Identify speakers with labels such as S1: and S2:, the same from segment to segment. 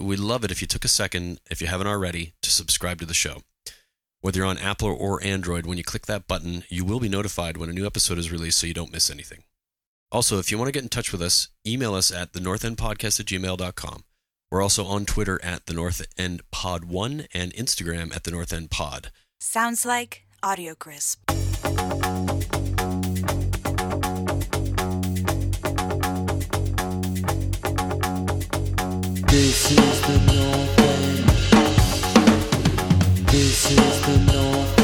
S1: we'd love it if you took a second, if you haven't already, to subscribe to the show. Whether you're on Apple or Android, when you click that button, you will be notified when a new episode is released so you don't miss anything. Also, if you want to get in touch with us, email us at the North End Podcast at gmail.com. We're also on Twitter at the North End Pod 1 and Instagram at the North End Pod.
S2: Sounds like Audio Crisp.
S3: This is the North End. This is the North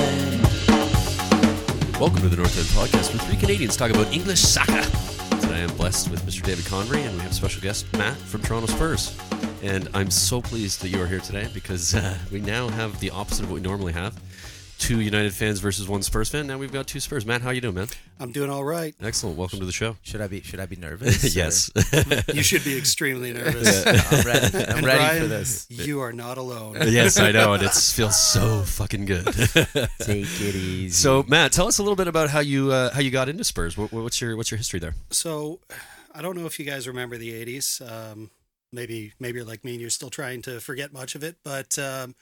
S3: End.
S1: Welcome to the North End Podcast, where three Canadians talk about English soccer. Today I'm blessed with Mr. David Conry, and we have special guest Matt from Toronto Spurs. And I'm so pleased that you are here today because uh, we now have the opposite of what we normally have: two United fans versus one Spurs fan. Now we've got two Spurs. Matt, how you doing, man?
S4: I'm doing all right.
S1: Excellent. Welcome to the show.
S5: Should I be Should I be nervous?
S1: yes.
S4: You should be extremely nervous.
S5: or- I'm ready. I'm
S4: And
S5: ready
S4: Brian,
S5: for this.
S4: You are not alone.
S1: yes, I know, and it feels so fucking good.
S5: Take it easy.
S1: so, Matt, tell us a little bit about how you uh, how you got into Spurs. What, what's your what's your history there?
S4: So, I don't know if you guys remember the '80s. Um, maybe, maybe you're like me and you're still trying to forget much of it. But um,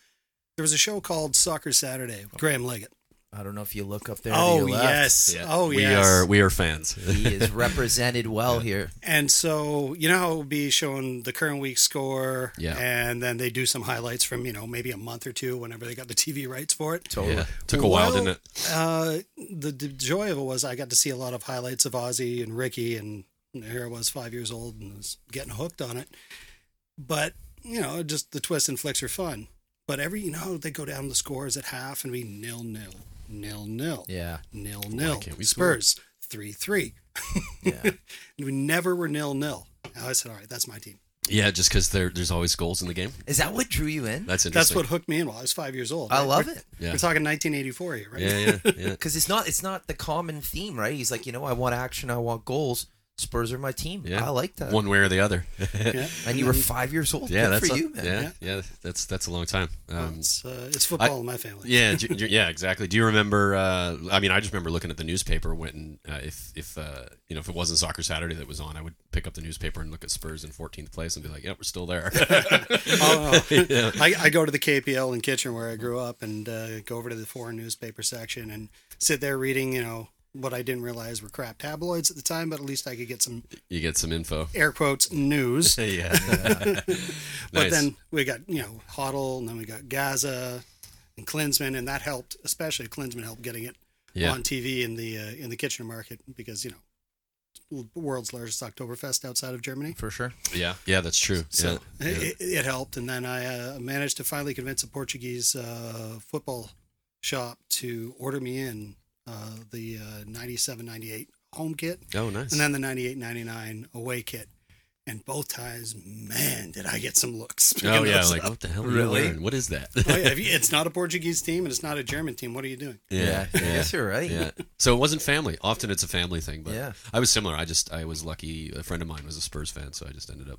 S4: there was a show called Soccer Saturday. with Graham Leggett.
S5: I don't know if you look up there. to
S4: Oh
S5: your left.
S4: yes. Oh
S1: we
S4: yes.
S1: are we are fans.
S5: He is represented well here.
S4: And so you know how it would be showing the current week score,
S1: Yeah.
S4: and then they do some highlights from you know maybe a month or two whenever they got the TV rights for it.
S5: Totally.
S1: Yeah. Took a while, didn't it?
S4: Uh, the, the joy of it was I got to see a lot of highlights of Ozzy and Ricky, and here I was five years old and was getting hooked on it. But you know, just the twists and flicks are fun. But every you know, they go down the scores at half and be nil nil, nil nil,
S5: Yeah.
S4: nil nil.
S1: can't we score?
S4: Spurs three three.
S5: Yeah.
S4: We never were nil nil. And I said, all right, that's my team.
S1: Yeah, just because there there's always goals in the game.
S5: Is that what drew you in?
S1: That's interesting.
S4: That's what hooked me in while I was five years old.
S5: I
S4: right?
S5: love
S4: We're-
S5: it
S1: Yeah.
S4: We're talking 1984 here, right?
S1: Yeah, yeah, yeah.
S5: because it's not it's not the common theme, right? He's like, you know, I want action, I want goals. Spurs are my team.
S1: yeah.
S5: I like that.
S1: One way or the other. yeah,
S4: yeah.
S5: and you were five years old. Good
S1: that's
S5: for
S1: a-
S5: you, man.
S1: Yeah, yeah, that's that's a long time. Um,
S4: It's, uh, it's football in my family.
S1: yeah, do, do- yeah, exactly. Do you remember? Uh, I mean, I just remember looking at the newspaper when uh, if if uh, you know if it wasn't Soccer Saturday that was on, I would pick up the newspaper and look at Spurs in 14th place and be like, yeah, we're still there.
S4: oh, no. I, I go to the KPL in Kitchen where I grew up and uh, go over to the foreign newspaper section and sit there reading, you know, what I didn't realize were crap tabloids at the time, but at least I could get some
S1: you get some info.
S4: air quotes news.
S1: yeah.
S4: But
S1: Nice.
S4: then we got, you know, Hoddle and then we got Gaza and Klinsman, and that helped, especially Klinsman helped getting it
S1: Yeah.
S4: on TV in the uh, in the Kitchener market because, you know, world's largest Oktoberfest outside of Germany.
S5: For sure.
S1: yeah, yeah, that's true.
S4: So
S1: yeah. yeah.
S4: It, it helped. And then I uh, managed to finally convince a Portuguese uh, football shop to order me in uh, the uh, 97 98 home kit
S1: Oh, nice.
S4: and then the 98 99 away kit. And both times, man, did I get some looks.
S1: oh,
S4: picking
S1: yeah.
S4: those
S1: Like,
S4: up.
S1: what the hell are you
S5: Really?
S1: wearing? What is that?
S4: Oh, yeah, if you- it's not a Portuguese team and it's not a German team. What are you doing?
S5: I guess you're right.
S1: Yeah. So it wasn't family. Often it's a family thing, but
S5: Yeah.
S1: I was similar. I just I was lucky. A friend of mine was a Spurs fan, so I just ended up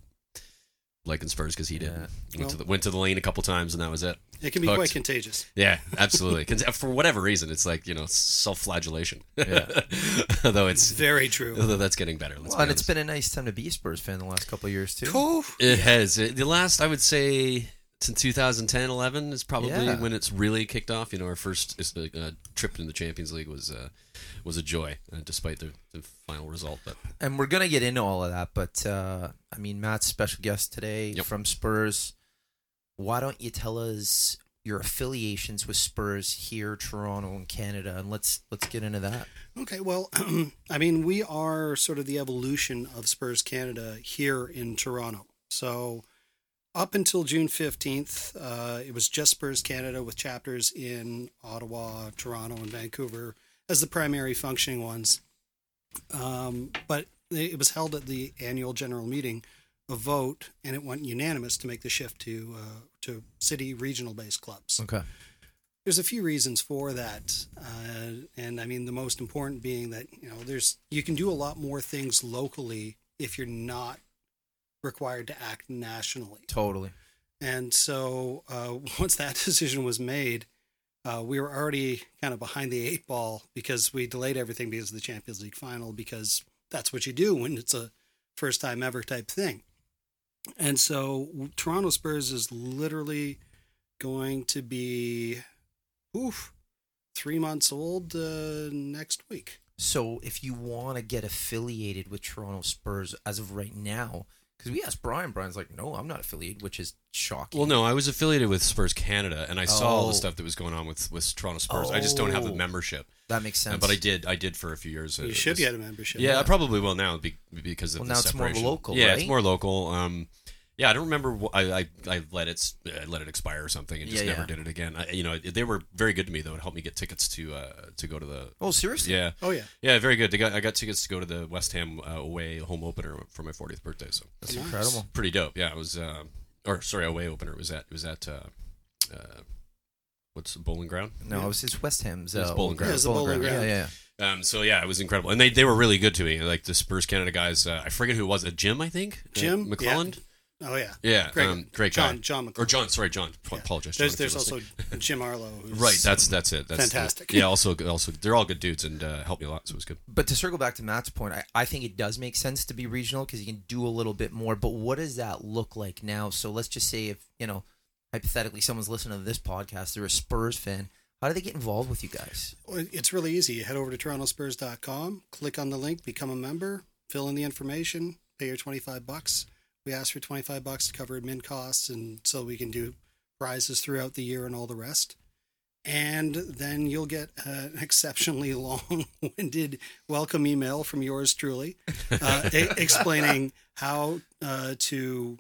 S1: liking Spurs because he did.
S5: Yeah.
S1: Went to the went to the lane a couple times, and that was it.
S4: It can be
S1: Hooked.
S4: quite contagious.
S1: Yeah, absolutely. 'Cause uh, for whatever reason, it's like you know self-flagellation.
S5: Yeah.
S1: although it's
S4: Very true.
S1: although that's getting better. Let's
S5: Well,
S1: be
S5: and it's
S1: honest.
S5: been a nice time to be a Spurs fan the last couple of years too.
S4: Cool.
S1: it has It- the last I would say. Since 2010, 11 is probably
S5: Yeah.
S1: when it's really kicked off. You know, our first uh, trip in the Champions League was uh, was a joy, uh, despite the, the final result. But
S5: and we're gonna get into all of that, but uh, I mean, Matt's special guest today
S1: Yep.
S5: from Spurs. Why don't you tell us your affiliations with Spurs here, Toronto, and Canada, and let's let's get into that.
S4: Okay, well, I mean, we are sort of the evolution of Spurs Canada here in Toronto. So, up until June 15th, uh, it was just Spurs Canada with chapters in Ottawa, Toronto, and Vancouver as the primary functioning ones. Um, but they, it was held at the annual general meeting, a vote, and it went unanimous to make the shift to uh, to city regional based clubs
S5: Okay.
S4: there's a few reasons for that uh, and i mean the most important being that you know there's you can do a lot more things locally if you're not required to act nationally
S5: Totally.
S4: and so uh, once that decision was made uh, we were already kind of behind the eight ball because we delayed everything because of the champions league final because that's what you do when it's a first time ever type thing And so Toronto Spurs is literally going to be, oof, three months old uh, next week.
S5: So if you want to get affiliated with Toronto Spurs as of right now, because we asked Brian, Brian's like, no, I'm not affiliated, which is shocking.
S1: Well, no, I was affiliated with Spurs Canada, and I saw all
S5: Oh.
S1: the stuff that was going on with with Toronto Spurs. I just don't have the
S5: Oh.
S1: membership, uh,
S5: that makes sense.
S1: but I did. I did for a few years. uh,
S4: You
S1: It
S4: should
S1: was-
S4: get a membership.
S1: Yeah, I
S5: yeah.
S1: probably will now be, because of
S5: Well,
S1: the
S5: now it's more
S1: separation.
S5: local,
S1: Yeah, it's
S5: right?
S1: more local. Um, yeah, I don't remember. Wh- I, I I let it s- I let it expire or something, and just
S5: Yeah,
S1: never
S5: yeah.
S1: did it again. I, you know, they were very good to me though. It helped me get tickets to uh to go to the.
S5: Oh, seriously?
S1: Yeah,
S4: Oh, yeah.
S1: yeah, very good. They got I got tickets to go to the West Ham uh, away home opener for my 40th birthday. So
S5: That's
S4: Nice.
S5: incredible.
S1: pretty dope. Yeah, it was. Uh, or sorry, away opener. It was at it was at uh, uh, what's the bowling ground?
S5: No, it was his West Ham's.
S1: It was
S5: uh,
S1: Bowling Green.
S4: Yeah, it was the Bowling
S5: Yeah,
S4: Green.
S5: yeah.
S1: Um, so yeah, it was incredible, and they, they were really good to me. Like the Spurs Canada guys, uh, I forget who it was. A Jim, I think. Uh,
S4: Jim? Yeah.
S1: McClelland.
S4: Oh, yeah.
S1: Yeah,
S4: Great.
S1: um, great guy.
S4: John, John
S1: Or
S4: McClellan.
S1: John, sorry, John. P- Apologize. John,
S4: There's,
S1: if
S4: there's
S1: you're
S4: also
S1: listening.
S4: Jim Arlo. Who's
S1: right. That's that's it. That's the-
S4: Fantastic.
S1: yeah. Also, also, they're all good dudes and uh, helped me a lot, so it was good.
S5: But to circle back to Matt's point, I, I think it does make sense to be regional because you can do a little bit more. But what does that look like now? So let's just say if, you know, hypothetically someone's listening to this podcast, they're a Spurs fan. How do they get involved with you guys?
S4: It's really easy. You head over to torontospurs.com, click on the link, become a member, fill in the information, pay your 25 bucks. We ask for 25 bucks to cover admin costs and so we can do prizes throughout the year and all the rest. And then you'll get uh, an exceptionally long-winded welcome email from yours truly uh, e- explaining how uh, to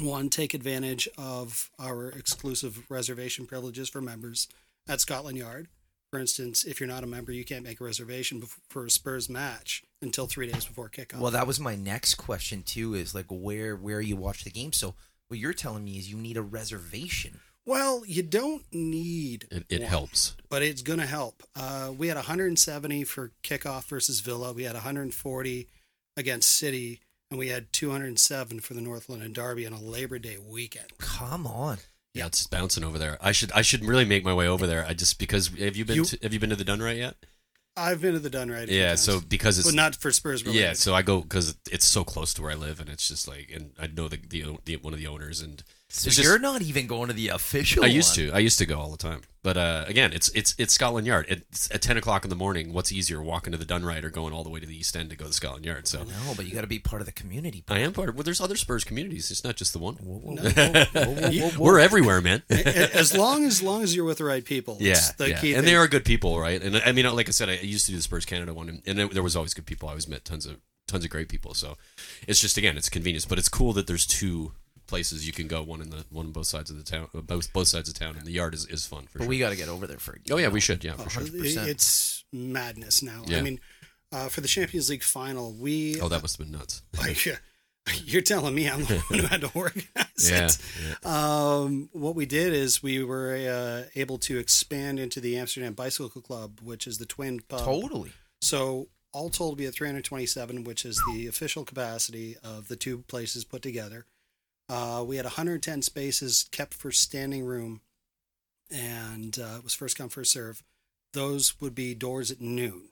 S4: one take advantage of our exclusive reservation privileges for members at Scotland Yard. For instance, if you're not a member, you can't make a reservation bef- for a Spurs match until three days before kickoff.
S5: Well, that was my next question too. Is like where where you watch the game. So what you're telling me is you need a reservation.
S4: well, you don't need
S1: It, it
S4: one,
S1: helps.
S4: but it's going to help. Uh, we had 170 for kickoff versus Villa. We had 140 against City, and we had 207 for the North London Derby on a Labor Day weekend.
S5: Come on.
S1: Yeah, it's bouncing over there. I should I should really make my way over there. I just because have you been
S4: You-
S1: to, have you been to the Dunright yet?
S4: I've been to the Dunright. a few
S1: Yeah.
S4: times.
S1: So because it's
S4: but not for Spurs. Related.
S1: Yeah, so I go because it's so close to where I live, and it's just like, and I know the the, the one of the owners, and
S5: So
S1: It's just-
S5: you're not even going to the official.
S1: I used
S5: one.
S1: to, I used to go all the time. But uh, again, it's it's it's Scotland Yard. It's at ten o'clock in the morning. What's easier, walking to the Dunright or going all the way to the East End to go to Scotland Yard? So
S5: No, but you got to be part of the community.
S1: I am part of. Well, there's other Spurs communities. It's not just the one.
S5: Whoa, whoa,
S4: No.
S5: whoa, whoa, whoa, whoa, whoa, whoa.
S1: We're everywhere, man.
S4: A- as long as long as you're with the right people.
S1: Yeah,
S4: That's the
S1: yeah.
S4: key
S1: and
S4: thing.
S1: they are good people, right? And I mean, like I said, I used to do the Spurs Canada one, and, and there- there was always good people. I always met tons of tons of great people. So it's just again, it's convenience, but it's cool that there's two places you can go, one in the one on both sides of the town, uh, both both sides of town, and the yard is, is fun for
S5: But
S1: sure.
S5: we got to get over there for a game.
S1: oh yeah, we should, yeah,
S4: Oh,
S1: for sure.
S4: it-
S5: 100%.
S4: it's madness now. I
S1: Yeah.
S4: mean, uh, for the Champions League final, we
S1: Oh, that must have been nuts.
S4: like uh, you're telling me I'm the one who had to organize
S1: Yeah,
S4: it. Um, what we did is we were uh, able to expand into the Amsterdam Bicycle Club, which is the twin pub.
S5: totally.
S4: So all told, we had 327, which is the official capacity of the two places put together. Uh, we had 110 spaces kept for standing room, and uh, it was first come first serve. Those would be doors at noon.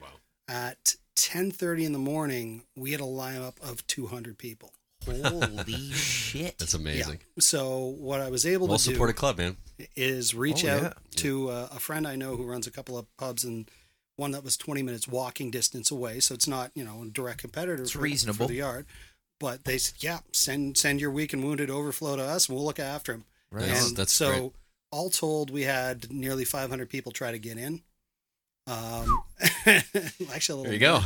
S1: Wow.
S4: At 10:30 in the morning, we had a lineup of 200 people.
S5: Holy shit!
S1: that's amazing.
S4: Yeah. So what I was able
S1: Well
S4: to do
S1: supported club, man.
S4: is reach
S5: Oh,
S4: out
S5: yeah.
S4: to uh, a friend I know who runs a couple of pubs and one that was 20 minutes walking distance away. So it's not, you know, a direct competitor
S5: It's
S4: for,
S5: reasonable.
S4: for the yard. But they said, yeah, send send your weak and wounded overflow to us and we'll look after him.
S5: Right.
S1: That's-
S4: And
S1: Oh, that's
S4: so
S1: great.
S4: all told, we had nearly 500 people try to get in. Um, actually, a little
S1: There you go.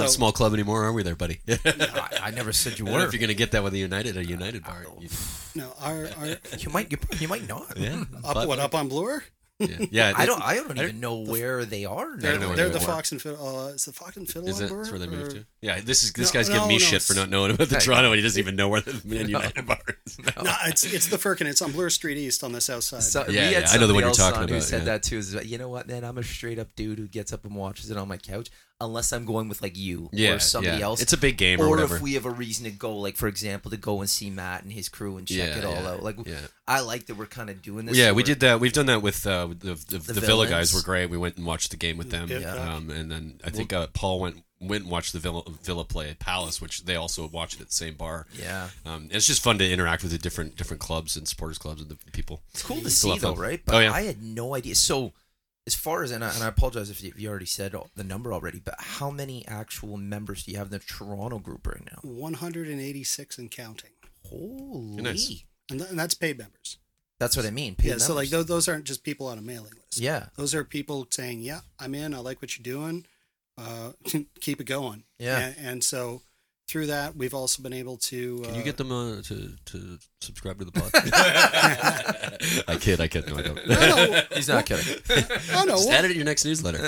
S1: Not a small club anymore, are we there, buddy?
S5: I, I never said you
S1: I don't know
S5: were.
S1: if you're gonna get that with a United, a United bar. You-
S4: No, our, our
S5: You might. You, you might not.
S1: Yeah,
S4: up,
S1: But-
S4: what up on Bloor?
S1: Yeah, yeah
S5: I don't. I don't
S1: I-
S5: even know where they are.
S1: I
S4: They're,
S1: don't know
S5: now.
S1: where
S4: they're
S1: they
S4: the
S1: were.
S4: Fox and Fiddle. Uh, is the Fox and Fiddle
S1: Is
S4: on
S1: it
S4: Bloor?
S1: that's where they
S4: Or-
S1: moved to? Yeah, this is this
S4: No,
S1: guy's giving me
S4: no, no,
S1: shit for
S4: it's-
S1: not knowing about the
S5: Hey.
S1: Toronto, and he doesn't even know where the Man United bar is.
S4: No, it's it's the Firkin. It's on Bloor Street East on the south side.
S5: So,
S1: Yeah,
S5: we had
S1: yeah, I know the one
S5: somebody
S1: you're
S5: else
S1: talking
S5: on Who
S1: about,
S5: said
S1: yeah.
S5: that too? Is that, you know what, man? I'm a straight up dude who gets up and watches it on my couch, unless I'm going with like you
S1: Yeah,
S5: or somebody
S1: yeah.
S5: else.
S1: It's a big game or,
S5: or
S1: whatever.
S5: if we have a reason to go, like for example, to go and see Matt and his crew and check
S1: Yeah,
S5: it all
S1: yeah,
S5: out. Like,
S1: yeah.
S5: I like that we're kind of doing this.
S1: yeah, we
S5: We're-
S1: did that. We've done that with uh, with the, the, the, Villa
S5: villains.
S1: guys. Were great. We went and watched the game with them,
S4: Yeah.
S1: um, and then I think uh, Paul went went and watched the Villa, Villa play Palace, which they also watched at the same bar.
S5: Yeah.
S1: Um, it's just fun to interact with the different different clubs and supporters clubs and the people.
S5: It's cool to
S1: Still
S5: see
S1: have
S5: though,
S1: fun.
S5: right?
S1: Oh,
S5: But
S1: yeah.
S5: I had no idea. So as far as and I, and I apologize if you, if you already said all- the number already, but how many actual members do you have in the Toronto group right now?
S4: 186 and counting,
S5: Holy,
S4: and, th- and that's paid members.
S5: that's what I mean. paid
S4: yeah, so like
S5: members.
S4: those, those aren't just people on a mailing list.
S5: Yeah,
S4: Those are people saying, "Yeah, I'm in. I like what you're doing. Uh, keep it going."
S5: Yeah.
S4: and, and so through that, we've also been able to.
S1: Can
S4: uh,
S1: you get them uh, to to subscribe to the podcast? I kid, I kid. No, I don't.
S4: No, no,
S5: he's not kidding.
S4: no, no,
S1: Just
S4: we'll-
S1: add it at your next newsletter.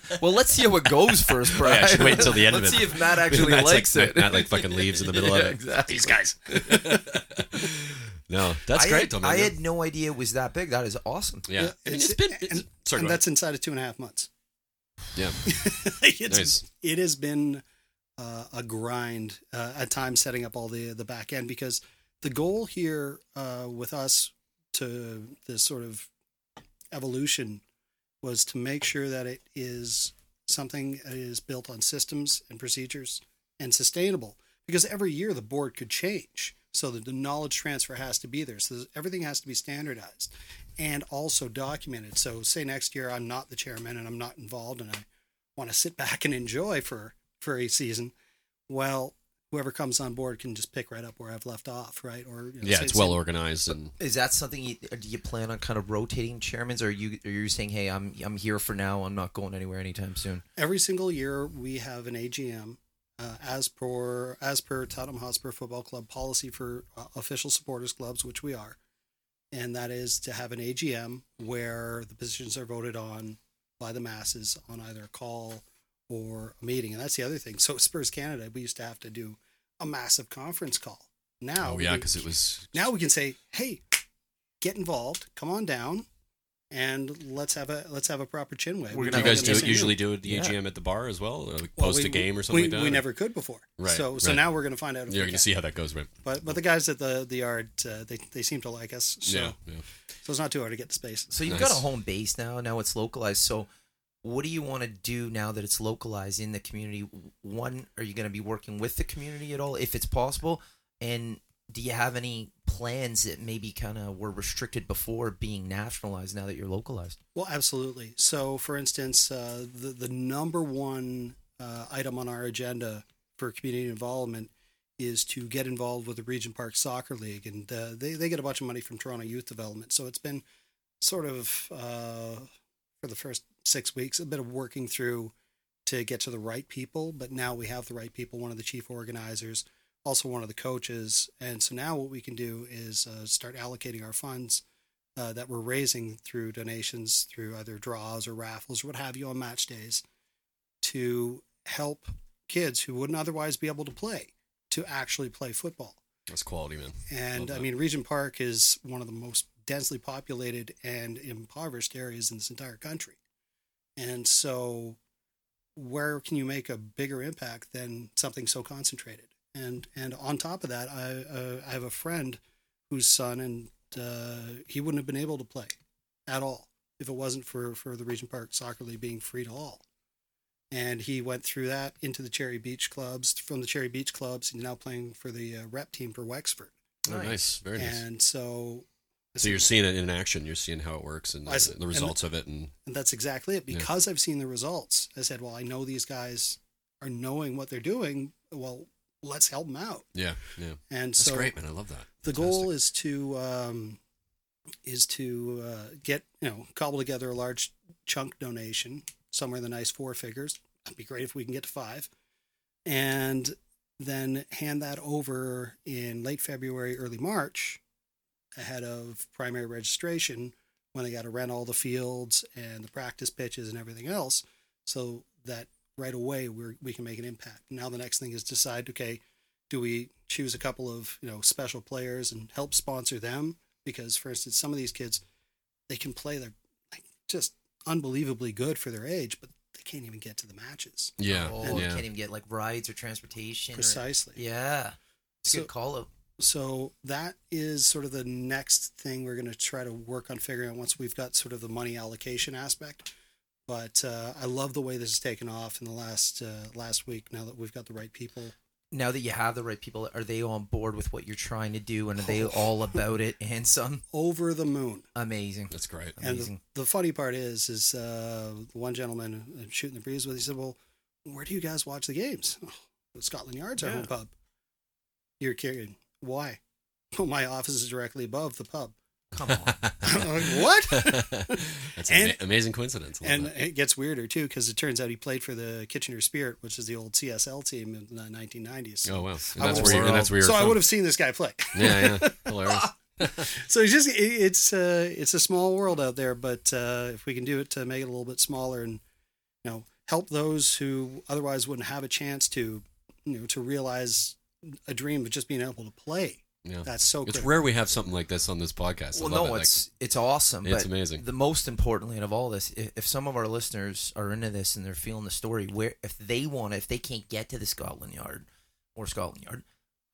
S5: Well, let's see how it goes first,
S1: Oh,
S5: Brian.
S1: yeah, I should wait until the end
S5: let's
S1: of it.
S5: see if Matt actually
S1: Matt's
S5: likes
S1: like,
S5: it.
S1: Matt, like fucking leaves in the middle of
S5: Yeah,
S1: it.
S5: exactly.
S1: These guys. no, that's
S5: I
S1: great.
S5: Had,
S1: though, man.
S5: I had no idea it was that big. That is awesome.
S1: yeah.
S4: Yeah,
S1: I mean,
S4: it's-
S1: it's been. It's,
S4: and,
S1: sorry,
S4: and
S1: go ahead.
S4: that's inside of two and a half months.
S1: yeah.
S4: it's,
S1: Nice.
S4: It has been uh, a grind uh, at times setting up all the the back end because the goal here uh, with us to this sort of evolution was to make sure that it is something that is built on systems and procedures and sustainable because every year the board could change so that the knowledge transfer has to be there so everything has to be standardized and also documented so say next year i'm not the chairman and i'm not involved and i want to sit back and enjoy for for a season well whoever comes on board can just pick right up where i've left off right or you know,
S1: Yeah,
S4: say-
S1: it's well
S4: say-
S1: organized and
S5: Is that something? You, or do you plan on kind of rotating chairmans, or are you are you saying, hey, I'm I'm here for now. I'm not going anywhere anytime soon.
S4: every single year we have an AGM uh, as per as per Tottenham Hotspur Football Club policy for uh, official supporters clubs, which we are, and that is to have an AGM where the positions are voted on by the masses on either a call or a meeting, and that's the other thing. So Spurs Canada, we used to have to do a massive conference call. Now,
S1: oh yeah,
S4: we-
S1: because it was
S4: now we can say, hey, get involved, come on down. And let's have a let's have a proper chin wave.
S5: We're
S1: Do
S5: gonna
S1: you
S5: have
S1: guys
S5: a
S1: do it
S5: missing
S1: usually do it at the
S5: Yeah.
S1: AGM at the bar as well, or like
S4: Well,
S1: post
S4: we-
S1: a game or something
S4: we,
S1: like that.
S4: We never could before.
S1: Right,
S4: So so
S1: right.
S4: now we're going to find out. If
S1: You're
S4: we
S1: gonna
S4: can.
S1: see how that goes, right?
S4: But but the guys at the the yard uh, they they seem to like us. So
S1: yeah, yeah.
S4: so it's not too hard to get the space.
S5: So you've
S1: Nice.
S5: got a home base now. Now it's localized. So what do you want to do now that it's localized in the community? One, are you going to be working with the community at all, if it's possible? And do you have any plans that maybe kind of were restricted before being nationalized now that you're localized?
S4: Well, absolutely. So for instance, uh, the the number one uh, item on our agenda for community involvement is to get involved with the Region Park Soccer League, and uh, they they get a bunch of money from Toronto Youth Development. So it's been sort of uh, for the first six weeks a bit of working through to get to the right people but now we have the right people one of the chief organizers also one of the coaches and so now what we can do is uh, start allocating our funds uh, that we're raising through donations through either draws or raffles or what have you on match days to help kids who wouldn't otherwise be able to play to actually play football
S1: That's quality, man. Love
S4: and I
S1: that.
S4: mean, Regent Park is one of the most densely populated and impoverished areas in this entire country. And so, where can you make a bigger impact than something so concentrated? And and on top of that, I uh, I have a friend whose son and uh, he wouldn't have been able to play at all if it wasn't for for the Regent Park Soccer League being free to all. And he went through that into the Cherry Beach clubs. From the Cherry Beach clubs, he's now playing for the uh, rep team for Wexford
S1: Oh, nice. very nice.
S4: and so
S1: So you're seeing it in action. You're seeing how it works and
S4: I
S1: uh,
S4: s-
S1: the results of it, and
S4: and that's exactly it
S1: Yeah.
S4: because i've seen the results i said well i know these guys are knowing what they're doing well let's help them out
S1: yeah, yeah.
S4: and
S1: That's
S4: so
S1: great, man. I love that.
S4: the goal is to um, is to uh, get you know cobble together a large chunk donation somewhere in the nice four figures it'd be great if we can get to five and then hand that over in late february early march ahead of primary registration when they got to rent all the fields and the practice pitches and everything else so that right away we're, we can make an impact now the next thing is decide okay do we choose a couple of you know special players and help sponsor them because for instance some of these kids they can play they're like, just unbelievably good for their age but they can't even get to the matches
S1: Yeah,
S5: Oh, you
S1: yeah.
S5: can't even get like rides or transportation. or-
S4: precisely
S5: yeah. It's a
S4: So-
S5: good call out.
S4: so that is sort of the next thing we're going to try to work on figuring out once we've got sort of the money allocation aspect But uh, I love the way this has taken off in the last uh, last week. Now that we've got the right people,
S5: Now that you have the right people, are they on board with what you're trying to do, and are
S1: Oh.
S5: they all about it and some?
S4: over the moon.
S5: Amazing.
S1: That's great.
S5: Amazing.
S4: And the, the funny part is, is uh, the one gentleman I'm shooting the breeze with, he said, "Well, where do you guys watch the games? Oh, Scotland Yard's our home
S1: Yeah.
S4: pub." You're kidding? Why? Well, my office is directly above the pub.
S5: Come on.
S4: I'm like, what?
S1: That's an
S4: And-
S1: ama- amazing coincidence. Love
S4: and
S1: that.
S4: it gets weirder too, because it turns out he played for the Kitchener Spirit, which is the old CSL team in the 1990s.
S1: oh wow, and
S4: I
S1: that's
S4: would've
S1: where you,
S4: seen-
S1: and that's where you're
S4: so I
S1: from.
S4: would have seen this guy play.
S1: Yeah, yeah, hilarious.
S4: So it's just it, it's uh, it's a small world out there, but uh, if we can do it to make it a little bit smaller and you know help those who otherwise wouldn't have a chance to you know to realize a dream of just being able to play.
S1: Yeah.
S4: That's so
S1: It's
S4: critical.
S1: rare we have something like this on this podcast. I
S5: well,
S1: love
S5: no,
S1: it. Like,
S5: it's it's awesome.
S1: It's
S5: but
S1: amazing.
S5: The most importantly of all this, if, if some of our listeners are into this and they're feeling the story, where if they want, to, if they can't get to the Scotland Yard or Scotland Yard,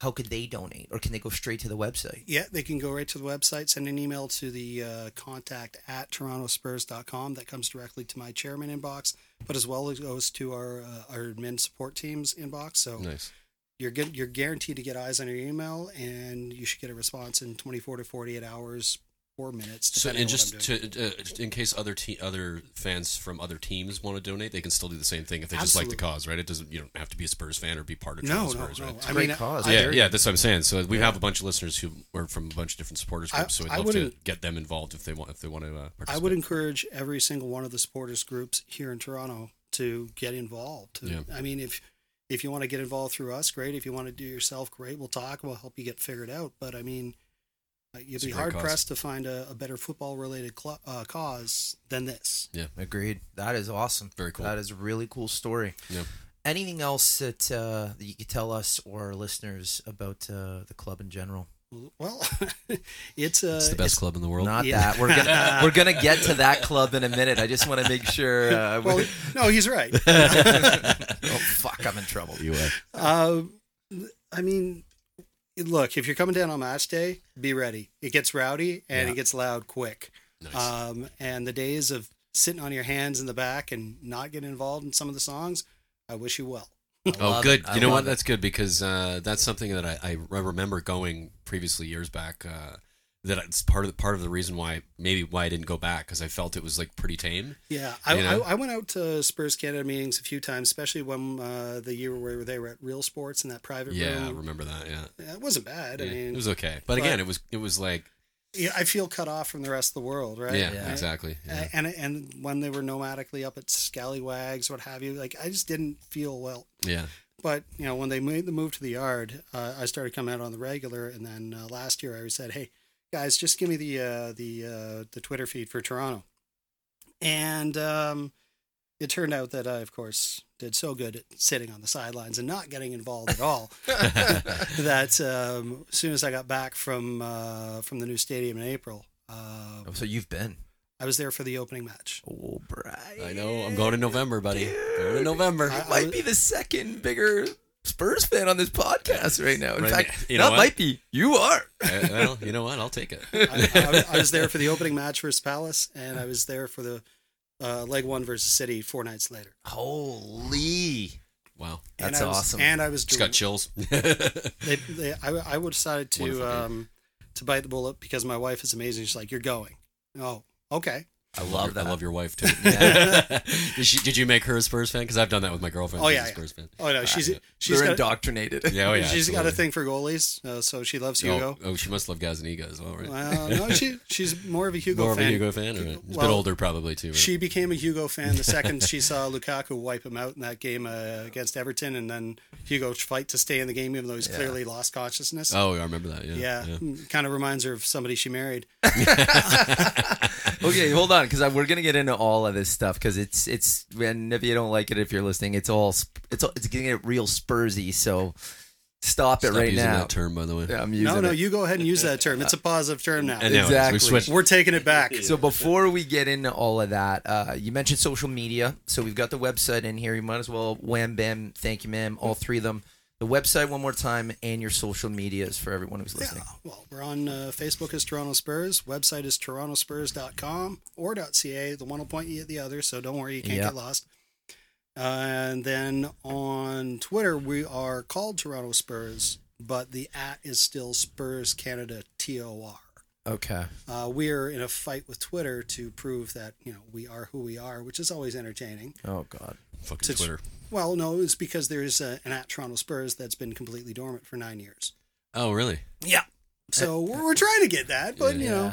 S5: how could they donate, or can they go straight to the website?
S4: Yeah, they can go right to the website, send an email to the uh, contact at torontospurs.com. That comes directly to my chairman inbox, but as well it goes to our uh, our admin support team's inbox. So
S1: nice.
S4: you're good, you're guaranteed to get eyes on your email, and you should get a response in 24 to 48 hours or minutes.
S1: So,
S4: depending
S1: and
S4: on what
S1: just
S4: I'm doing.
S1: to, uh, in case other te- other fans from other teams want to donate, they can still do the same thing if they just like the
S4: Absolutely.
S1: cause, right? It doesn't you don't have to be a Spurs fan or be part of
S4: no,
S1: Toronto
S4: no,
S1: Spurs,
S4: no.
S1: right?
S4: I
S5: great
S4: mean,
S5: cause.
S4: I-
S1: yeah,
S4: I-
S1: yeah, that's what I'm saying. So we have a bunch of listeners who are from a bunch of different supporters
S4: I-
S1: groups. so
S4: I
S1: I'd love
S4: would
S1: to
S4: en-
S1: get them involved if they want if they want to uh,
S4: I
S1: participate.
S4: would encourage every single one of the supporters groups here in Toronto to get involved.
S1: Yeah.
S4: I mean, if if you want to get involved through us, great. If you want to do yourself, great. We'll talk. We'll help you get figured out. But I mean, uh, you'd
S1: It's a
S4: be
S1: great
S4: hard
S1: cause.
S4: pressed to find a, a better football related cl- uh, cause than this.
S5: Agreed. That is awesome.
S1: Very cool.
S5: That is a really cool story.
S1: Yeah.
S5: Anything else that, uh, that you could tell us or our listeners about uh, the club in general?
S4: Well, uh, it's a
S1: It's the best club in the world.
S5: Not
S4: Yeah.
S5: that we're gonna we're gonna get to that club in a minute. I just want to make sure. Uh, we-
S4: well, no, he's right.
S5: oh fuck, I'm in trouble.
S1: you are.
S4: Uh, I mean, look, if you're coming down on match day, be ready. It gets rowdy and
S1: Yeah.
S4: it gets loud quick.
S1: Nice.
S4: Um, and the days of sitting on your hands in the back and not getting involved in some of the songs, I wish you well.
S1: Oh,
S5: Love
S1: good.
S5: it. I
S1: You know what?
S5: love it.
S1: That's good because uh, that's something that I, I re- remember going previously years back. Uh, that it's part of the, part of the reason why maybe why I didn't go back because I felt it was like pretty tame.
S4: Yeah, I,
S1: You know?
S4: I, I went out to Spurs Canada meetings a few times, especially when uh, the year where they were at Real Sports in that private
S1: Yeah, I
S4: room.
S1: remember that. Yeah,
S4: Yeah, It wasn't bad. I
S1: Yeah,
S4: mean,
S1: it was okay. But again,
S4: but-
S1: it was it was like
S4: yeah, I feel cut off from the rest of the world, right?
S1: yeah,
S5: Yeah.
S1: exactly. Yeah.
S4: And and when they were nomadically up at Scallywags, what have you, like I just didn't feel well.
S1: yeah.
S4: But you know, when they made the move to the yard, uh, I started coming out on the regular, and then uh, last year I said, "Hey guys, just give me the uh, the uh, the Twitter feed for Toronto," and um, it turned out that I, of course, did so good at sitting on the sidelines and not getting involved at all that um, as soon as I got back from uh, from the new stadium in April, uh,
S5: Oh, So you've been.
S4: I was there for the opening match.
S5: Oh, Brian.
S1: I know. I'm going in November, buddy. Going in November.
S5: You
S4: I-
S5: might be the second bigger Spurs fan on this podcast right now. In
S1: Right,
S5: fact,
S1: you know
S5: that
S1: what?
S5: might be. You are.
S1: Uh, well, you know what? I'll take it.
S4: I, I, I was there for the opening match versus Palace, and I was there for the uh, leg one versus City four nights later.
S5: Holy.
S1: Wow,
S5: That's
S4: and I was,
S5: awesome.
S4: And I was
S1: just got
S4: direct,
S1: chills.
S4: they, they, I, I would decided
S1: Wonderful
S4: to
S1: game.
S4: um, to bite the bullet because my wife is amazing. She's like, "You're going." Oh, okay.
S5: I love that.
S1: I love your wife too. did, she, did you make her a Spurs fan? Because I've done that with my girlfriend.
S4: Oh,
S1: She's a
S4: yeah, yeah.
S1: Spurs fan.
S4: Oh no, she's
S1: Ah, Yeah.
S4: she's
S5: They're
S4: got,
S5: indoctrinated.
S1: Yeah, oh, yeah.
S4: she's got a
S1: absolutely.
S4: thing for goalies, uh, so she loves Hugo.
S1: Oh, oh, she must love Gazaniga as well, right?
S4: Well, no, she she's more of a Hugo
S1: More of
S4: fan.
S1: a Hugo fan. Or, he's a
S4: Well,
S1: bit older, probably too. Right?
S4: She became a Hugo fan the second she saw Lukaku wipe him out in that game uh, against Everton, and then Hugo fight to stay in the game even though he's
S5: Yeah.
S4: clearly lost consciousness.
S1: oh, I remember that. Yeah,
S4: yeah, kind of reminds her of somebody she married.
S5: okay, hold on, because we're gonna get into all of this stuff because it's it's and if you don't like it, if you're listening, it's all sp- it's all, it's gonna get real Spursy. So stop it
S1: Stop
S5: right
S1: using
S5: now.
S1: that term, by the way.
S5: Yeah, I'm using
S4: No, no,
S5: it.
S4: you go ahead and use that term. It's a
S1: Uh,
S4: positive term now.
S1: And now
S5: Exactly.
S1: we switched.
S4: We're taking it back.
S5: so before we get into all of that, uh, you mentioned social media. So we've got the website in here. You might as well wham bam, thank you, ma'am. All three of them. The website one more time and your social medias for everyone who's
S4: Yeah.
S5: listening.
S4: Well, we're on uh, Facebook as Toronto Spurs. Website is torontospurs.com or .ca. The one will point you at the other, so don't worry, you can't
S5: Yeah.
S4: get lost. Uh, and then on Twitter, we are called Toronto Spurs, but the at is still Spurs Canada TOR.
S5: Okay.
S4: Uh, we're in a fight with Twitter to prove that, you know, we are who we are, which is always entertaining.
S5: Oh God.
S1: Fucking
S4: Since-
S1: Twitter.
S4: Well, no, it's because there's a, an at Toronto Spurs that's been completely dormant for nine years.
S1: Oh, really?
S4: Yeah. So we're, we're trying to get that, but you know,
S5: Eh,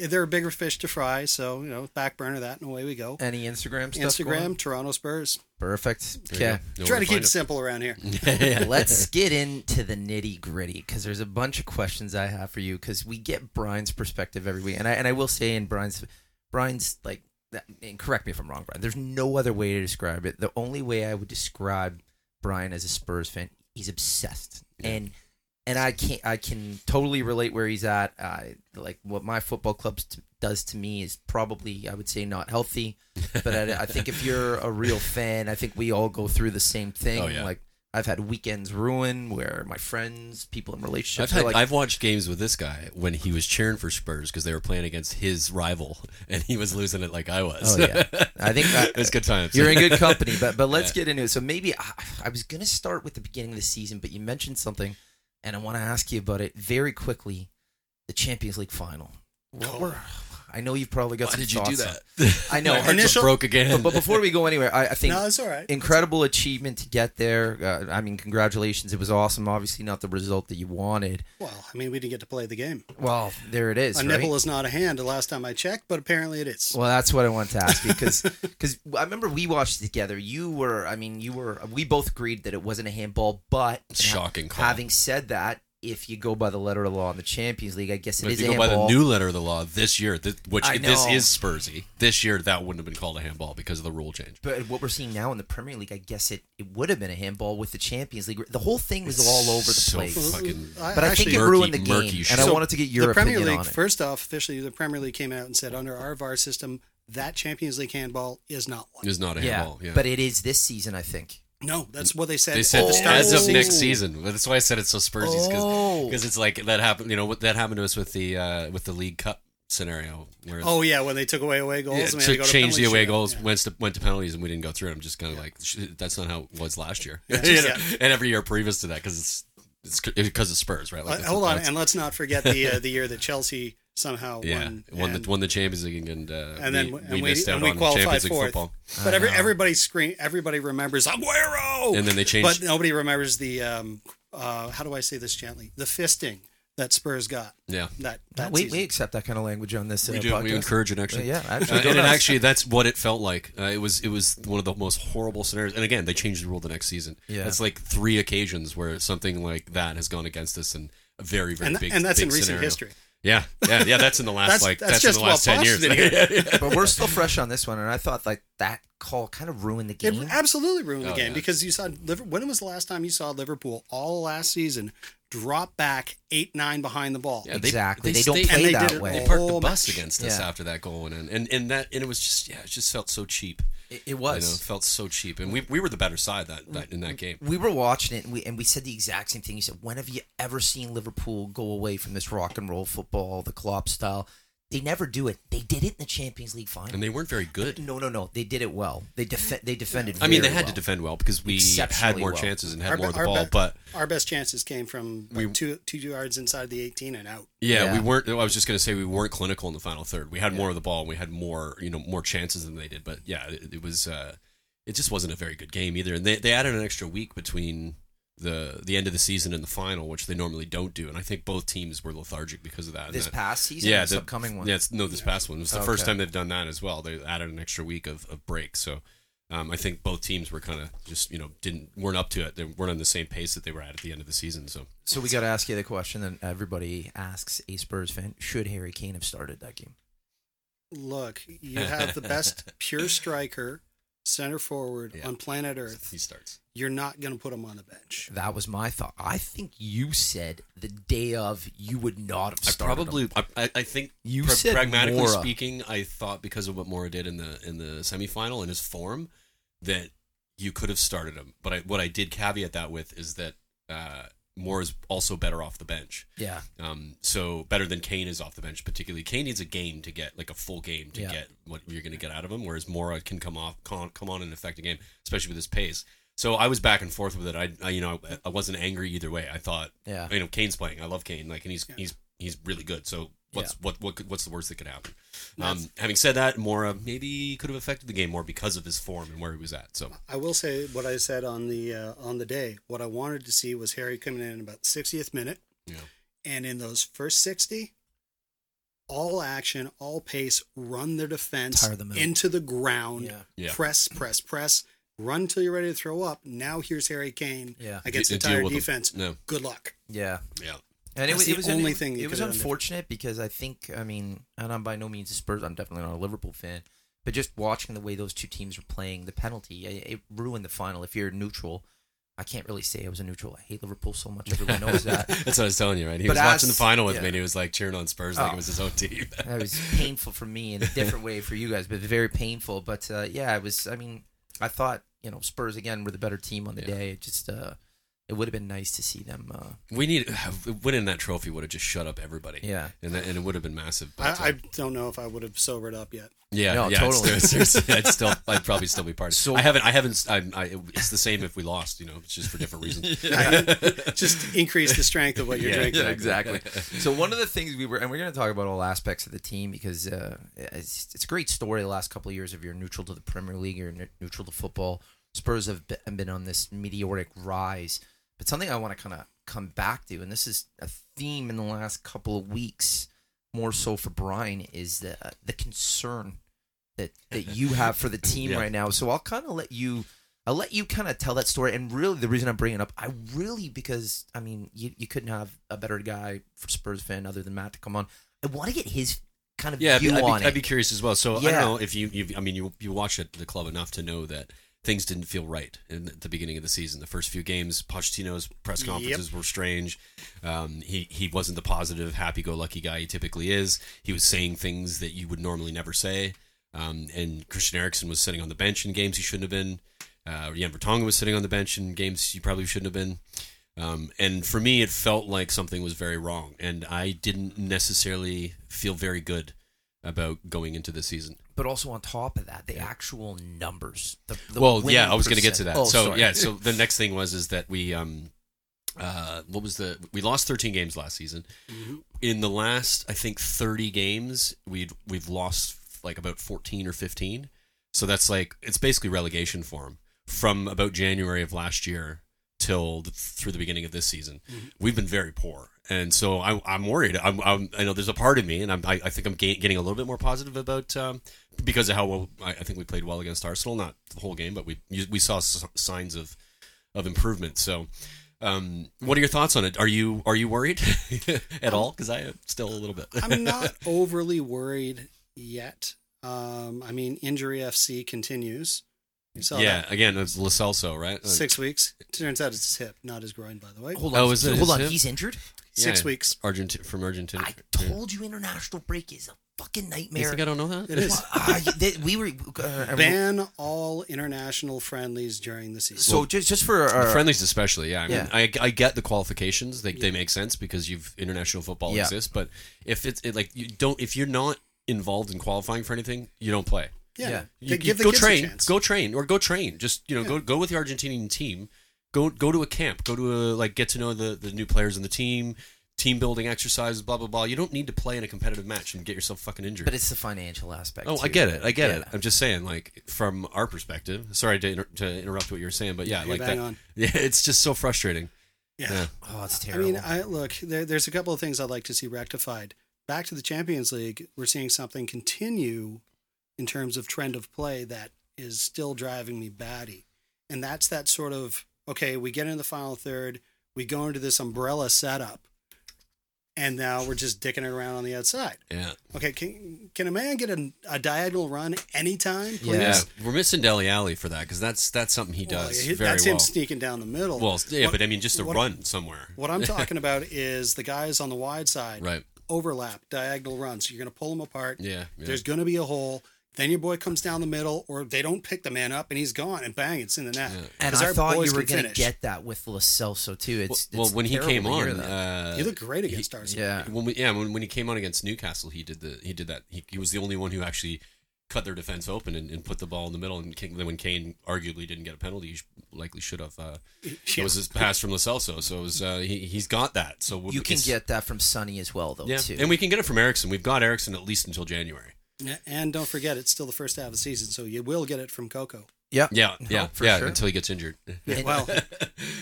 S5: Yeah.
S4: there are bigger fish to fry. So you know, back burner that, and away we go.
S5: Any Instagram Eh, stuff? going on?
S4: Instagram, Toronto Spurs.
S5: Perfect.
S1: There you
S5: Okay.
S1: go. You know
S4: Try
S1: where
S4: to keep
S1: find
S4: it simple around here.
S1: yeah.
S5: Let's get into the nitty gritty because there's a bunch of questions I have for you because we get Brian's perspective every week, and I and I will say in Brian's Brian's like that- and correct me if I'm wrong, Brian. There's no other way to describe it. The only way I would describe Brian as a Spurs fan, he's obsessed, and and I can not I can totally relate where he's at. I like what my football club t- does to me is probably I would say not healthy, but I, I think if you're a real fan, I think we all go through the same thing.
S1: Oh, yeah.
S5: Like I've had weekends ruined where my friends, people in
S1: I've,
S5: relationships,
S1: had,
S5: are like,
S1: I've watched games with this guy when he was cheering for Spurs because they were playing against his rival and he was losing it like I was.
S5: Oh, yeah. I think I-
S1: it was good times.
S5: You're in good company, but but let's get into it. So maybe I, I was going to start with the beginning of the season, but you mentioned something, and I want to ask you about it very quickly. The Champions League final. What were- I know you've probably got
S1: Oh. Why
S5: some
S1: did you do
S5: thoughts
S1: that?
S5: I know.
S1: My heart just
S4: Initial-
S1: broke again.
S5: on- but before we go anywhere, I, I think
S4: No, it's all right.
S5: incredible achievement to get there. Uh, I mean, congratulations. It was awesome. Obviously, not the result that you wanted.
S4: Well, I mean, we didn't get to play the game.
S5: Well, there it is.
S4: a
S5: right?
S4: nipple is not a hand. The last time I checked, but apparently it is.
S5: Well, that's what I want to ask you because I remember we watched it together. You were, I mean, you were. We both agreed that it wasn't a handball, but
S1: Shocking call.
S5: Having said that, if you go by the letter of the law in the Champions League, I guess it
S1: But
S5: is
S1: if you
S5: a
S1: go by
S5: handball.
S1: the new letter of the law this year, th- which
S5: I
S1: this
S5: know.
S1: is Spursy, this year that wouldn't have been called a handball because of the rule change.
S5: but what we're seeing now in the Premier League, I guess it, it would have been a handball with the Champions League. The wole thing was all over the
S1: so
S5: place.
S1: fucking-
S4: I-
S5: but I think
S4: actually-
S5: it
S1: Murky,
S5: ruined the game,
S1: murky
S5: and I
S1: shit.
S5: wanted to get your
S4: the Premier
S5: opinion
S4: League,
S5: on it.
S4: first off, officially, the Premier League came out and said under our VAR system, that Champions League handball is not one.
S1: It's not a
S5: yeah,
S1: handball. Yeah.
S5: but it is this season, I think.
S4: No, that's what they said.
S1: they said
S4: at the
S5: this
S4: start
S1: as
S4: the
S1: of next
S4: season.
S1: season. That's why I said it's so Spursy because
S5: Oh.
S1: it's like that happened. You know what that happened to us with the uh, with the League Cup scenario where
S4: Oh yeah, when they took away away goals,
S1: Yeah,
S4: and we had
S1: to
S4: go to
S1: change the
S4: penalty
S1: away
S4: shootout.
S1: goals
S4: Yeah.
S1: went to went to penalties and we didn't go through. it. I'm just kind of like sh- that's not how it was last year,
S4: Yeah.
S1: You know,
S4: Yeah.
S1: and every year previous to that because it's it's because it's Spurs, right?
S4: Uh,
S1: that's-
S4: hold on,
S1: that's-
S4: and let's not forget the uh, the year that Chelsea somehow
S1: yeah,
S4: won,
S1: won
S4: and,
S1: the won the Champions League and uh,
S4: and then
S1: we,
S4: and
S1: we
S4: we,
S1: missed out
S4: and we
S1: on
S4: qualified
S1: Champions League
S4: fourth.
S1: football.
S4: But
S5: I
S4: every,
S5: know.
S4: everybody scream, everybody remembers Aguero,
S1: And then they changed-
S4: But uh, nobody remembers the um, uh, how do I say this gently? The fisting that Spurs got.
S1: Yeah.
S4: That
S5: Uh,
S4: that
S5: we,
S4: season.
S5: we accept that kind of language on this.
S1: We,
S5: uh,
S1: do,
S5: podcast.
S1: we encourage it actually.
S5: Yeah, actually,
S1: Uh,
S5: go
S1: and, and
S5: nuts.
S1: actually, that's what it felt like. Uh, it was it was one of the most horrible scenarios. And again, they changed the rule the next season.
S5: Yeah.
S1: that's like three occasions where something like that has gone against us in a very very
S4: and,
S1: big
S4: and that's
S1: big
S4: in recent
S1: scenario.
S4: history.
S1: Yeah, yeah, yeah. That's in the last
S4: That's-
S1: like that's,
S4: that's just
S1: in the last
S4: well
S1: ten years.
S4: posted here.
S1: Yeah, yeah.
S5: but we're still fresh on this one, and I thought like that call kind of ruined the
S4: It
S5: game.
S4: absolutely ruined the
S1: Oh,
S4: game
S1: yeah.
S4: because you saw Liver- when was the last time you saw Liverpool all last season drop back eight nine behind the ball?
S1: Yeah, they-
S5: exactly.
S1: they
S5: They, don't
S1: stayed-
S5: play
S4: and they
S5: that
S4: did it
S5: way.
S1: They
S4: all-
S1: parked the
S4: Oh,
S1: bus
S4: match.
S1: against us
S5: Yeah.
S1: after that goal, and and and that and it was just yeah, it just felt so cheap.
S5: It, it
S1: You know,
S5: was.
S1: it felt so cheap, and we we were the better side that, that in that game.
S5: We were watching it, and we and we said the exact same thing. You said, "When have you ever seen Liverpool go away from this rock and roll football, the Klopp style? They never do it. They did it in the Champions League final.
S1: And they weren't very good.
S5: no, no, no. They did it well. They def- They defended.
S1: I mean, they
S5: very
S1: had to
S5: well.
S1: defend well because we had
S5: Exceptionally
S1: more
S5: well.
S1: chances and had
S4: Our be-
S1: more of the
S4: our
S1: ball,
S4: be-
S1: but
S4: our best chances came from like,
S1: We-
S4: two two yards inside the eighteen and out.
S1: yeah,
S5: Yeah.
S1: we weren't. I was just gonna say we weren't clinical in the final third. We had more of the ball, and we had more you know more chances than they did. But yeah, it, it was uh, it just wasn't a very good game either. And they they added an extra week between the the end of the season and the final, which they normally don't do. And I think both teams were lethargic because of that. And
S5: this
S1: that-
S5: past season. or this upcoming one.
S1: Yeah, it's, no, this past one it was the first
S5: Okay.
S1: time they've done that as well. They added an extra week of, of break, so um, I think both teams were kind of just you know didn't weren't up to it. They weren't on the same pace that they were at at the end of the season. So
S5: So we got to ask you the question that everybody asks a Spurs fan: Should Harry Kane have started that game?
S4: Look, you have the best pure striker, center forward
S1: Yeah.
S4: on planet Earth.
S1: he starts.
S4: You're not going to put him on the bench.
S5: That was my thought. I think you said the day of you would not have
S1: I
S5: started. him.
S1: probably, I, I- I think,
S5: You
S1: pra-
S5: said
S1: pragmatically
S5: Mora.
S1: speaking, I thought because of what Mora did in the in the semifinal and his form that you could have started him. But I, what I did caveat that with is that uh, Moore is also better off the bench.
S5: Yeah.
S1: Um, so better than Kane is off the bench, particularly. Kane needs a game to get like a full game to
S5: Yeah.
S1: get what you're going to get out of him, whereas Mora can come off, con- come on and affect a game, especially with his pace. So I was back and forth with it. I, I you know, I wasn't angry either way. I thought,
S5: Yeah.
S1: you know, Kane's playing. I love Kane, like, and he's
S4: Yeah.
S1: he's he's really good. So what's
S5: Yeah.
S1: what what could, what's the worst that could happen?
S4: That's-
S1: Um, having said that, Mora maybe could have affected the game more because of his form and where he was at. So
S4: I will say what I said on the uh, on the day. What I wanted to see was Harry coming in in about 60th minute,
S1: you know,
S4: and in those first 60, all action, all pace, run the defense
S5: Tire them out.
S4: into the ground,
S5: Yeah.
S1: Yeah.
S4: press, press, press, run till you're ready to throw up. Now here's Harry Kane
S5: Yeah.
S4: against
S1: De-
S4: the
S1: deal
S4: entire
S1: with them.
S4: defense.
S1: No.
S4: Good luck.
S5: Yeah.
S1: yeah,
S5: And
S4: That's
S5: it was,
S4: the
S5: it was
S4: only
S5: it,
S4: thing you
S5: It was
S4: could've done different.
S5: unfortunate because I think I mean and I'm by no means a Spurs. I'm definitely not a Liverpool fan, but just watching the way those two teams were playing, the penalty it, it ruined the final. If you're neutral, I can't really say I was a neutral. I hate Liverpool so much. Everyone knows that.
S1: that's what I was telling you, right? He
S5: But
S1: was
S5: as-
S1: watching the final with
S5: yeah.
S1: me, and he was like cheering on Spurs like
S5: Oh.
S1: it was his own team.
S5: That was painful for me in a different way for you guys, but very painful. But uh, yeah, it was. I mean, I thought you know Spurs again were the better team on the
S1: Yeah.
S5: day. It just uh, it would have been nice to see them. Uh,
S1: We need winning that trophy would have just shut up everybody.
S5: yeah.
S1: and that, and it would have been massive. But, uh,
S4: I, I don't know if I would have sobered up yet.
S1: yeah,
S5: No,
S1: yeah, it's-
S5: totally.
S1: it's- it's- I'd still, I'd probably still be part of.
S5: So-
S1: I haven't, I haven't. I'm, I, it's the same if we lost, you know, it's just for different reasons.
S4: Just increase the strength of what you're
S1: Yeah,
S4: drinking.
S5: yeah, exactly. so one of the things we were, and we're going to talk about all aspects of the team because uh, it's, it's a great story. The last couple of years, if you're neutral to the Premier League, you're ne- neutral to football. Spurs have be- have been on this meteoric rise, but something I want to kind of come back to, and this is a theme in the last couple of weeks, more so for Brian, is the uh, the concern that that you have for the team
S1: Yeah.
S5: right now. So I'll kind of let you. I'll let you kind of tell that story. And really, the reason I'm bringing it up, I really because I mean, you, you couldn't have a better guy for Spurs fan other than Matt to come on. I want to get his kind of
S1: Yeah, I'd be,
S5: view
S1: I'd, be,
S5: on
S1: I'd be
S5: it.
S1: curious as well. So I
S5: Yeah.
S1: don't know if you, you, I mean, you you watch it, the club enough to know that things didn't feel right in at the beginning of the season. The first few games, Pochettino's press
S4: Yep.
S1: conferences were strange. Um, he he wasn't the positive, happy-go-lucky guy he typically is. He was saying things that you would normally never say. Um, and Christian Eriksen was sitting on the bench in games he shouldn't have been. Uh, Jan Vertonghen was sitting on the bench in games he probably shouldn't have been. Um, and for me, it felt like something was very wrong, and I didn't necessarily feel very good about going into the season.
S5: but also on top of that, the actual numbers. The, the
S1: well,
S5: winning
S1: yeah, I was going to get to
S5: percent-
S1: that.
S5: Oh,
S1: so
S5: sorry.
S1: yeah, so the next thing was is that we um, uh, what was the we lost 13 games last season.
S5: Mm-hmm.
S1: In the last, I think 30 games, we'd we've lost like about 14 or 15. So that's like it's basically relegation form from about January of last year till the, through the beginning of this season.
S4: Mm-hmm.
S1: We've been very poor, and so I, I'm worried. I'm, I'm I know there's a part of me, and I'm, I, I think I'm ga- getting a little bit more positive about um, because of how well I, I think we played well against Arsenal. Not the whole game, but we you- we saw s- signs of of improvement. So. Um, what are your thoughts on it? Are you are you worried at all? Because I am still a little bit.
S4: I'm not overly worried yet. Um, I mean, injury FC continues. You saw
S1: yeah,
S4: that.
S1: again, it's Lacelso, right? Uh,
S4: Six weeks. Turns out it's his hip, not his groin, by the way.
S5: Hold on,
S1: Oh, is it-
S5: hold
S1: is
S5: on.
S1: it-
S5: He's injured.
S4: Six
S1: yeah,
S4: weeks.
S1: Argenti- from Argentina.
S5: I
S1: Yeah.
S5: told you, international break is a fucking
S1: You
S5: nightmare.
S1: think I don't know that?
S4: It is.
S5: Ah, you- they- we were uh, I mean,
S4: Ban all international friendlies during the season.
S5: so just just for
S1: The
S5: our,
S1: friendlies, especially, yeah. I mean,
S5: Yeah.
S1: I, I get the qualifications; they, they make sense because you've international football
S5: Yeah.
S1: exists. But if it's it, like you don't, if you're not involved in qualifying for anything, you don't play.
S4: yeah.
S5: yeah.
S4: They
S1: You, you
S4: give the
S1: go
S4: kids
S1: train,
S4: a chance.
S1: go train, or go train. Just you know, go
S4: Yeah.
S1: go with the Argentinian team. Go go to a camp. Go to a like get to know the the new players in the team. Team building exercises, blah blah blah. You don't need to play in a competitive match and get yourself fucking injured.
S5: but it's the financial aspect.
S1: Oh, I
S5: too.
S1: get it. I get it.
S5: Yeah.
S1: I'm just saying, like from our perspective. Sorry to, inter- to interrupt what you were saying, but yeah,
S4: You're
S1: like
S4: bang
S1: that.
S4: on.
S1: Yeah, it's just so frustrating.
S4: yeah.
S1: Yeah.
S5: Oh, it's
S4: I
S5: terrible.
S4: mean, I look. There, there's a couple of things I'd like to see rectified. Back to the Champions League, we're seeing something continue in terms of trend of play that is still driving me batty, and that's that sort of okay. We get into the final third, we go into this umbrella setup, and now we're just dicking it around on the outside.
S1: Yeah.
S4: Okay, can can a man get a, a diagonal run anytime, please?
S1: Yeah, we're missing Deli Alley for that because that's that's something he
S4: Well,
S1: does
S4: he-
S1: very
S4: that's
S1: well.
S4: him sneaking down the middle.
S1: well, yeah,
S4: What-
S1: but I mean, just a
S4: what-
S1: run somewhere.
S4: What I'm talking about is the guys on the wide side
S1: right?
S4: overlap, diagonal runs. You're going to pull them apart.
S1: Yeah, yeah.
S4: There's going to be a hole. Then your boy comes down the middle, or they don't pick the man up and he's gone, and bang, it's in the net.
S1: Yeah.
S5: And
S4: 'Cause
S5: I
S4: our
S5: thought
S4: boys
S5: you were
S4: can
S5: going to
S4: finish.
S5: get that with Lacelso too. It's
S1: well,
S5: it's
S1: when he
S5: terrible
S1: came
S5: to hear
S1: on,
S5: that.
S1: uh,
S4: He looked great against Arsenal.
S5: yeah,
S1: when we, yeah, when, when he came on against Newcastle, he did the he did that. He, he was the only one who actually cut their defense open and, and put the ball in the middle. And King, then when Kane arguably didn't get a penalty, he sh- likely should have. Uh, It
S4: Yeah.
S1: was his pass from Lo Celso, so it was uh, he he's got that. So we-
S5: you can
S1: it's-
S5: get that from Sonny as well though
S1: yeah,
S5: too.
S1: and we can get it from Erickson. We've got Erickson at least until January.
S4: Yeah, And don't forget, it's still the first half of the season, so you will get it from Coco.
S5: yeah,
S1: Yeah,
S5: No,
S1: yeah,
S5: for
S1: yeah,
S5: sure.
S1: until he gets injured.
S4: Yeah, well,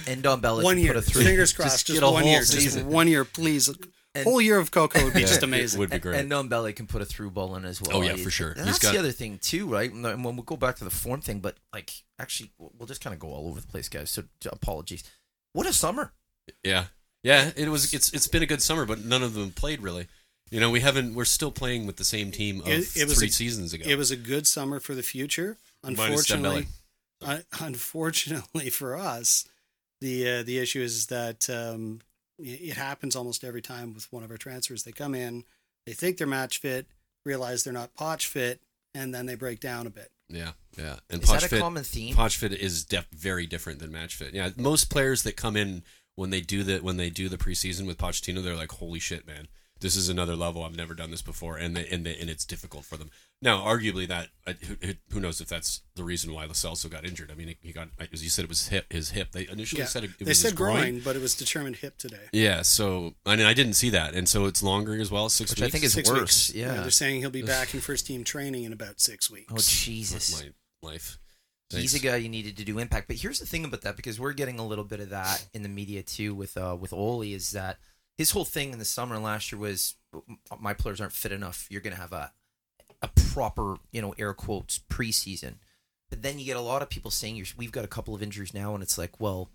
S5: and Don Bella
S4: one
S5: can
S4: year.
S5: Put a three.
S4: Fingers crossed. Just,
S5: get a
S4: one
S5: whole
S4: year. Just
S5: season.
S4: one year, please.
S5: And-
S4: whole year of Coco would be
S1: Yeah,
S4: just
S1: it
S4: amazing.
S1: would be
S5: And-
S1: great.
S5: And Nombele can put a through ball in as well.
S1: Oh, yeah,
S5: Like,
S1: for sure.
S5: and
S1: He's
S5: that's
S1: got-
S5: the other thing too, right? And when we'll go back to the form thing, but like actually, we'll we'll just kind of go all over the place, guys. So t- apologies. What a summer!
S1: Yeah, yeah. It was. It's it's been a good summer, but none of them played really. You know, we haven't. We're still playing with the same team of
S4: It- it was
S1: three
S4: a-
S1: seasons ago.
S4: It was a good summer for the future.
S1: Minus
S4: Unfortunately,
S1: Dembele.
S4: un- unfortunately for us, the uh, the issue is that um, i- it happens almost every time with one of our transfers. They come in, they think they're match fit, realize they're not potch fit, and then they break down a bit.
S1: Yeah, yeah. And
S5: Is
S1: Potch
S5: that a
S1: Fit-
S5: common theme?
S1: Potch Fit is def- very different than match fit. Yeah, most players that come in when they do the when they do the preseason with Pochettino, they're like, "Holy shit, man, this is another level. I've never done this before," and they, and they, and it's difficult for them. Now, arguably, that I- who, who- who knows if that's the reason why Lacelso got injured. I mean, he got as you said, it was his hip. His hip. They initially
S4: Yeah.
S1: said it, it
S4: they
S1: was
S4: said
S1: his groin.
S4: groin, but it was determined hip today.
S1: Yeah, so I mean, I didn't see that, and so it's longer as well, six
S5: Which I
S1: weeks.
S5: think is-
S4: six
S5: It's worse,
S4: weeks.
S5: yeah.
S4: they're saying he'll be back in first team training in about six weeks.
S5: Oh Jesus!
S1: my life.
S5: He's a
S1: Thanks.
S5: guy you needed to do impact. But here's the thing about that because we're getting a little bit of that in the media too with uh, with Oli is that his whole thing in the summer last year was my players aren't fit enough. You're gonna have a a proper you know air quotes preseason. But then you get a lot of people saying you're, we've got a couple of injuries now, and it's like, well,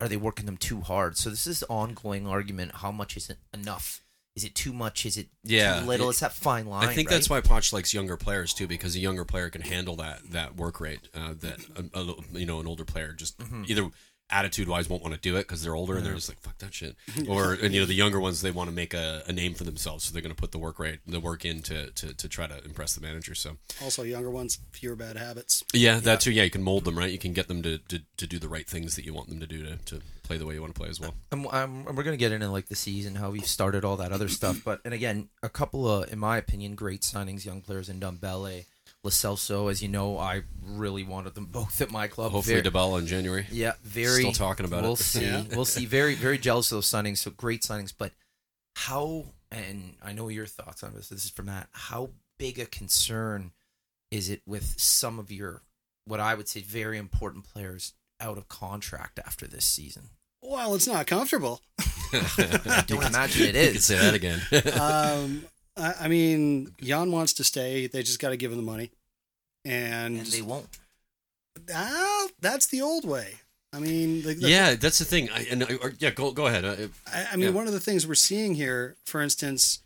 S5: are they working them too hard? So this is the ongoing argument: how much is it enough? Is it too much? Is it
S1: Yeah,
S5: too little?
S1: it-
S5: it's that fine line.
S1: I think that's
S5: right?
S1: why Poch likes younger players too, because a younger player can handle that that work rate uh, that a, a little- you know an older player just
S5: Mm-hmm.
S1: either attitude wise won't want to do it because they're older and they're just like fuck that shit, or and you know the younger ones they want to make a, a name for themselves, so they're going to put the work rate the work in to, to to try to impress the manager. So
S4: Also, younger ones, fewer bad habits.
S1: yeah, that too. Yeah, you can mold them right. You can get them to, to, to do the right things that you want them to do to, to play the way you want to play as well.
S5: and, um, and we're going to get into like the season, how we've started all that other stuff. But and again, a couple of, in my opinion, great signings, young players in Dumbele, Lacelso. As you know, I really wanted them both at my club.
S1: Hopefully,
S5: Ver-
S1: Dybala in January.
S5: yeah, very
S1: Still talking about
S5: we'll
S1: it.
S5: see.
S4: Yeah.
S5: We'll see. Very, very jealous of those signings. So great signings, but how? And I know your thoughts on this. This is from Matt. How big a concern is it with some of your what I would say very important players out of contract after this season?
S4: Well, it's not comfortable.
S5: I don't imagine it is. Uh,
S1: You could say that again.
S4: um, I, I mean, Jan wants to stay. They just got to give him the money, and,
S5: and they won't.
S4: ah, that's the old way. I mean, the, the,
S1: yeah, that's the thing. I, and I, or- yeah, go go ahead. Uh,
S4: I, I mean,
S1: Yeah.
S4: one of the things we're seeing here, for instance,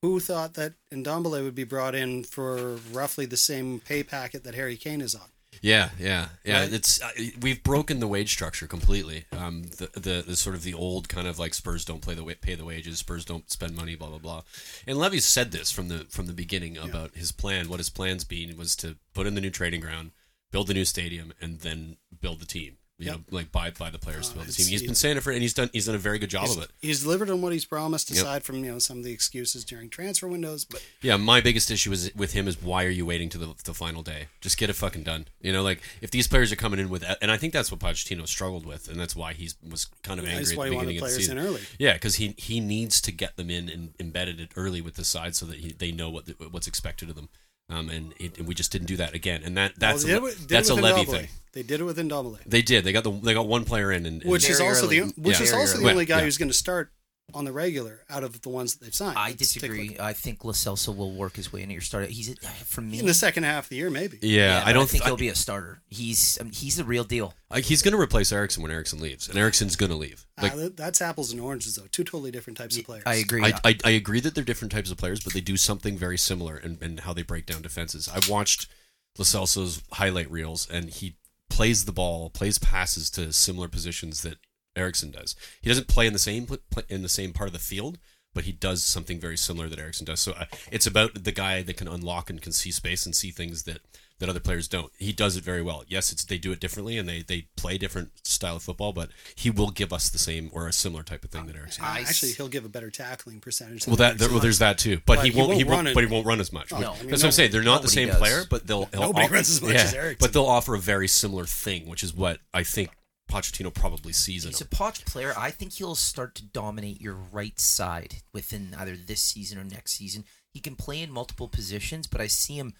S4: who thought that Ndombele would be brought in for roughly the same pay packet that Harry Kane is on?
S1: Yeah, yeah, yeah.
S4: Right?
S1: It's uh, we've broken the wage structure completely. Um, the, the the sort of the old kind of like Spurs don't play the wa- pay the wages, Spurs don't spend money, blah blah blah. And Levy said this from the from the beginning about his plan. What his plans being was to put in the new training ground, build the new stadium, and then build the team. You
S4: Yep.
S1: know, like buy buy the players
S4: Uh,
S1: to build the
S4: it's-
S1: team. He's
S4: it-
S1: been saying it for, and he's done he's done a very good job
S4: He's,
S1: of it.
S4: he's delivered on what he's promised,
S1: Yep.
S4: aside from you know some of the excuses during transfer windows. But
S1: Yeah, my biggest issue is with him is why are you waiting to the, the final day? Just get it fucking done. You know, like if these players are coming in with, and I think that's what Pochettino struggled with, and that's why he was kind of angry
S4: that's
S1: at
S4: why
S1: the
S4: he wanted
S1: beginning of the
S4: players in
S1: season.
S4: early.
S1: Yeah, because he he needs to get them in and embedded it early with the side so that he, they know what the, what's expected of them. Um, and, it, and we just didn't do that again. And that that's
S4: Well, they
S1: a,
S4: did it with- did
S1: that's
S4: it
S1: a
S4: with
S1: Levy
S4: Ndombele.
S1: thing.
S4: They did it with Ndombele.
S1: They did. They got the they got one player in, and, and-
S4: which is
S5: Very
S4: also
S5: early.
S4: the which
S1: Yeah.
S4: is
S5: Very
S4: also
S5: early.
S4: the only guy
S1: Yeah.
S4: who's going to start on the regular out of the ones that they've signed.
S5: I
S4: Let's take a
S5: disagree.
S4: look.
S5: I think Lacelso will work his way into your starter. He's a, for me.
S4: In the second half of the year, maybe.
S1: yeah,
S5: but
S1: I don't
S5: think
S1: I-
S5: he'll be a starter. He's I mean, he's the real deal.
S1: I- he's going to replace Erickson when Erickson leaves, and Erickson's going to leave. Like
S4: Ah, that- that's apples and oranges, though. Two totally different types of players.
S5: I agree.
S1: I, I, I agree that they're different types of players, but they do something very similar in, in how they break down defenses. I watched Lacelso's highlight reels, and he plays the ball, plays passes to similar positions that Erickson does. He doesn't play in the same pl- pl- in the same part of the field, but he does something very similar that Erickson does. So uh, it's about the guy that can unlock and can see space and see things that that other players don't. He does it very well. Yes, it's they do it differently and they they play different style of football, but he will give us the same or a similar type of thing that Erickson.
S4: Uh,
S5: I
S4: actually,
S5: s-
S4: he'll give a better tackling percentage.
S1: Well,
S4: than
S1: that
S4: Erickson.
S1: well, there's that too, but, he won't. He won't.
S4: run it.
S1: but he won't run as much.
S4: No,
S1: which-
S4: I
S1: that's
S4: mean,
S1: what I'm
S4: no-
S1: saying. They're not the
S5: nobody
S1: same
S5: does.
S1: player, but they'll. he'll
S4: Nobody
S1: off-
S4: runs as much as Erickson.
S1: But they'll offer a very similar thing, which is what I think Pochettino probably sees in
S5: He's a
S1: him.
S5: Poch player. I think he'll start to dominate your right side within either this season or next season. He can play in multiple positions, but I see him.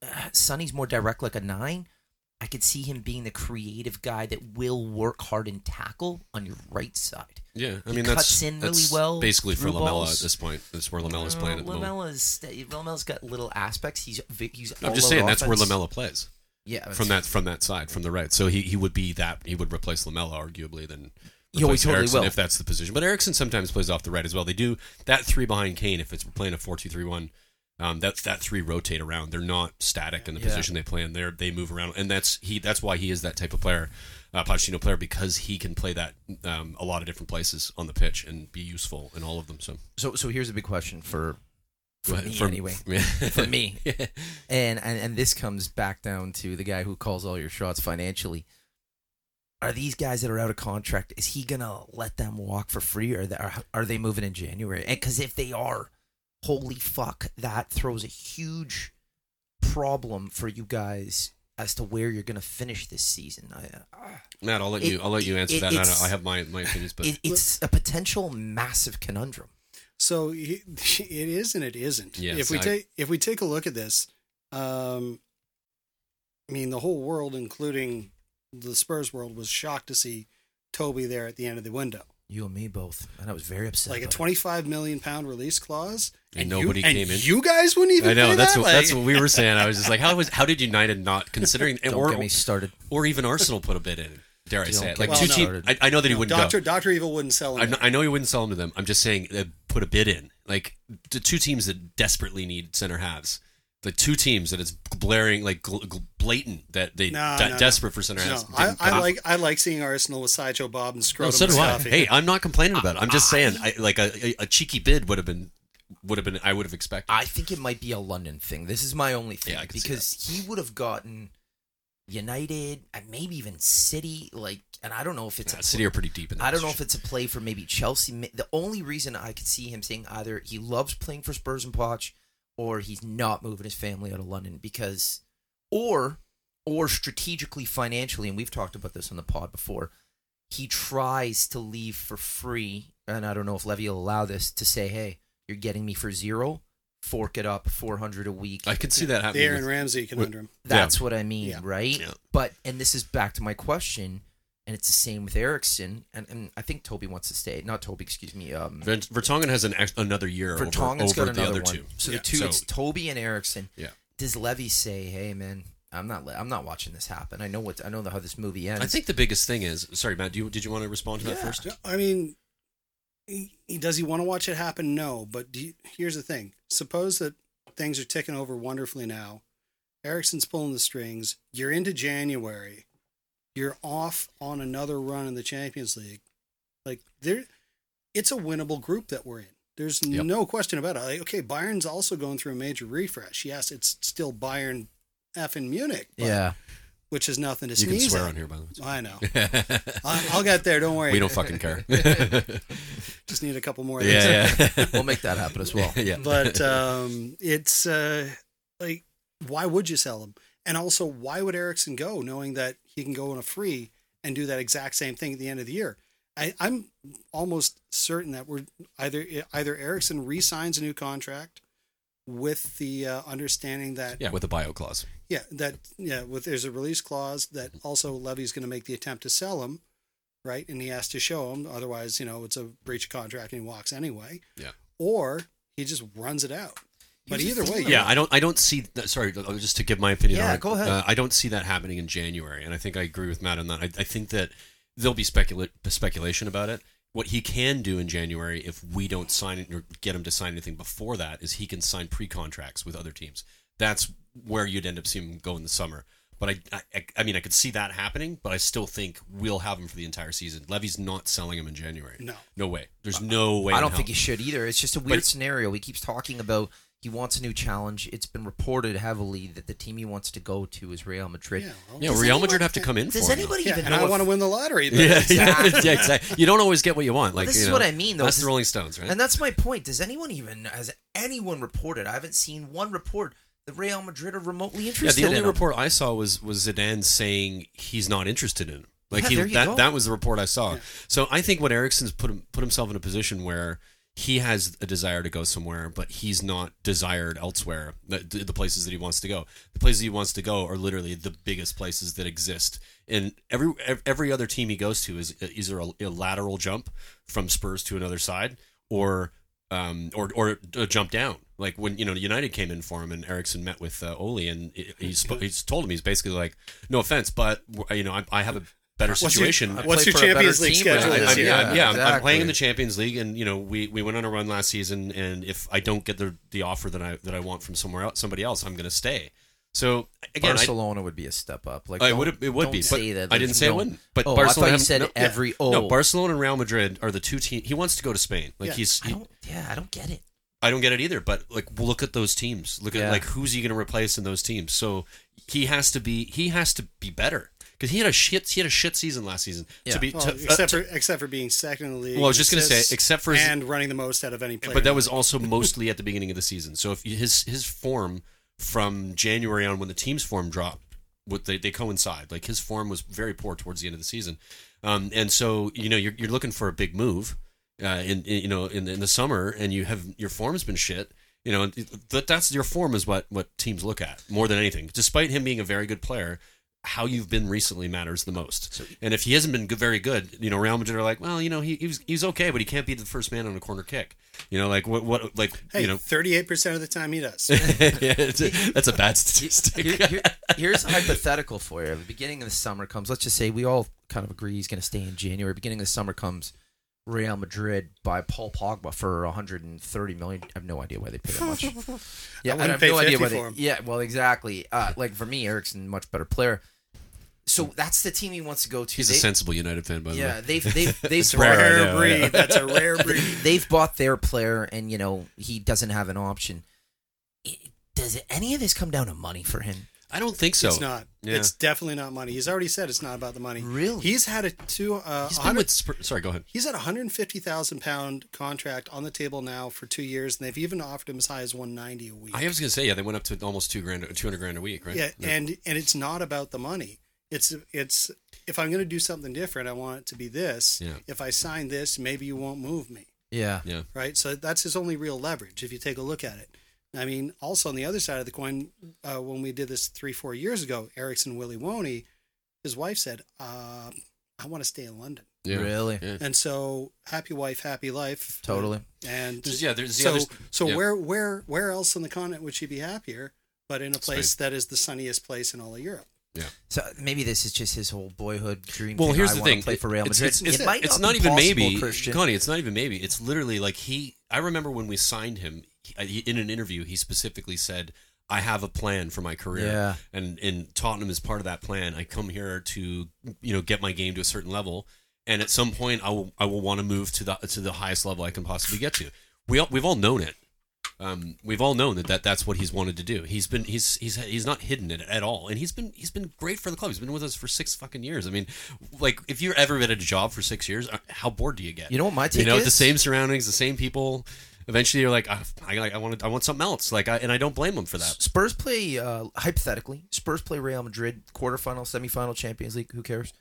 S5: Uh, Sonny's more direct, like a nine. I could see him being the creative guy that will work hard and tackle on your right side.
S1: Yeah, I
S5: He
S1: mean that's,
S5: cuts in really
S1: that's
S5: well
S1: basically for
S5: through
S1: Lamella
S5: balls.
S1: at this point. That's where Lamella's playing at the moment.
S5: Uh, Lamella's Lamella's got little aspects. He's vi- he's.
S1: I'm
S5: all
S1: just
S5: over
S1: saying that's where
S5: offense.
S1: Lamella plays
S5: Yeah,
S1: from
S5: that's-
S1: that from that side from the right. So he, he would be that he would replace Lamella arguably then.
S5: Yeah, we
S1: replace
S5: totally
S1: Eriksen
S5: will.
S1: if that's the position. But Erickson sometimes plays off the right as well. They do that three behind Kane if it's we're playing a four two three one. Um, that that three rotate around. They're not static in the
S5: Yeah.
S1: position they play in. They they move around, and that's he. That's why he is that type of player, uh, Pochettino player, because he can play that um, a lot of different places on the pitch and be useful in all of them. So
S5: So so here's a big question for for me anyway.
S1: for
S5: For me. and, and and this comes back down to the guy who calls all your shots financially. Are these guys that are out of contract? Is he gonna let them walk for free, or they- are are they moving in January? Because if they are, holy fuck, that throws a huge problem for you guys as to where you're gonna finish this season. I, uh,
S1: Matt, I'll let
S5: It-
S1: you. I'll let you answer
S5: it-
S1: that. I,
S5: it's-
S1: I have my my opinions, but
S5: it, it's a potential massive conundrum.
S4: So he- it is and it isn't.
S1: Yes,
S4: if we
S1: I-
S4: take if we take a look at this, um, I mean the whole world, including the Spurs world, was shocked to see Toby there at the end of the window.
S5: You and me both, and I was very upset.
S4: Like a
S5: about it.
S4: twenty-five million pound release clause,
S1: And nobody
S4: you, and
S1: came in.
S4: You guys wouldn't even.
S1: I know
S4: pay
S1: that's
S4: that?
S1: what, that's
S4: Like-
S1: what we were saying. I was just like, how was how did United not considering
S5: Don't
S1: or
S5: get me started.
S1: or even Arsenal put a bid in? Dare I
S5: Don't
S1: say
S5: get
S1: it? Like
S4: me
S1: too cheap.
S5: started.
S1: I, I know that he
S4: No,
S1: wouldn't
S4: Doctor
S1: go.
S4: Doctor Evil wouldn't sell
S1: I
S4: him.
S1: know, I know he wouldn't sell him to them. I'm just saying uh, put a bid in. Like the two teams that desperately need center halves. The two teams that it's blaring like gl- gl- blatant that they
S4: No,
S1: de-
S4: no, no.
S1: desperate for center
S4: No,
S1: halves.
S4: I,
S1: didn't
S4: I
S1: come.
S4: like I like seeing Arsenal with Sideshow Bob
S1: No,
S4: and Scrotum.
S1: so do I.
S4: Mustafi.
S1: Hey, I'm not complaining about it. I'm just saying, I, like a, a- a cheeky bid would have been would have been I would have expected.
S5: I think it might be a London thing. This is my only thing
S1: Yeah, I can see
S5: because he would have gotten United and maybe even City. Like, and I don't know if it's
S1: Nah,
S5: a
S1: City are pretty deep in. That
S5: I don't know
S1: position.
S5: if it's a play for maybe Chelsea. Ma- The only reason I could see him saying either he loves playing for Spurs and Poch, or he's not moving his family out of London because, or, or strategically financially, and we've talked about this on the pod before. He tries to leave for free, and I don't know if Levy will allow this to say, "Hey, you're getting me for zero. Fork it up, four hundred a week."
S1: I could see that
S4: the
S1: happening.
S4: Aaron
S1: with-
S4: Ramsey conundrum.
S5: That's what I mean,
S4: Yeah.
S5: right?
S1: Yeah.
S5: But and this is back to my question, and it's the same with Erickson, and, and I think Toby wants to stay. Not Toby, excuse me. Um,
S1: Ver- Vertonghen has an ex- another year
S5: for
S1: over,
S5: Tongan's
S1: over
S5: got
S1: the
S5: another
S1: other
S5: one.
S1: two.
S5: So
S1: Yeah,
S5: the two, it's Toby and Erickson.
S1: yeah.
S5: Does Levy say, "Hey, man, I'm not, le- I'm not watching this happen. I know what, I know how this movie ends."
S1: I think the biggest thing is sorry, Matt. Do you, did you want to respond to that first?
S4: Yeah, I mean, he, he- does he want to watch it happen? No. But do you, here's the thing: suppose that things are ticking over wonderfully now. Erickson's pulling the strings. You're into January. You're off on another run in the Champions League. Like there, it's a winnable group that we're in. There's
S1: Yep.
S4: no question about it. Like, okay, Bayern's also going through a major refresh. Yes, it's still Bayern F in Munich. but-
S5: yeah.
S4: Which is nothing to
S1: you can
S4: sneeze
S1: swear
S4: at.
S1: on here, by the way.
S4: I know.
S1: It's-
S4: I, I'll get there. Don't worry.
S1: we don't fucking care.
S4: Just need a couple more. of these.
S1: yeah,
S5: We'll make that happen as well.
S1: yeah, yeah.
S4: but um, it's uh, like, why would you sell him? And also, why would Erickson go, knowing that he can go on a free and do that exact same thing at the end of the year? I, I'm almost certain that we're either either Erickson re-signs a new contract with the uh, understanding that
S1: yeah, Mm-hmm. with a bio clause.
S4: yeah, that yeah, with there's a release clause that also Levy's going to make the attempt to sell him, right? And he has to show him, otherwise, you know, it's a breach of contract and he walks anyway.
S1: Yeah.
S4: Or he just runs it out. But
S5: Here's the
S4: either way,
S5: thing,
S1: Yeah, I don't. I don't see. That, sorry, uh, just to give my opinion.
S5: Yeah,
S1: on it,
S5: go ahead.
S1: Uh, I don't see that happening in January, and I think I agree with Matt on that. I, I think that there'll be specula- speculation about it. What he can do in January, if we don't sign it or get him to sign anything before that, is he can sign pre-contracts with other teams. That's where you'd end up seeing him go in the summer. But I, I, I mean, I could see that happening, but I still think we'll have him for the entire season. Levy's not selling him in January.
S4: No.
S1: no way. There's no way.
S5: Uh, I
S1: in
S5: don't
S1: hell.
S5: think he should either. It's just a weird
S1: But-
S5: scenario. He keeps talking about he wants a new challenge. It's been reported heavily that the team he wants to go to is Real Madrid.
S4: Yeah, well,
S1: Yeah,
S5: Does
S1: Real
S5: anyone
S1: Madrid have to
S5: think-
S1: come in
S5: Does
S1: for him,
S5: anybody
S4: yeah,
S5: even
S4: and
S5: know?
S4: I
S5: if-
S4: want to win the lottery. But
S1: Yeah,
S4: it's-
S1: yeah, yeah, exactly. You don't always get what you want. Like
S5: this
S1: you
S5: is
S1: know,
S5: what I mean, though.
S1: That's
S5: This-
S1: the Rolling Stones, right?
S5: And that's my point. Does anyone even has anyone reported? I haven't seen one report that Real Madrid are remotely
S1: yeah,
S5: interested.
S1: the only
S5: in him.
S1: report I saw was was Zidane saying he's not interested in him. Like
S5: Yeah,
S1: he,
S5: there you
S1: that
S5: go.
S1: that was the report I saw.
S4: Yeah.
S1: So I think what Erickson's put him, put himself in a position where he has a desire to go somewhere, but he's not desired elsewhere. The, the the places that he wants to go, the places he wants to go are literally the biggest places that exist. And every ev- every other team he goes to is either a, a lateral jump from Spurs to another side, or um, or or uh, jump down. Like when you know United came in for him, and Erickson met with uh, Ole, and he- he's sp- he's told him he's basically like, no offense, but uh, you know I, I have a better
S4: your-
S1: situation.
S5: I
S1: I-
S4: What's
S5: play
S4: your
S5: for a better
S4: Champions League
S5: team right
S4: schedule
S5: now.
S1: I-
S4: this
S1: I'm,
S4: year?
S1: yeah, I'm- yeah, I'm- I'm playing in the
S5: exactly.
S1: Champions League, and you know we, we went on a run last season, and if I don't get the the offer that I that I want from somewhere else, somebody else, I'm going to stay. So again, I,
S5: Barcelona would be a step up. Like
S1: I
S5: don't-
S1: would- it would
S5: don't
S1: be, but
S5: say that
S1: I didn't
S5: there's
S1: say it
S5: no-
S1: wouldn't. But
S5: oh,
S1: Barcelona
S5: I thought you
S1: haven't-
S5: said
S1: no, yeah.
S5: every. Oh,
S1: no Barcelona and Real Madrid are the two teams. He wants to go to Spain. Like
S4: Yeah.
S1: he's
S5: I
S1: he-
S5: don't. Yeah, I don't get it.
S1: I don't get it either. But like, look at those teams. Look at
S5: Yeah.
S1: like who's he going to replace in those teams. So he has to be he has to be better because he had a shit he had a shit season last season.
S5: Yeah.
S1: To be,
S4: Well,
S1: to- uh,
S4: except
S1: to-
S4: for except for being second in the league.
S1: Well, I was just gonna
S4: going
S1: say,
S4: to
S1: except for his-
S4: and running the most out of any player.
S1: but that was also mostly at the beginning of the season. So if his his form from January on when the team's form dropped, what they, they coincide. Like his form was very poor towards the end of the season, um, and so you know you're you're looking for a big move, uh, in, in you know in, in the summer, and you have your form's been shit. You know that that's your form is what what teams look at more than anything. Despite him being a very good player. How you've been recently matters the most, and if he hasn't been good, very good, you know, Real Madrid are like, well, you know, he, he's he's okay, but he can't be the first man on a corner kick, you know, like what what like
S4: hey,
S1: you know,
S4: thirty-eight percent of the time he does.
S1: it's a- that's a bad statistic.
S5: Here- here- here's a hypothetical for you. At the beginning of the summer comes. Let's just say we all kind of agree he's going to stay in January. Beginning of the summer comes. Real Madrid by Paul Pogba for 130 million. I have no idea why they paid that much. Yeah,
S4: I wouldn't
S5: I, have
S4: pay
S5: no idea
S4: 50 for
S5: why they.
S4: him.
S5: Yeah, well, exactly. Uh, like for me, Erickson, much better player. So that's the team he wants to go to.
S1: He's a
S5: They-
S1: sensible United fan, by the
S5: yeah,
S1: way.
S5: they've they've they've
S1: It's rare, I
S5: brought-
S4: rare
S1: know,
S4: breed.
S1: yeah.
S4: That's a rare breed.
S5: they've bought their player and you know he doesn't have an option I- does any of this come down to money for him
S1: I don't think so.
S4: It's not.
S1: Yeah.
S4: It's definitely not money. He's already said it's not about the money.
S5: Really?
S4: He's had a two. Uh,
S1: He's been
S4: 100
S1: with. Spurs- Sorry, go ahead.
S4: He's at a hundred fifty thousand pound contract on the table now for two years, and they've even offered him as high as one ninety a week.
S1: I was gonna say yeah, they went up to almost two grand, two hundred grand a week, right?
S4: Yeah, and and it's not about the money. It's it's if I'm going to do something different, I want it to be this.
S1: Yeah.
S4: If I sign this, maybe you won't move me,
S5: yeah
S1: yeah,
S4: right? So that's his only real leverage. If you take a look at it, I mean, also on the other side of the coin, uh, when we did this three four years ago, Erickson Willie Woney, his wife said, uh, "I want to stay in London,"
S1: yeah.
S5: Really?
S1: Yeah.
S4: and so happy wife, happy life,
S5: totally
S4: and
S1: There's- yeah, there's- yeah,
S4: so
S1: there's-
S4: so
S1: yeah.
S4: where where where else on the continent would she be happier? But in a
S1: Spain.
S4: place that is the sunniest place in all of Europe.
S5: so maybe this is just his whole boyhood dream
S1: Well,
S5: thing.
S1: here's
S5: I
S1: the
S5: wanna
S1: thing.
S5: play for Real
S1: It's-
S5: Madrid
S1: It's, it's-
S5: it might
S1: it's
S5: not,
S1: not,
S5: be
S1: even
S5: possible,
S1: maybe,
S5: Christian
S1: Connie. It's not even maybe. It's literally like he. I remember when we signed him he, in an interview. He specifically said, "I have a plan for my career,
S5: Yeah.
S1: and and Tottenham is part of that plan. I come here to you know get my game to a certain level, and at some point I will I will want to move to the to the highest level I can possibly get to. We all, we've all known it. Um, we've all known that, that that's what he's wanted to do. He's been he's he's he's not hidden it at all, and he's been he's been great for the club. He's been with us for six fucking years. I mean, like if you're ever at a job for six years, uh, how bored do you get?
S5: You know what my
S1: you
S5: take
S1: know
S5: is?
S1: the same surroundings, the same people. Eventually, you're like, I I, I want I want something else. Like, I, and I don't blame him for that.
S5: Spurs play uh, hypothetically Spurs play Real Madrid quarterfinal semifinal Champions League who cares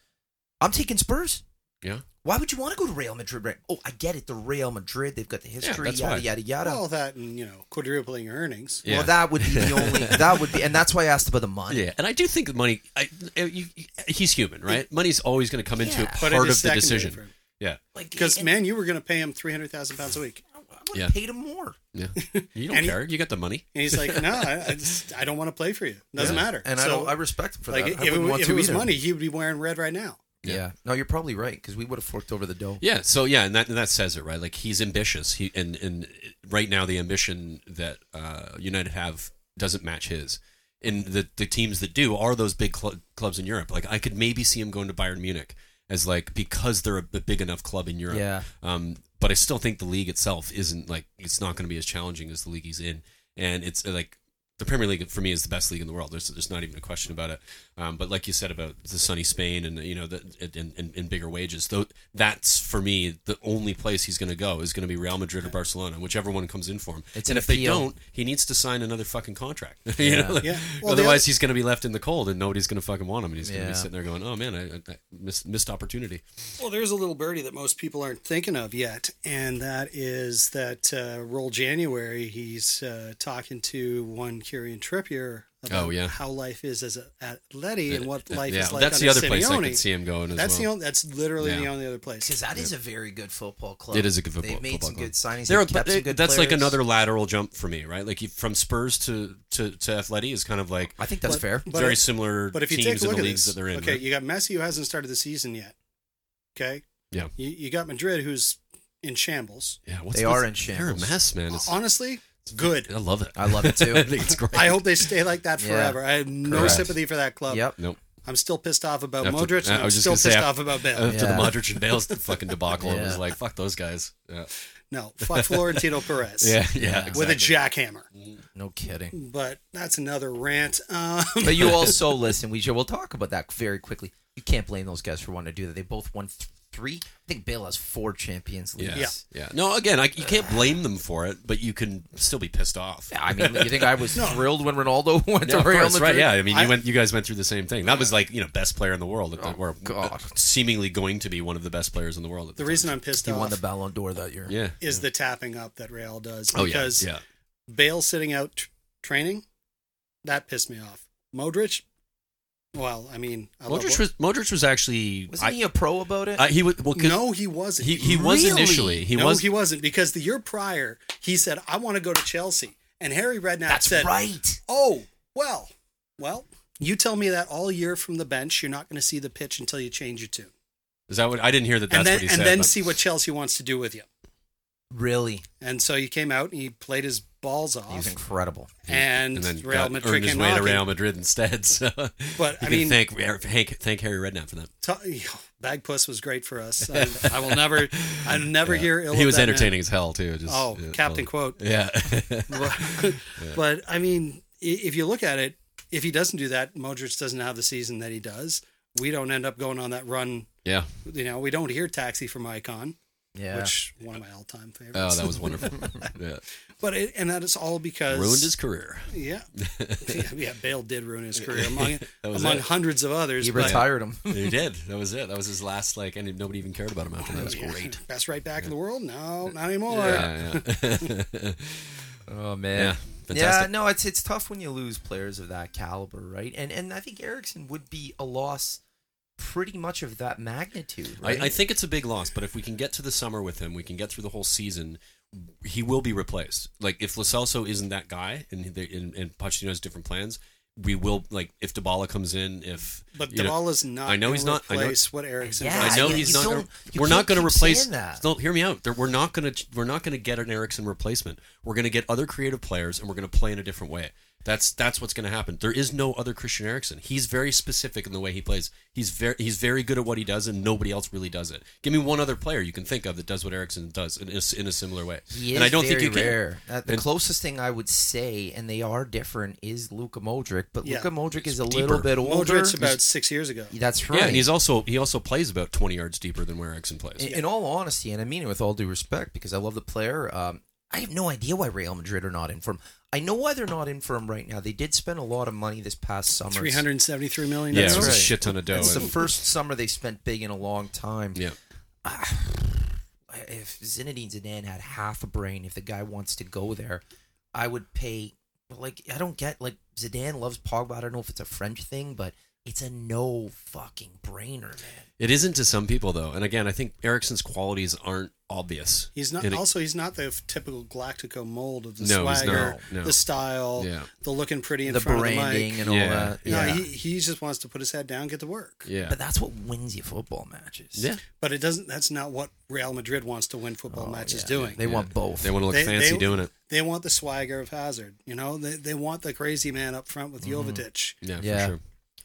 S5: I'm taking Spurs
S1: Yeah,
S5: why would you want to go to Real Madrid right oh I get it the Real Madrid they've got the history
S1: that's
S5: yada
S1: why.
S5: yada yada
S4: All that and you know quadrupling your earnings.
S1: Yeah.
S5: Well, that would be the only. That would be, and that's why I asked about the money.
S1: yeah. And I do think that money. I, uh, you, he's human, right? Money's always going to come into
S5: Yeah.
S1: it
S4: But
S1: part
S4: it
S1: of
S4: is
S1: the
S4: secondary
S1: decision.
S4: for him.
S1: Yeah,
S5: Like,
S4: Because
S5: and
S4: man, you were going to pay him three hundred thousand pounds a week,
S5: I would
S1: Yeah.
S5: have paid him more.
S1: yeah. You don't
S4: And he-
S1: care. you got the money.
S4: and he's like, "No, I, I, just, I don't want to play for you. Doesn't
S1: Yeah.
S4: matter."
S5: And I,
S4: So,
S5: don't, I respect him for
S4: like,
S5: that.
S4: if,
S5: I
S4: it,
S5: wouldn't want
S4: if
S5: to
S4: it was
S5: either.
S4: money, he would be wearing red right now.
S5: Yeah.
S1: Yeah.
S5: No, you're probably right because we would have forked over the dough.
S1: Yeah. So yeah, and that and that says it right. Like he's ambitious. He and and right now the ambition that uh, United have doesn't match his. in the the teams that do are those big cl- clubs in Europe. Like I could maybe see him going to Bayern Munich as like because they're a b- big enough club in Europe.
S5: Yeah.
S1: Um, but I still think the league itself isn't like it's not going to be as challenging as the league he's in, and it's uh, like the Premier League for me is the best league in the world. There's there's not even a question about it. Um, but like you said about the sunny Spain and you know the and, and, and bigger wages, though that's for me the only place he's going to go is going to be Real Madrid or Barcelona, whichever one comes in for him.
S5: It's
S1: and
S5: an
S1: if they
S5: appeal.
S1: don't, he needs to sign another fucking contract. you know, like,
S4: Yeah. Well, the
S1: otherwise
S4: other-
S1: he's going to be left in the cold and nobody's going to fucking want him, and he's going to
S5: Yeah.
S1: be sitting there going, "Oh man, I, I missed, missed opportunity."
S4: Well, there's a little birdie that most people aren't thinking of yet, and that is that uh, roll January. He's uh, talking to one Kieran Trippier about
S1: Oh, yeah. Uh,
S4: how life is as a atleti and what life
S1: yeah,
S4: is like.
S1: that's
S4: under
S1: the other place I
S4: Simeone.
S1: could see him going as
S4: That's
S1: well.
S4: the only, that's literally the
S1: Yeah.
S4: only other place.
S5: Because that is a very good football club.
S1: It is a good football.
S5: They've made
S1: football
S5: some
S1: club.
S5: good signings.
S1: They're-
S5: They've kept
S1: but
S5: some
S1: it-
S5: good
S1: that's like
S5: players.
S1: another lateral jump for me, right? Like you, from Spurs to to to Atleti is kind of like
S5: I think that's
S4: But-
S5: fair.
S4: but-
S1: very similar
S4: But if you
S1: teams
S4: take a
S1: in
S4: look
S1: the
S4: at
S1: leagues
S4: this,
S1: that they're in.
S4: okay,
S1: right?
S4: you got Messi who hasn't started the season yet. Okay,
S1: Yeah.
S4: you, you got Madrid who's in shambles.
S1: Yeah, what's
S5: They
S1: with-
S5: are in
S1: They're a
S5: shambles.
S1: mess, man. It's,
S4: Honestly, good.
S1: I love it.
S5: I love it, too.
S1: I think it's great.
S4: I hope they stay like that
S5: Yeah.
S4: forever. I have no
S1: Correct.
S4: sympathy for that club.
S5: Yep.
S1: Nope.
S4: I'm still pissed off about
S1: After-
S4: Modric.
S1: I Uh,
S4: And I'm
S1: was just
S4: still
S1: gonna say,
S4: pissed
S1: af-
S4: off about Bale.
S1: After the
S5: Yeah.
S1: Modric and Bale's fucking debacle, it was
S5: Yeah.
S1: like, fuck those guys. Yeah,
S4: No, fuck Florentino Perez.
S1: yeah, yeah.
S4: With a
S1: exactly.
S4: jackhammer.
S5: No kidding.
S4: But that's another rant. Um,
S5: But you also listen. We will talk about that very quickly. You can't blame those guys for wanting to do that. They both won th- three. I think Bale has four Champions
S1: Yeah,
S5: Leagues.
S1: yeah, No, again, I, you can't blame them for it, but you can still be pissed off.
S5: I mean, you think I was thrilled when Ronaldo went
S1: Yeah,
S5: to
S1: of
S5: Real
S1: course,
S5: Madrid?
S1: right? Yeah, I mean, you
S4: I-
S1: went, you guys went through the same thing. That was like, you know, best player in the world, at the,
S5: Oh,
S1: or
S5: God.
S1: seemingly going to be one of the best players in the world. At the,
S4: the reason
S1: time.
S4: I'm pissed
S5: He
S4: off
S5: won the Ballon d'Or that year.
S1: yeah,
S4: is the tapping up that Real does.
S1: oh yeah,
S4: Because
S1: yeah,
S4: Bale sitting out tr- training, that pissed me off. Modric, well, I mean, I love
S1: Modric
S4: what-
S1: was Modric was actually
S5: Wasn't
S1: I-
S5: he a pro about it?
S1: I- he was well, 'cause
S4: no, he wasn't.
S1: he he was
S5: Really?
S1: initially he
S4: no,
S1: was
S4: he wasn't because the year prior he said, "I want to go to Chelsea," and Harry Redknapp
S5: That's
S4: said,
S5: right.
S4: "Oh, well, well." You tell me that all year from the bench, you're not going to see the pitch until you change your tune.
S1: is that what I didn't hear that that's
S4: and then,
S1: what he
S4: and
S1: said.
S4: then
S1: but-
S4: see what Chelsea wants to do with you.
S5: Really,
S4: And so he came out and he played his balls
S5: he's
S4: off,
S5: incredible.
S4: and, Real
S1: got-
S4: Madrid
S1: earned his
S4: came
S1: way to
S4: knocking.
S1: Real Madrid instead. So,
S4: But,
S1: you
S4: I
S1: can
S4: mean-
S1: thank Hank, thank Harry Redknapp for that.
S4: T- Bagpuss was great for us. And I will never, I will never hear ill.
S1: he
S4: of
S1: was
S4: that man.
S1: entertaining as hell too. Just,
S4: Oh,
S1: yeah,
S4: Captain
S1: well,
S4: Quote.
S1: Yeah,
S4: But, but, I mean, i- if you look at it, if he doesn't do that, Modric doesn't have the season that he does. We don't end up going on that run.
S1: yeah.
S4: You know, we don't hear Taxi from Icon,
S5: Yeah.
S4: which one of my all-time favorites.
S1: Oh, that was wonderful. Yeah,
S4: But it, and that is all because
S1: ruined his career.
S4: Yeah. yeah, yeah, Bale did ruin his career among
S1: That was
S4: among
S1: it.
S4: hundreds of others.
S5: he
S4: but-
S5: retired him.
S1: He did. That was it. That was his last. Like, and nobody even cared about him after that. It was
S4: Yeah.
S1: great.
S4: Best right back in the world? No, not anymore.
S1: Yeah, yeah.
S5: Oh
S1: Yeah,
S5: man.
S1: fantastic.
S5: no, it's it's tough when you lose players of that caliber, right? And and I think Erickson would be a loss pretty much of that magnitude,
S1: I,
S5: right?
S1: I think it's a big loss, but if we can get to the summer with him, we can get through the whole season. He will be replaced. Like if Lacelso isn't that guy, and they, and, and Pochettino has different plans, we will. Like if Dybala comes in, if
S4: But
S1: you know-
S4: Dybala's not.
S1: I know he's
S4: gonna
S1: not- I know-
S4: Replace what Erickson.
S5: Yeah,
S1: I know
S5: you-
S1: he's
S5: you
S1: not.
S5: don't-
S1: Gonna,
S5: you
S1: we're not
S5: can't
S1: going to
S5: keep
S1: replace.
S5: saying that.
S1: No, hear me out. There, we're not going to. We're not going to get an Erickson replacement. We're going to get other creative players, and we're going to play in a different way. That's that's what's going to happen. There is no other Christian Erickson. He's very specific in the way he plays. He's very he's very good at what he does, and nobody else really does it. Give me one other player you can think of that does what Erickson does in a, in a similar way.
S5: He is
S1: and I don't
S5: very
S1: think you
S5: rare. Uh, the
S1: And-
S5: closest thing I would say, and they are different, is Luka Modric. But
S4: Yeah.
S5: Luka Modric
S1: It's
S5: is a little
S1: deeper.
S5: bit older.
S4: Modric's about six years ago.
S5: That's
S1: can.
S5: right.
S1: Yeah, and he's also he also plays about twenty yards deeper than where Erickson plays.
S5: in, in all honesty, and I mean it with all due respect, because I love the player. Um, I have no idea why Real Madrid are not in for him. I know why they're not in for him right now. They did spend a lot of money this past summer.
S4: Three hundred and seventy-three million.
S1: yeah,
S4: euros.
S1: it was
S5: right.
S1: a shit ton of dough.
S5: It's the
S1: and-
S5: first summer they spent big in a long time. Ah,
S1: yeah.
S5: If Zinedine Zidane had half a brain, if the guy wants to go there, I would pay. Like I don't get like Zidane loves Pogba. I don't know if it's a French thing, but It's a no fucking brainer, man.
S1: It isn't to some people though, and again, I think Erickson's qualities aren't obvious.
S4: He's not.
S1: And it-
S4: also, he's not the f- typical Galactico mold of the
S1: No, he's
S4: swagger,
S1: not. No.
S4: the style,
S1: Yeah.
S4: the looking pretty in
S5: The
S4: front
S5: branding
S4: of
S5: and all
S1: Yeah,
S5: that.
S4: the mic. No, he, he just wants to put his head down, get to work.
S1: yeah,
S5: But that's what wins you football matches.
S1: yeah.
S4: But it doesn't. That's not what Real Madrid wants to win football
S5: Oh,
S4: matches
S5: yeah.
S4: doing.
S5: They want both.
S1: They want to look
S4: They-
S1: fancy
S4: they-
S1: doing it.
S4: They want the swagger of Hazard. You know, they they want the crazy man up front with
S1: Mm-hmm.
S4: Jovetic.
S1: Yeah,
S5: Yeah.
S1: for sure.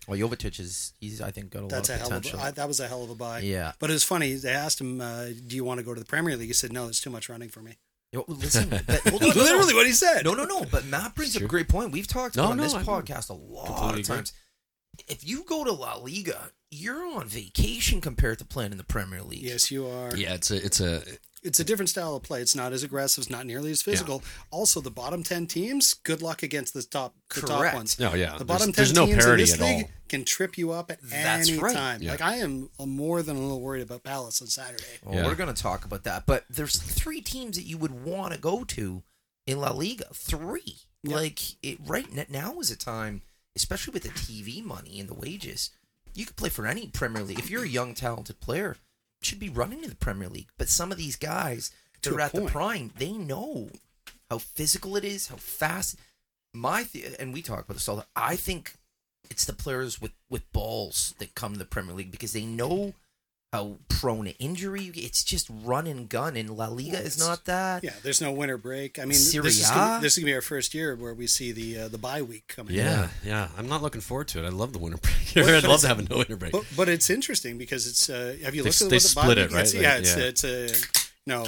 S5: well, Jovetic is he's I think got a
S4: That's a
S5: lot of
S4: hell of
S5: potential.
S4: a, I, that was a hell of a buy.
S5: Yeah.
S4: But it's funny. They asked him, uh, "Do you want to go to the Premier League?" He said, "No, it's too much running for me."
S5: Yo, listen, that, hold on, no, no.
S4: Literally, what he said.
S5: No, no, no. But Matt brings up a great point. We've talked
S1: No,
S5: about on
S1: no,
S5: this
S1: I agree.
S5: podcast a lot
S1: Completely
S5: of
S1: agree.
S5: times. If you go to La Liga, you're on vacation compared to playing in the Premier League.
S4: Yes, you are.
S1: Yeah, it's a it's a
S4: it's a different style of play. It's not as aggressive. It's not nearly as physical. Also, the bottom ten teams, good luck against the top the top
S5: Correct.
S4: ones.
S1: No, yeah. There's-
S4: the bottom
S1: there's
S4: ten
S1: no
S4: teams in
S1: parity
S4: this
S1: at
S4: league
S1: all.
S4: can trip you up at
S5: That's
S4: any
S5: right.
S4: time.
S1: Yeah.
S4: Like I am uh, more than a little worried about Palace on Saturday.
S5: Well,
S1: Yeah.
S5: We're going to talk about that. But there's three teams that you would want to go to in La Liga. Three.
S4: Yeah.
S5: Like, it, right n- now is a time, especially with the TV money and the wages, you could play for any Premier League. If you're a young, talented player, you should be running to the Premier League. But some of these guys,
S4: To
S5: they're
S4: a
S5: at the
S4: point.
S5: prime. They know how physical it is, how fast. My the and we talk about this all. the- I think it's the players with with balls that come to the Premier League because they know how prone to injury. you get. It's just run and gun, and La Liga is not that.
S4: Yeah, there's no winter break. I mean,
S5: Serie
S4: this is gonna,
S5: A?
S4: this is gonna be our first year where we see the uh, the bye week coming.
S1: yeah, yeah, I'm not looking forward to it. I love the winter break. I'd love to have a no winter break.
S4: But, but it's interesting because it's uh, have you
S1: They-
S4: looked at
S1: they
S4: what the
S1: split
S4: bye
S1: it,
S4: week is?
S1: right?
S4: yeah,
S1: Like,
S4: it's
S1: yeah.
S4: it's a you know,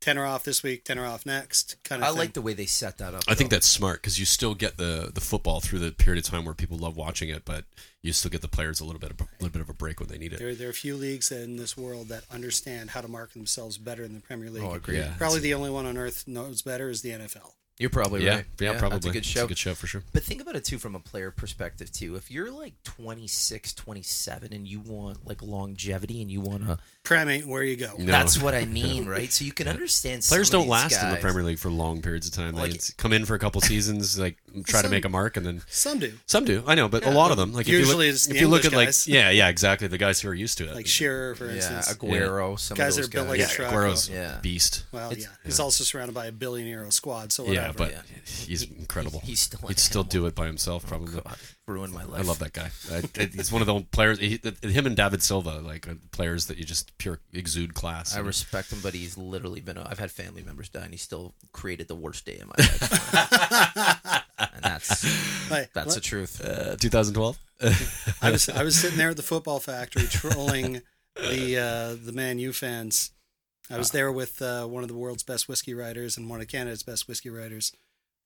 S4: ten off this week, ten off next kind of.
S5: I
S4: thing.
S5: like the way they set that up.
S1: I think
S5: though.
S1: that's smart because you still get the the football through the period of time where people love watching it, but you still get the players a little bit of a little bit of a break when they need it.
S4: There, there are few leagues in this world that understand how to market themselves better than the Premier League.
S5: Oh, agreed.
S1: Yeah.
S4: Probably the only one on earth knows better is the NFL.
S5: You're probably
S1: yeah,
S5: right.
S1: yeah, probably.
S5: That's a good
S1: It's
S5: show.
S1: a good show for sure.
S5: But think about it too from a player perspective too. If you're like 26, 27 and you want like longevity and you want to
S4: Prem ain't where you go.
S1: No.
S5: That's what I mean, right? So you can understand some
S1: Players
S5: of
S1: don't
S5: these
S1: last in the
S5: guys.
S1: Premier League for long periods of time. They
S5: Like-
S1: it's- come in for a couple seasons, like try to
S4: Some-
S1: make a mark, and then
S4: Some do,
S1: some do. I know, but a
S4: Yeah,
S1: lot of
S4: but
S1: them, like
S4: usually
S1: if
S4: it's
S1: you
S4: the
S1: look, if you look at
S4: English
S1: like
S4: guys.
S1: yeah, yeah, exactly, the guys who are used to it,
S4: like Shearer, for
S5: Yeah,
S4: instance.
S5: Aguero, some
S4: Guys
S5: of
S4: are
S5: those
S4: built
S5: guys.
S4: like
S1: yeah,
S4: a truck.
S1: Aguero's
S5: Yeah.
S1: beast.
S4: Well,
S5: It's-
S4: yeah, he's also surrounded by a billionaire squad, so whatever.
S1: Yeah, but
S5: Yeah.
S1: he's
S5: He-
S1: incredible.
S5: he's still an
S1: he'd still
S5: animal.
S1: do it by
S4: Oh,
S1: himself, probably.
S5: God, ruined my life.
S1: I love that guy. I, I- he's one of the only players. He, th- him and David Silva, like are players that you just pure exude class.
S5: I
S1: and-
S5: respect him, but he's literally been. I've had family members die, and he still created the worst day in my life. and that's
S4: Like,
S5: that's the
S4: let-
S5: truth.
S1: Uh, 2012.
S4: I was I was sitting there at the football factory trolling the uh, the Man U fans. I was there with uh, one of the world's best whiskey writers and one of Canada's best whiskey writers.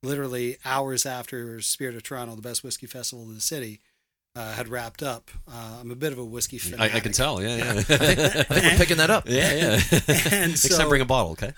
S4: Literally hours after Spirit of Toronto, the best whiskey festival in the city, uh, had wrapped up. Uh, I'm a bit of a whiskey
S1: I,
S4: fanatic.
S1: I can tell. Yeah, yeah,
S5: I think we're picking that up.
S1: yeah. yeah.
S4: And
S1: Next
S4: so-
S1: time, bring a bottle, okay?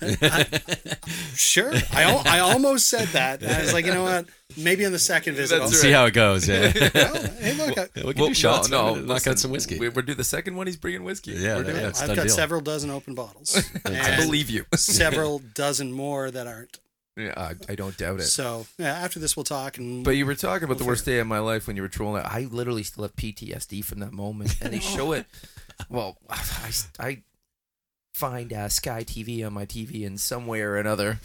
S4: Sure, I, al- I almost said that. And I was like, you know what? Maybe on the second visit.
S1: And
S4: I'll-
S1: see how it goes. Yeah.
S4: Well, hey, look, I,
S1: we can do shots. No, knock out some whiskey.
S5: We, we'll do the second one. He's bringing whiskey.
S1: Yeah,
S5: We're doing
S1: yeah.
S5: it.
S1: it's
S4: I've
S1: done
S4: got
S1: deal.
S4: several dozen open bottles.
S5: I
S4: and
S5: believe you.
S4: several dozen more that aren't.
S5: Yeah, I, I don't doubt it.
S4: So yeah, after this, we'll talk. And
S5: But you were talking about the worst day of my life when you were trolling. I literally still have PTSD from that moment, and they show it. Well, I, I find uh, Sky TV on my TV in some way or another.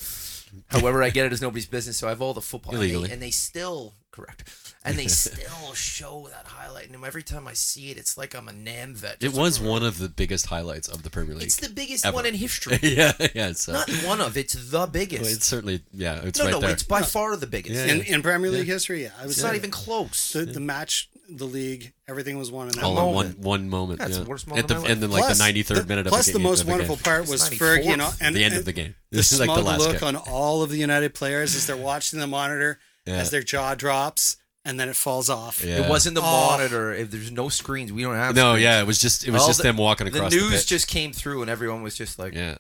S5: However, I get it as nobody's business. So I have all the football, and they-
S1: Illegally.
S5: and they still correct, and they still show that highlight. And every time I see it, it's like I'm a Nam vet.
S1: It was one of the biggest highlights of the Premier League.
S5: It's the biggest
S1: ever.
S5: one in history.
S1: yeah, yeah. So
S5: Not one of. It's the biggest.
S1: it's certainly yeah. It's
S5: no,
S1: right
S5: no,
S1: there.
S5: it's by far the biggest.
S1: Yeah,
S4: in, in Premier League
S1: Yeah.
S4: history, yeah, I would
S5: It's
S4: say
S5: not even close.
S4: the, the match, the league, everything was won in that.
S1: all
S4: moment.
S1: in one one
S5: moment.
S1: moment.
S5: That's
S1: yeah.
S5: the worst moment
S1: At the,
S5: of my
S1: and then like the ninety third minute.
S4: Plus,
S1: of
S4: the
S1: the, game,
S4: most
S1: of
S4: wonderful
S1: game.
S4: part was
S5: It's 94th.
S4: Fergie. You know, and
S1: the end
S4: and
S1: of the game.
S4: the
S1: This is like the
S4: smug
S1: last
S4: look
S1: kick.
S4: on all of the United players as they're watching the monitor
S1: Yeah.
S4: as their jaw drops and then it falls off.
S1: Yeah.
S5: It wasn't the
S4: Oh.
S5: monitor. If there's no screens, we don't have.
S1: No,
S5: screens.
S1: yeah, it was just it was
S5: All
S1: just
S5: the-
S1: them walking across
S5: The news
S1: pitch.
S5: just came through, and everyone was just like,
S1: yeah.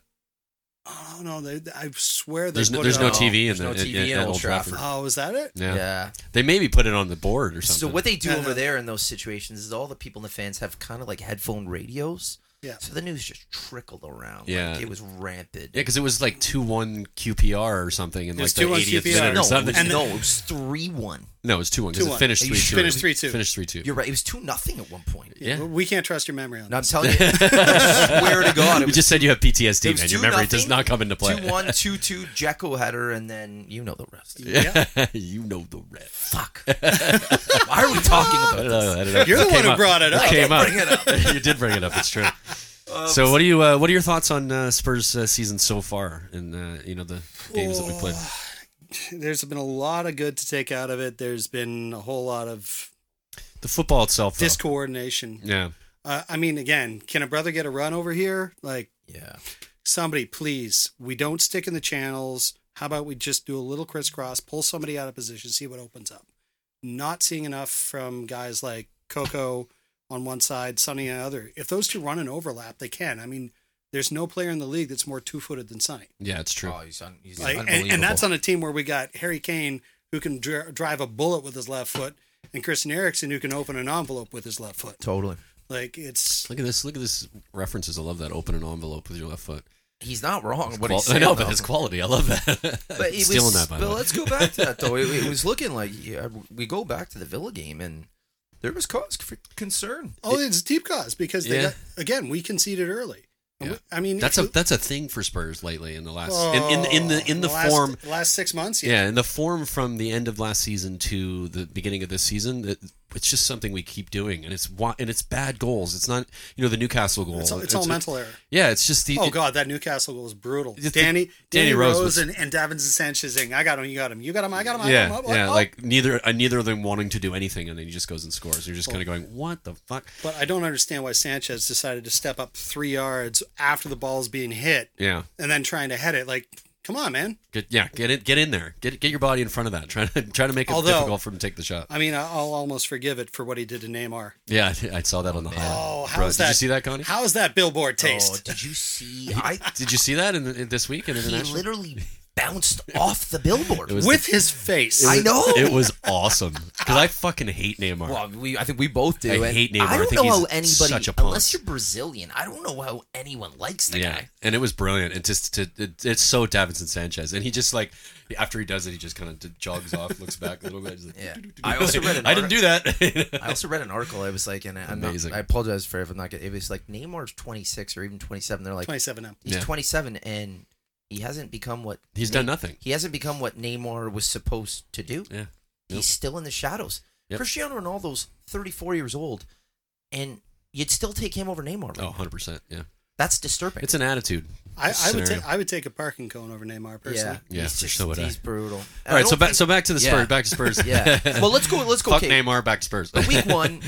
S4: Oh no, they, I swear they
S1: There's no,
S4: put
S1: there's
S4: it
S1: no
S4: on-
S1: TV in
S5: There's no
S1: the- in-
S5: TV
S1: in
S5: in
S1: Old
S5: Old
S1: Trafford.
S4: Oh, was that it?
S1: Yeah.
S5: yeah.
S1: they maybe put it on the board or something.
S5: So what they do
S4: Yeah,
S5: over
S4: yeah.
S5: there in those situations is all the people in the fans have kind of like headphone radios.
S4: Yeah.
S5: So the news just trickled around.
S1: Yeah.
S5: Like it was rampant.
S1: Yeah, because it was like two one QPR or something in
S4: It
S1: like
S4: was
S1: the
S4: 2-1
S1: eightieth
S4: QPR.
S1: minute or
S5: no, it was,
S1: something.
S4: And-
S5: no, it was three one.
S1: No, it's two one because it
S4: 2-1.
S1: finished
S5: You
S1: three two.
S4: finished 3-2.
S1: Finished three two.
S5: You're right. It was two nothing at one point.
S1: Yeah.
S4: We can't trust your memory on
S5: And I'm
S4: that.
S5: telling you, I swear to God, it
S1: you
S5: was
S1: just said you have
S5: It
S1: PTSD,
S5: was
S1: man. Your
S5: 2-0.
S1: memory does not come into play.
S5: Two one, two two, Jekyll header, and then you know the rest.
S1: Yeah. you know the rest.
S5: Fuck. Why are we talking
S1: I
S5: about
S1: don't
S5: this?
S1: know, I don't know.
S4: You're the
S1: It
S4: one
S1: came
S4: who
S1: up.
S4: brought it up.
S1: It came
S5: I
S1: up.
S5: did bring
S1: you did bring it up. It's true. so what do you uh, what are your thoughts on uh, Spurs uh, season so far and uh, you know the games that we played?
S4: There's been a lot of good to take out of it. There's been a whole lot of
S1: The football itself. though.
S4: discoordination.
S1: Yeah.
S4: Uh, I mean, again, can a brother get a run over here? Like,
S5: Yeah.
S4: somebody, please, we don't stick in the channels. How about we just do a little crisscross, pull somebody out of position, see what opens up? Not seeing enough from guys like Coco on one side, Sonny on the other. If those two run and overlap, they can. I mean, there's no player in the league that's more two footed than Sonny.
S1: Yeah, it's true.
S5: Oh, he's un- he's
S4: Like, and,
S5: unbelievable.
S4: and that's on a team where we got Harry Kane, who can dri- drive a bullet with his left foot, and Christian Erickson, who can open an envelope with his left foot.
S5: totally.
S4: Like, it's.
S1: Look at this. Look at this references. I love that. Open an envelope with your left foot.
S5: He's not wrong. What
S1: Qual-
S5: he's saying,
S1: I know, but
S5: though.
S1: his quality. I love that.
S5: But it
S1: Stealing
S5: was,
S1: that, by the
S5: but
S1: way.
S5: let's go back to that though. It, it was looking like yeah, we go back to the Villa game, and there was cause for concern.
S4: Oh, it's deep cause because they
S1: Yeah.
S4: got, again we conceded early. And we- I mean
S1: That's a
S4: if
S1: that's a thing for Spurs lately in the last
S4: you-
S1: in, in in the in the
S4: Oh. last,
S1: form
S4: last six months. Yeah,
S1: yeah in the form from the end of last season to the beginning of this season that it's just something we keep doing and it's wa- and it's bad goals it's not you know the Newcastle goal
S4: it's, it's, all mental error.
S1: yeah it's just the
S4: oh god, that Newcastle goal was brutal.
S1: It's the-
S4: Danny,
S1: Danny
S4: Danny
S1: Rose
S4: Rose,
S1: was-
S4: and, and Davinson Sanchez. saying, I got him. You got him. You got him. I got him. I
S1: yeah
S4: got him. Oh,
S1: yeah
S4: oh.
S1: like neither uh, neither of them wanting to do anything and then he just goes and scores you're just kind of going what the fuck
S4: But I don't understand why Sanchez decided to step up three yards after the ball's being hit
S1: yeah
S4: and then trying to head it. Like, come on, man.
S1: get yeah get it get in there get get your body in front of that try to try to make it
S4: Although-
S1: difficult for him to take the shot
S4: I mean, I- I'll almost forgive it for what he did to Neymar.
S1: yeah I, I saw that on the highlight
S4: Oh,
S1: Bro,
S4: how's
S1: did
S4: that?
S1: you see that Connie
S4: How's that billboard
S5: Oh,
S4: taste?
S5: did you see? I
S1: did you see that in, the, in this week in
S5: he
S1: international
S5: literally bounced off the billboard.
S1: It was-
S4: With his face.
S5: I
S1: It-
S5: know.
S1: It was awesome because I fucking hate Neymar.
S5: Well, we, I think we both do.
S1: I
S5: and
S1: hate Neymar. I
S5: I don't
S1: think
S5: know
S1: he's
S5: how anybody,
S1: such a punk.
S5: unless you're Brazilian, I don't know how anyone likes the
S1: yeah,
S5: guy.
S1: and it was brilliant. It just to, it, it's so Davinson Sanchez, and he just like after he does it, he just kind of jogs off, looks back a little bit. he's like,
S5: Yeah. I also read an
S1: I didn't do that.
S5: I also read an article. I was like, and I- I'm not,
S1: Amazing.
S5: I apologize for if I'm not. Good. It was like Neymar's 26 or even 27. They're like,
S4: 27 now.
S5: he's
S1: Yeah.
S5: 27 and he hasn't become what
S1: He's done nothing.
S5: He hasn't become what Neymar was supposed to do.
S1: Yeah, Nope.
S5: He's still in the shadows.
S1: Yep.
S5: Cristiano Ronaldo's 34 years old, and you'd still take him over Neymar.
S1: oh,
S5: right?
S1: 100 percent. Yeah,
S5: That's disturbing.
S1: it's an attitude.
S4: I, I would
S1: scenario.
S4: take I would take a parking cone over Neymar personally.
S1: Yeah,
S5: he's
S1: for sure would I.
S5: he's brutal.
S1: All right, so back so back to the Spurs.
S5: Yeah.
S1: Back to Spurs.
S5: Yeah. Well, let's go. Let's go.
S1: Fuck
S5: okay.
S1: Neymar. Back to Spurs.
S5: But week one,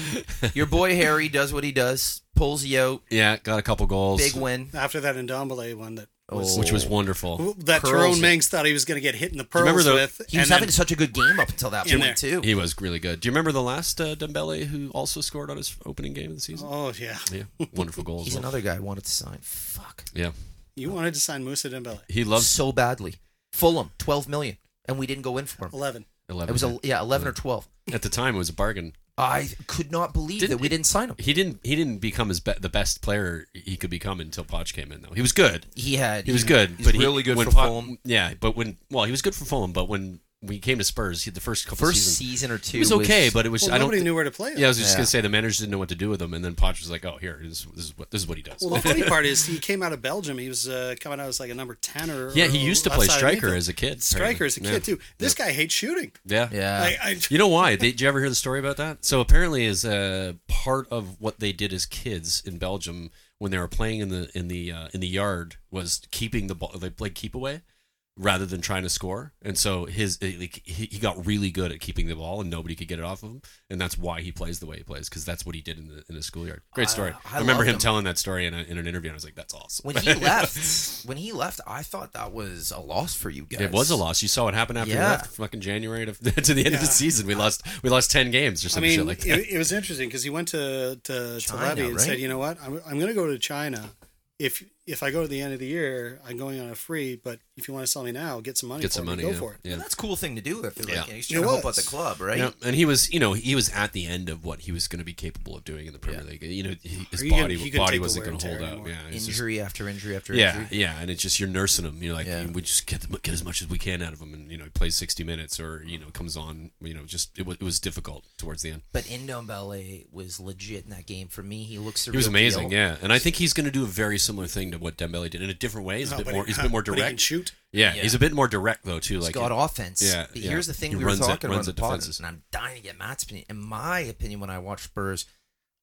S5: your boy Harry does what he does, pulls you out,
S1: yeah, got a couple goals.
S5: big win.
S4: After that Ndombele one that was
S5: Oh.
S1: which was wonderful.
S4: that
S1: Curls
S4: Tyrone
S1: it.
S4: Mings thought he was going to get hit in the pearls
S1: remember the-
S4: with.
S5: He was
S4: and
S5: having
S4: then-
S5: such a good game up until that
S4: In
S5: point
S4: there.
S5: too.
S1: He was really good. Do you remember the last uh, Dembele who also scored on his opening game of the season?
S4: oh yeah,
S1: Yeah, wonderful goal. as
S5: He's
S1: well.
S5: another guy I wanted to sign. Fuck.
S1: Yeah,
S4: you wanted to sign Musa Dembele.
S1: he loves
S5: so badly. Fulham, 12 million, and we didn't go in for him.
S4: Eleven.
S1: eleven.
S5: It was a, yeah, 11 or 12.
S1: at the time it was a bargain.
S5: I could not believe
S1: Didn't
S5: that we
S1: he-
S5: didn't sign him.
S1: He didn't. He didn't become his be- the best player he could become until Poch came in. Though he was good.
S5: He had
S1: He was good.
S5: He's
S1: but he-
S5: really good
S1: when
S5: for
S1: Poch-
S5: Fulham.
S1: Yeah, but when well, he was good for Fulham. But when we came to Spurs, he, the first couple
S5: First
S1: seasons,
S5: season or two
S1: he was okay. but it was
S4: Well,
S1: I don't.
S4: nobody
S1: thi-
S4: knew where to play him.
S1: yeah, I was just
S5: Yeah.
S1: gonna say the managers didn't know what to do with him, and then Poch was like, "Oh, here, this, this is what this is what he does."
S4: Well, the funny part is he came out of Belgium. He was uh, coming out as like a number ten or
S1: yeah, he used to play
S4: outside
S1: striker
S4: midfield.
S1: as a kid.
S4: striker
S1: apparently.
S4: as a
S1: Yeah.
S4: kid too. This guy hates shooting.
S1: Yeah,
S5: yeah,
S4: Like, I,
S1: You know why? Did did you ever hear the story about that? So apparently, is uh, part of what they did as kids in Belgium when they were playing in the in the uh, in the yard was keeping the ball. They played keep away rather than trying to score, and so his eh, like, he he got really good at keeping the ball, and nobody could get it off of him, and that's why he plays the way he plays because that's what he did in the in the schoolyard. Great
S5: I-
S1: story.
S5: I
S1: I, remember
S5: love
S1: him
S5: him.
S1: telling that story in, a, in an interview, and I was like, "That's awesome."
S5: when he left, when he left, I thought that was a loss for you guys.
S1: It was a loss. You saw what happened after we
S5: Yeah.
S1: left fucking January to, to the end of the
S4: Yeah.
S1: season. We lost we lost ten games or
S4: I
S1: some
S4: mean,
S1: shit like that.
S4: it, it was interesting because he went to to, to
S5: China,
S4: Levy and
S5: right?
S4: said, "You know what? I'm, I'm going to go to China. If if I go to the end of the year, I'm going on a free. But if you want to sell me now, get some money.
S1: Get
S4: for
S1: some
S4: me,
S1: money.
S4: Go
S1: yeah.
S4: for it.
S1: Yeah.
S5: that's a cool thing to do if you're
S1: Yeah.
S5: like, yeah, he's
S4: It
S5: trying to help out
S4: was.
S5: the club, right?
S1: Yeah, and he was, you know, he was at the end of what he was going to be capable of doing in the Premier League. You know, he- his
S4: Or you can-
S1: body
S4: he can
S1: body
S4: take the
S1: wasn't
S4: wear
S1: going
S4: and
S1: to hold
S4: tear
S1: out.
S4: anymore.
S1: Yeah, it's just-
S5: Injury after injury after
S1: yeah,
S5: injury.
S1: yeah, and it's just you're nursing him. You're like,
S5: Yeah.
S1: we just get the, get as much as we can out of him, and you know, he plays 60 minutes or you know comes on. You know, just it was, it was difficult towards the end.
S5: But Indom Ballet was legit in that game for me. He looks
S1: He was amazing, yeah, and I think he's going to do a very similar thing to what Dembele did in a different way. He's a
S4: No,
S1: bit
S4: but
S1: more,
S4: he-
S1: he's a bit more
S4: but
S1: direct.
S4: he can shoot.
S1: Yeah,
S5: Yeah.
S1: he's a bit more direct though too.
S5: He's
S1: Like
S5: got
S1: it-
S5: offense.
S1: Yeah,
S5: but
S1: yeah.
S5: here's the thing
S1: He
S5: we were
S1: runs it-
S5: talking
S1: runs
S5: about on
S1: it
S5: the pod,
S1: defenses.
S5: and I'm dying to get Matt's opinion. In my opinion, when I watch Spurs,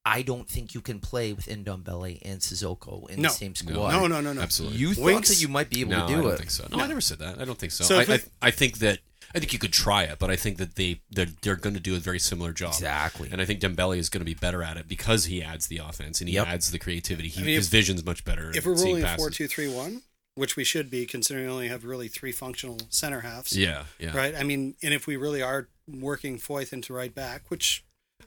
S5: I don't think you can play with Indom Ballet and Sissoko in
S4: No.
S5: the same
S1: No.
S5: squad.
S4: No, no, no, no.
S1: Absolutely.
S5: You thought
S4: Winks-
S5: that you might be able
S1: no,
S5: to do
S1: I don't
S5: it.
S1: think so. No, I never said that. I don't think so.
S4: So
S1: I,
S4: if
S1: I,
S4: we-
S1: I think that I think you could try it, but I think that they they're, they're going to do a very similar job.
S5: Exactly.
S1: And I think Dembele is going to be better at it because he adds the offense and he
S5: Yep.
S1: adds the creativity. He,
S4: I mean,
S1: his
S4: if-
S1: vision's much better.
S4: If
S1: at
S4: we're
S1: seeing
S4: rolling a
S1: passes.
S4: four-two-three-one, which we should be, considering we only have really three functional center halves.
S1: yeah, yeah,
S4: Right. I mean, and if we really are working Foyth into right back, which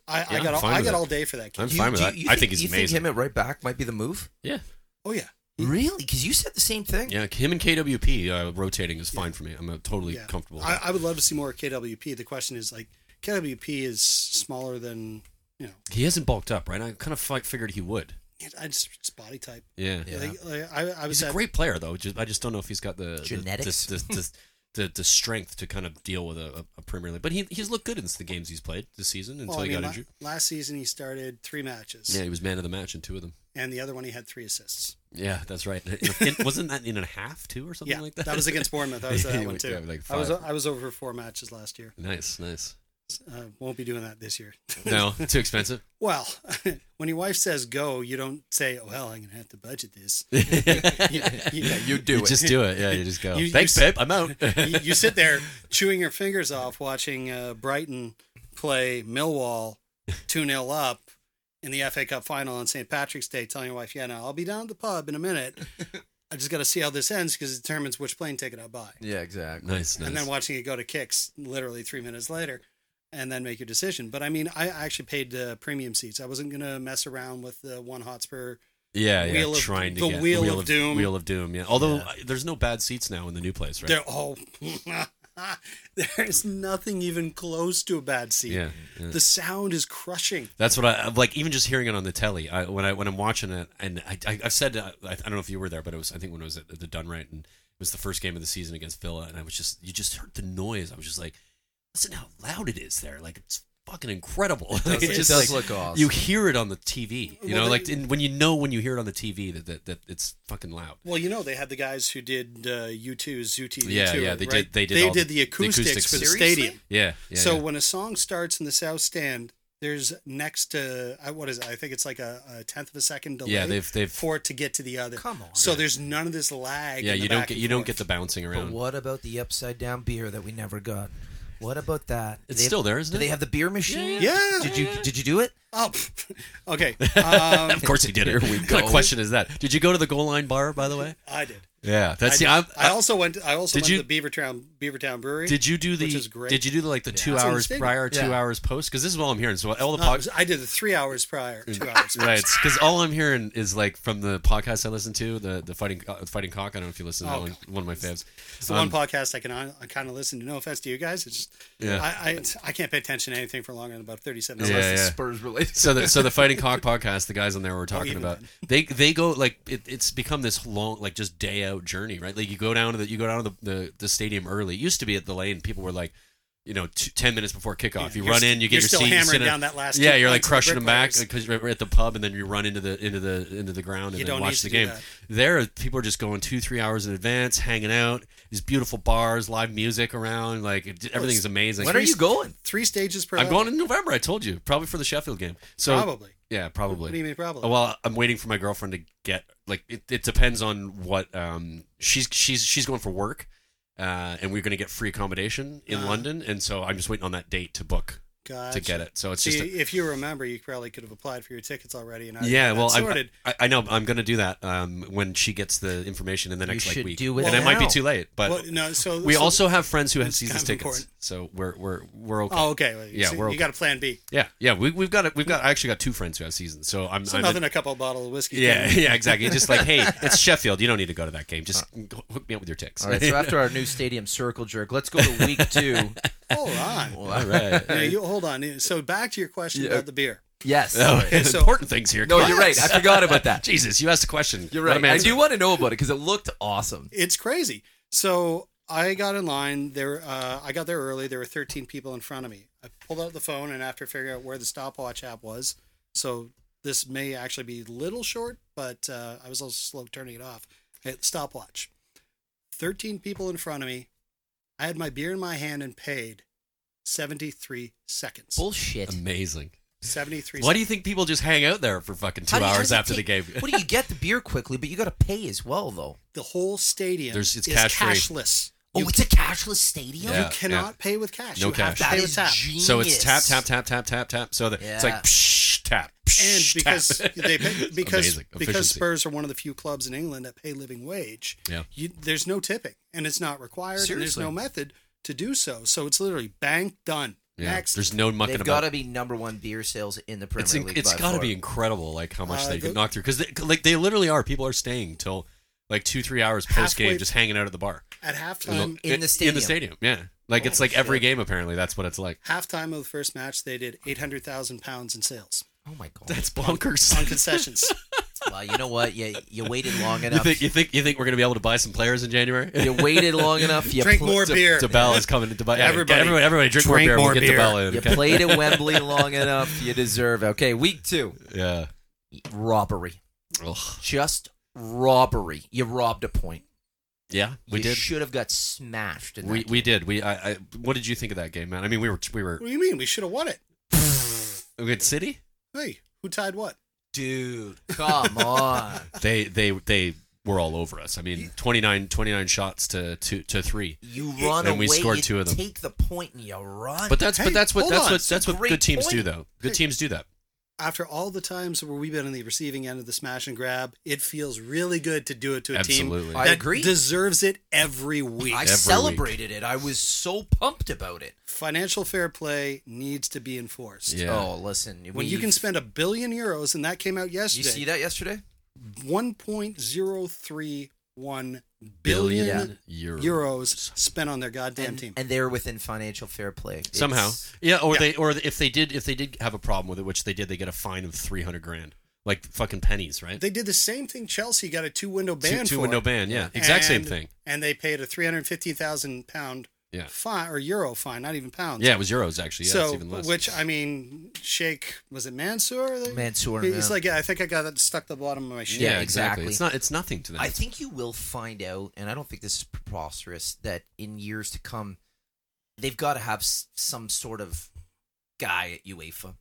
S4: I,
S1: Yeah,
S4: I got,
S1: I'm
S4: all,
S1: fine
S4: I
S1: with
S4: got
S1: that.
S4: all day for that kid.
S1: I'm fine with that. I think he's
S5: you
S1: amazing.
S5: him at right back might be the move?
S1: yeah,
S4: Oh yeah.
S5: Really? Because you said the same thing.
S1: yeah. Him and KWP uh, rotating is fine for me. I'm uh, totally
S4: yeah.
S1: comfortable. With
S4: I,
S1: that.
S4: I would love to see more KWP. The question is like KWP is smaller than you know.
S1: he hasn't bulked up, right? I kind of fi- figured he would.
S4: I just it's body type.
S1: Yeah,
S5: Yeah.
S4: Like, like, I, I was
S1: he's a
S4: at-
S1: great player though. Just, I just don't know if he's got the the-
S5: Genetics?
S1: the, the, the, the, the strength to kind of deal with a, a Premier League. But he he's looked good in the games he's played this season until
S4: well, I
S1: he
S4: mean,
S1: got
S4: la-
S1: injured.
S4: last season he started three matches,
S1: Yeah, he was man of the match in two of them.
S4: and the other one he had three assists.
S1: Yeah, that's right. It- wasn't that in a half two or something
S4: yeah,
S1: like that?
S4: that. was against Bournemouth. I was at
S1: Yeah,
S4: that one
S1: yeah,
S4: too.
S1: like
S4: I was
S1: five.
S4: I was over four matches last year.
S1: nice, nice.
S4: Uh, won't be doing that this year.
S1: No, too expensive.
S4: Well, when your wife says go, you don't say, "Well, I'm going to have to budget this."
S1: you,
S4: you-
S5: you do it.
S1: Just do it. Yeah, you just go.
S4: You- you
S1: Thanks,
S4: s-
S1: babe. I'm out.
S4: you, you sit there chewing your fingers off watching uh, Brighton play Millwall 2 0 up in the FA Cup final on St. Patrick's Day, telling your wife, yeah, no, I'll be down at the pub in a minute. I just got to see how this ends because it determines which plane ticket I buy.
S5: Yeah, exactly.
S1: nice, nice.
S4: And then watching it go to kicks literally three minutes later and then make your decision. But I mean, I actually paid uh, premium seats. I wasn't going to mess around with the one Hotspur.
S1: yeah, yeah.
S4: Wheel of-
S1: trying to
S4: the
S1: get
S4: Wheel of Doom.
S1: Wheel of Doom. Yeah. Although uh, there's no bad seats now in the new place, right?
S4: They're all. There's nothing even close to a bad seat.
S1: yeah, yeah.
S4: The sound is crushing.
S1: That's what I I'm like. Even just hearing it on the telly, I, when I when I'm watching it, and I, I I've said uh, I, I don't know if you were there, but it was I think when it was at the Dunright, and it was the first game of the season against Villa, and I was just you just heard the noise. I was just like, listen how loud it is there, like it's fucking incredible. It
S5: does- it
S1: just,
S5: does
S1: like,
S5: look awesome.
S1: You hear it on the TV, you
S4: Well,
S1: know,
S4: they-
S1: like in, when you know when you hear it on the TV that that, that it's fucking loud.
S4: Well, you know they had the guys who did uh, U2 Zooty.
S1: Yeah,
S4: U2,
S1: yeah, they did-
S4: right?
S1: they did
S4: They
S1: all
S4: did
S1: the-
S4: the
S1: the
S4: acoustics,
S1: acoustics.
S4: for the
S5: Seriously?
S4: stadium.
S1: Yeah, yeah.
S4: so
S1: yeah.
S4: when a song starts in the south stand, there's next to I- what is it? I think it's like a, a tenth of a second delay.
S1: Yeah, they've- they've-
S4: for it to get to the other.
S5: Come on.
S4: So there's none of this lag.
S1: yeah,
S4: in the
S1: you don't
S4: back
S1: get
S4: and
S1: you don't
S4: forth.
S1: get the bouncing
S5: But
S1: around.
S5: what about the upside down beer that we never got? What about that?
S1: It's
S5: They-
S1: still there, isn't
S5: Do
S1: it?
S5: they have the beer machine?
S4: yeah, yeah.
S5: Did you did you do it?
S4: Oh, okay. Um,
S1: of course he did it.
S5: Here
S1: What
S5: we
S1: kind
S5: go.
S1: of question is that? Did you go to the goal line bar, by the way?
S4: I did.
S1: Yeah,
S4: I,
S1: that's
S4: did.
S1: the. I'm,
S4: I also went. I also
S1: Did
S4: went
S1: you-
S4: to the Beavertown Beavertown Brewery.
S1: Did you do the?
S4: which is great.
S1: Did you do the, like the two
S4: That's on the
S1: hours
S4: stadium.
S1: prior, two
S5: Yeah.
S1: hours post? Because this is all I'm hearing. So all the
S4: No, it
S1: pod-
S4: was- Uh, I did it three hours prior. Two hours. prior.
S1: right, because all I'm hearing is like from the podcast I listen to, the the fighting Co- fighting cock. I don't know if you listen to that
S4: Oh,
S1: one, one of my faves.
S4: It's the
S1: Um,
S4: one podcast I can on, I kind of listen to. No offense to you guys, it's just
S1: Yeah.
S4: I, I I can't pay attention to anything for longer than about thirty seven.
S1: Yeah,
S4: seconds.
S1: yeah.
S5: Spurs related.
S1: so the so the fighting cock podcast, the guys on there were talking
S4: even
S1: about
S4: then.
S1: they they go like it, it's become this long like just day out journey, right? Like you go down to the you go down to the the, the stadium early. It used to be at the lane, people were like. You know, two, ten minutes before kickoff,
S4: Yeah,
S1: you
S4: you're
S1: run
S4: st-
S1: in, you get
S4: you're
S1: your
S4: still
S1: seat, you
S4: hammering
S1: sit in-
S4: down that last
S1: Yeah,
S4: kick
S1: you're
S4: once
S1: like
S4: to the
S1: crushing them back
S4: bricklayers.
S1: because you're at the pub, and then you run into the into the into the ground and
S4: You
S1: then
S4: don't need
S1: watch
S4: to
S1: the
S4: do
S1: game.
S4: that.
S1: There, people are just going two, three hours in advance, hanging out. These beautiful bars, live music around, like it, everything's amazing.
S5: When are you going?
S4: Three stages per.
S1: I'm going in November. I told you, probably for the Sheffield game. So
S4: probably.
S1: yeah, probably. Oh,
S4: What do you mean probably?
S1: Well, I'm waiting for my girlfriend to get like it, it depends on what um she's she's she's going for work, uh, and we're gonna get free accommodation in
S4: Uh-huh.
S1: London, and so I'm just waiting on that date to book to
S4: Gotcha.
S1: get it. So it's
S4: See,
S1: just a,
S4: if you remember, you probably could have applied for your tickets already. And I
S1: yeah,
S4: had
S1: well,
S4: that
S1: I,
S4: sorted.
S1: I, I know I'm going to do that um, when she gets the information in the next like
S5: should
S1: week,
S5: do it
S1: and it might be
S5: now.
S1: too late. But
S4: Well, no, so
S1: we
S4: so-
S1: also have friends who have
S4: It's
S1: seasons
S4: kind of
S1: tickets,
S4: important.
S1: so we're we're we're okay.
S4: Oh, okay. Well,
S1: Yeah,
S4: see,
S1: we're
S4: you
S1: okay.
S4: got a plan B.
S1: Yeah, yeah, we, we've got it. We've got. I actually got two friends who have seasons, so I'm.
S4: So
S1: I'm
S4: nothing, a couple of bottles of whiskey.
S1: yeah,
S4: can-
S1: yeah, exactly. Just like, hey, it's Sheffield. You don't need to go to that game. Just go- hook me up with your ticks.
S5: All right, so after our new stadium circle jerk, let's go to week two.
S4: Hold on.
S1: All right.
S4: Yeah, you hold on. So back to your question about the beer.
S5: Yes.
S1: Oh,
S4: so-
S1: important things here.
S5: No,
S1: Come
S5: you're
S1: on.
S5: right. I forgot about that.
S1: Jesus, you asked a question.
S5: You're
S1: Let
S5: right.
S1: him
S5: I
S1: answer.
S5: do want to know about it because it looked awesome.
S4: It's crazy. So I got in line there. Uh, I got there early. There were 13 people in front of me. I pulled out the phone and after figuring out where the stopwatch app was, so this may actually be a little short, but uh, I was a little slow turning it off. I hit stopwatch. 13 people in front of me. I had my beer in my hand and paid 73 seconds.
S5: Bullshit.
S1: Amazing.
S4: 73
S1: Why do you think people just hang out there for fucking two
S5: How do you- how
S1: hours
S5: does it
S1: after the game?
S5: take- what do you get the beer quickly, but you got to pay as well though.
S4: the whole stadium
S1: There's- it's
S4: is
S1: cash free.
S4: cashless.
S5: Oh,
S4: You
S5: it's a cashless stadium.
S1: Yeah.
S4: You cannot pay with cash.
S1: No
S4: you
S1: cash.
S4: have to
S5: That
S4: pay
S5: is
S4: with tap.
S5: genius.
S1: So it's tap, tap, tap, tap, tap, tap. So that it's
S5: Yeah.
S1: like psh, tap,
S4: and
S1: psh,
S4: because
S1: tap.
S4: they pay,
S1: It's
S4: because
S1: amazing.
S4: because
S1: Efficiency.
S4: Spurs are one of the few clubs in England that pay living wage.
S1: Yeah.
S4: You, there's no tipping, and it's not required. And there's
S5: Seriously.
S4: no method to do so. So it's literally bang done.
S1: yeah.
S4: Next,
S1: there's no mucking
S5: They've got
S1: about.
S5: to be number one beer sales in the Premier
S1: It's in,
S5: League.
S1: it's
S5: by
S1: got to
S5: far.
S1: be incredible, like how much
S4: Uh,
S1: they
S4: the-
S1: could knock through because like they literally are. People are staying till like two, three hours post game,
S4: Halfway-
S1: just hanging out at the bar.
S4: at halftime,
S5: In the
S1: In the
S5: stadium.
S1: stadium, yeah. Like it's like every game apparently. That's what it's like.
S4: halftime of the first match, they did eight hundred thousand pounds in sales
S5: Oh my god!
S1: That's bonkers.
S4: on concessions.
S5: well, you know what? You you waited long
S1: you
S5: enough.
S1: think you think you think we're gonna be able to buy some players in January?
S5: You waited long enough. You
S4: Drink
S5: pl-
S4: more
S5: to-
S4: beer.
S1: DeBell is coming. to yeah,
S4: Everybody-
S1: everybody, everybody, drink, more
S4: drink
S1: beer.
S4: more
S1: we'll get
S4: beer.
S1: DeBell in.
S5: You
S1: okay?
S5: played at Wembley long enough. You deserve. it. Okay, week two,
S1: Yeah.
S5: robbery.
S1: Ugh.
S5: Just robbery. You robbed a point.
S1: Yeah, we
S5: you
S1: did.
S5: Should have got smashed. In
S1: We
S5: that.
S1: we did. We I, I what did you think of that game, man? I mean, we were we were
S4: what do you mean? We should have won it.
S1: we had City.
S4: Hey, who tied what?
S5: dude. Come on.
S1: They they they were all over us. I mean, 29, 29 shots to two to three.
S5: You run
S1: And we
S5: away,
S1: scored
S5: you
S1: two of them.
S5: Take the point and you run.
S1: But that's
S4: Hey,
S1: but that's what
S4: hold
S1: that's
S4: on.
S1: what
S5: It's a
S1: that's what
S5: great
S1: good teams do
S5: point.
S1: though. Good teams do that.
S4: After all the times where we've been on the receiving end of the smash and grab, it feels really good to do it to a
S1: Absolutely.
S4: team
S5: I
S4: that
S5: agree.
S4: deserves it every week.
S5: I
S1: every
S5: celebrated it. I was so pumped about it.
S4: financial fair play needs to be enforced.
S1: Yeah.
S5: Oh, listen.
S4: When you
S5: we-
S4: can spend a billion euros, and that came out
S5: Did you
S4: yesterday,
S5: see that yesterday?
S4: 1.031 billion
S1: euros.
S4: euros spent on their goddamn
S5: and,
S4: team.
S5: and they're within financial fair play. It's-
S1: Somehow, yeah. Or
S4: Yeah.
S1: they or if they did if they did have a problem with it, which they did, they get a fine of three hundred grand, like fucking pennies, right?
S4: they did the same thing Chelsea got a two window
S1: two
S4: ban
S1: two
S4: for.
S1: window ban, yeah, exact same
S4: And-
S1: thing.
S4: And they paid a 315,000 pound
S1: Yeah,
S4: fine or euro fine, not even pounds.
S1: yeah. It was euros actually. Yeah, it's
S4: so,
S1: even less.
S4: which I mean, Sheikh was it Mansour? that-
S5: Mansour,
S4: He's
S5: yeah.
S4: like, yeah, I think I got that stuck the bottom of my shoe.
S1: yeah,
S5: Yeah,
S1: exactly.
S5: exactly.
S1: It's not. It's nothing to them.
S5: I think you will find out, and I don't think this is preposterous, that in years to come, they've got to have s- some sort of guy at UEFA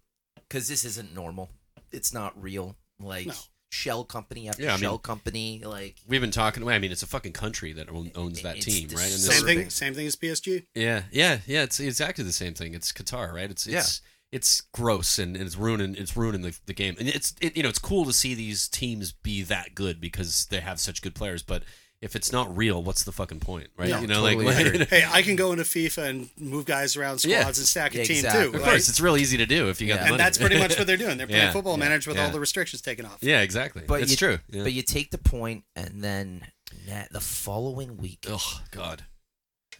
S5: because this isn't normal. It's not real. Like
S4: No.
S5: shell company after
S1: Yeah, I mean-
S5: shell company. Like
S1: We've been talking. well, I mean, it's a fucking country that own- owns that
S5: It's
S1: team, right? And
S5: disturbing.
S4: Same
S1: this-
S4: thing. Same thing as PSG.
S1: yeah, yeah, yeah. It's exactly the same thing. It's Qatar, right? It's it's it's gross and, and it's ruining it's ruining the, the game. And it's it, you know it's cool to see these teams be that good because they have such good players. But if it's not real, what's the fucking point, right?
S4: No,
S1: you know,
S5: totally
S1: like
S5: agree.
S4: hey, I can go into FIFA and move guys around squads
S1: Yeah.
S4: and stack a
S5: Yeah,
S4: team
S5: exactly.
S4: too.
S1: of
S4: right?
S1: course, it's real easy to do if you got
S5: Yeah.
S1: the
S4: and
S1: money.
S4: that's pretty much what they're doing. They're playing
S1: Yeah,
S4: football
S1: yeah,
S4: manager with
S1: yeah.
S4: all the restrictions taken off.
S1: yeah, exactly.
S5: But
S1: it's
S5: you,
S1: true. Yeah.
S5: But you take the point, and then na- the following week.
S1: oh God,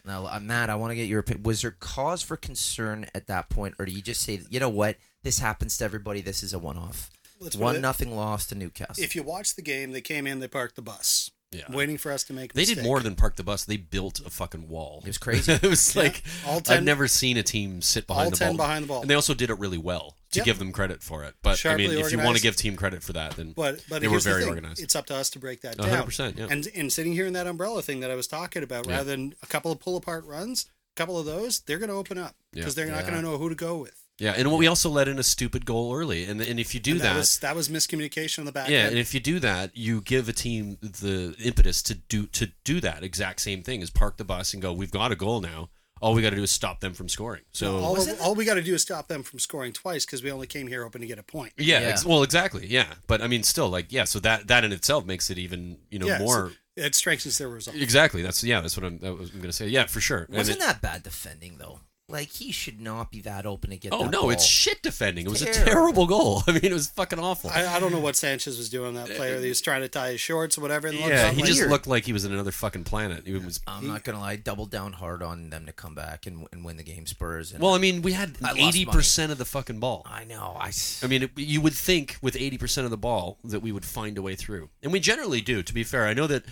S5: Now, uh, Matt, I want to get your opinion. Was there cause for concern at that point, or do you just say, you know what, this happens to everybody. This is a one-off.
S4: Let's put
S5: One
S4: it-
S5: nothing loss to Newcastle.
S4: If you watch the game, they came in, they parked the bus,
S1: yeah.
S4: waiting for us to make. A
S1: They did
S4: mistake.
S1: more than park the bus. They built a fucking wall.
S5: It was crazy.
S1: it was
S4: Yeah.
S1: like
S4: All
S1: I've
S4: 10
S1: never seen a team sit behind
S4: all
S1: the
S4: 10
S1: ball.
S4: behind the ball.
S1: And they also did it really well to
S4: Yep.
S1: give them credit for it. But
S4: Sharply
S1: I mean, if you want to
S4: organized.
S1: give team credit for that, then
S4: But but
S1: they were
S4: here's the
S1: very
S4: thing.
S1: organized.
S4: It's up to us to break that
S1: A
S4: down.
S1: hundred percent, yeah.
S4: And and sitting here in that umbrella thing that I was talking about,
S1: Yeah.
S4: rather than a couple of pull apart runs, a couple of those, they're going to open up
S1: Yeah.
S4: because they're not
S5: Yeah.
S4: going to know who to go with.
S1: yeah, and we also let in a stupid goal early, and and if you do
S4: And
S1: that,
S4: was that was miscommunication on the back
S1: yeah,
S4: end.
S1: and if you do that, you give a team the impetus to do to do that exact same thing: is park the bus and go. We've got a goal now. all we got to do is stop them from scoring. So
S4: all,
S5: Wasn't it-
S4: all we got to do is stop them from scoring twice because we only came here hoping to get a point.
S1: yeah,
S5: Yeah.
S1: Ex- well, exactly, yeah. But I mean, still, like, yeah. So that that in itself makes it even you know
S4: Yeah, so
S1: more
S4: it strengthens their result.
S1: exactly. That's yeah. That's what I'm, that was, I'm gonna say. Yeah, for sure. And
S5: Wasn't
S1: it-
S5: that bad defending though? Like he should not be that open to get.
S1: Oh
S5: that
S1: no,
S5: ball.
S1: it's shit defending. It was a
S5: Terrible.
S1: terrible goal. I mean, it was fucking awful.
S4: I, I don't know what Sanchez was doing on that play. whether He was trying to tie his shorts or whatever. And it looked
S1: yeah,
S4: up
S1: he
S4: like-
S1: just looked like he was in another fucking planet. He was
S5: I'm not gonna lie. I Doubled down hard on them to come back and, and win the game. Spurs. And
S1: Well, I mean, we had
S5: I lost
S1: eighty percent of the fucking ball.
S5: I know. I. s-
S1: I mean, it, you would think with eighty percent of the ball that we would find a way through, and we generally do. To be fair, I know that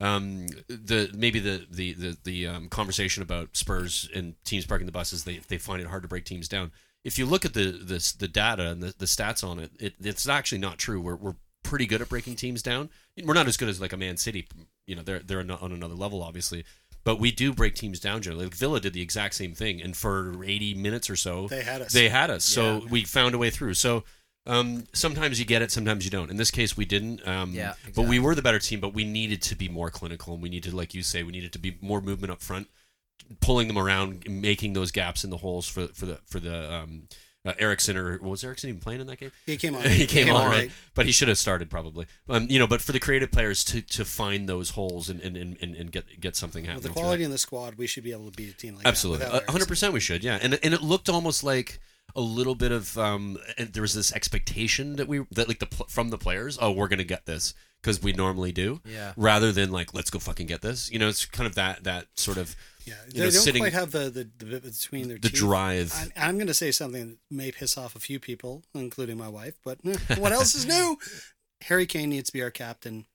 S1: um, the maybe the the the, the um, conversation about Spurs and teams parking the buses they they find it hard to break teams down. If you look at the the, the data and the, the stats on it, it, it's actually not true. We're we're pretty good at breaking teams down. We're not as good as like a Man City. You know, they're they're on another level, obviously. But we do break teams down generally. Like Villa did the exact same thing, and for 80 minutes or so,
S4: They had us.
S1: They had us. So we found a way through. So um, sometimes you get it, sometimes you don't. In this case, we didn't. Um,
S5: Yeah,
S1: But
S5: exactly.
S1: we were the better team, but we needed to be more clinical, and we needed, like you say, we needed to be more movement up front, pulling them around, making those gaps in the holes for for the for the um, uh, Erickson or was Erickson even playing in that game?
S4: Oh, he came on.
S1: he came, on,
S4: right.
S1: but he should have started probably. Um, you know, but for the creative players to to find those holes and and, and, and- and get get something happening.
S4: With the
S1: through that.
S4: quality in the squad, we should be able to beat a team like
S1: Absolutely,
S4: that.
S1: A
S4: without
S1: hundred
S4: Eriksen.
S1: percent. We should, yeah. And and it looked almost like a little bit of um. And there was this expectation that we that like the pl- from the players. Oh, we're gonna get this because we normally do.
S5: Yeah.
S1: Rather than like let's go fucking get this. You know, it's kind of that that sort of
S4: Yeah,
S1: you
S4: they
S1: know,
S4: don't
S1: sitting-
S4: quite have the, the, the bit between their
S1: the
S4: teeth.
S1: drive.
S4: I'm, I'm going to say something that may piss off a few people, including my wife. But eh, what else is new? Harry Kane needs to be our captain.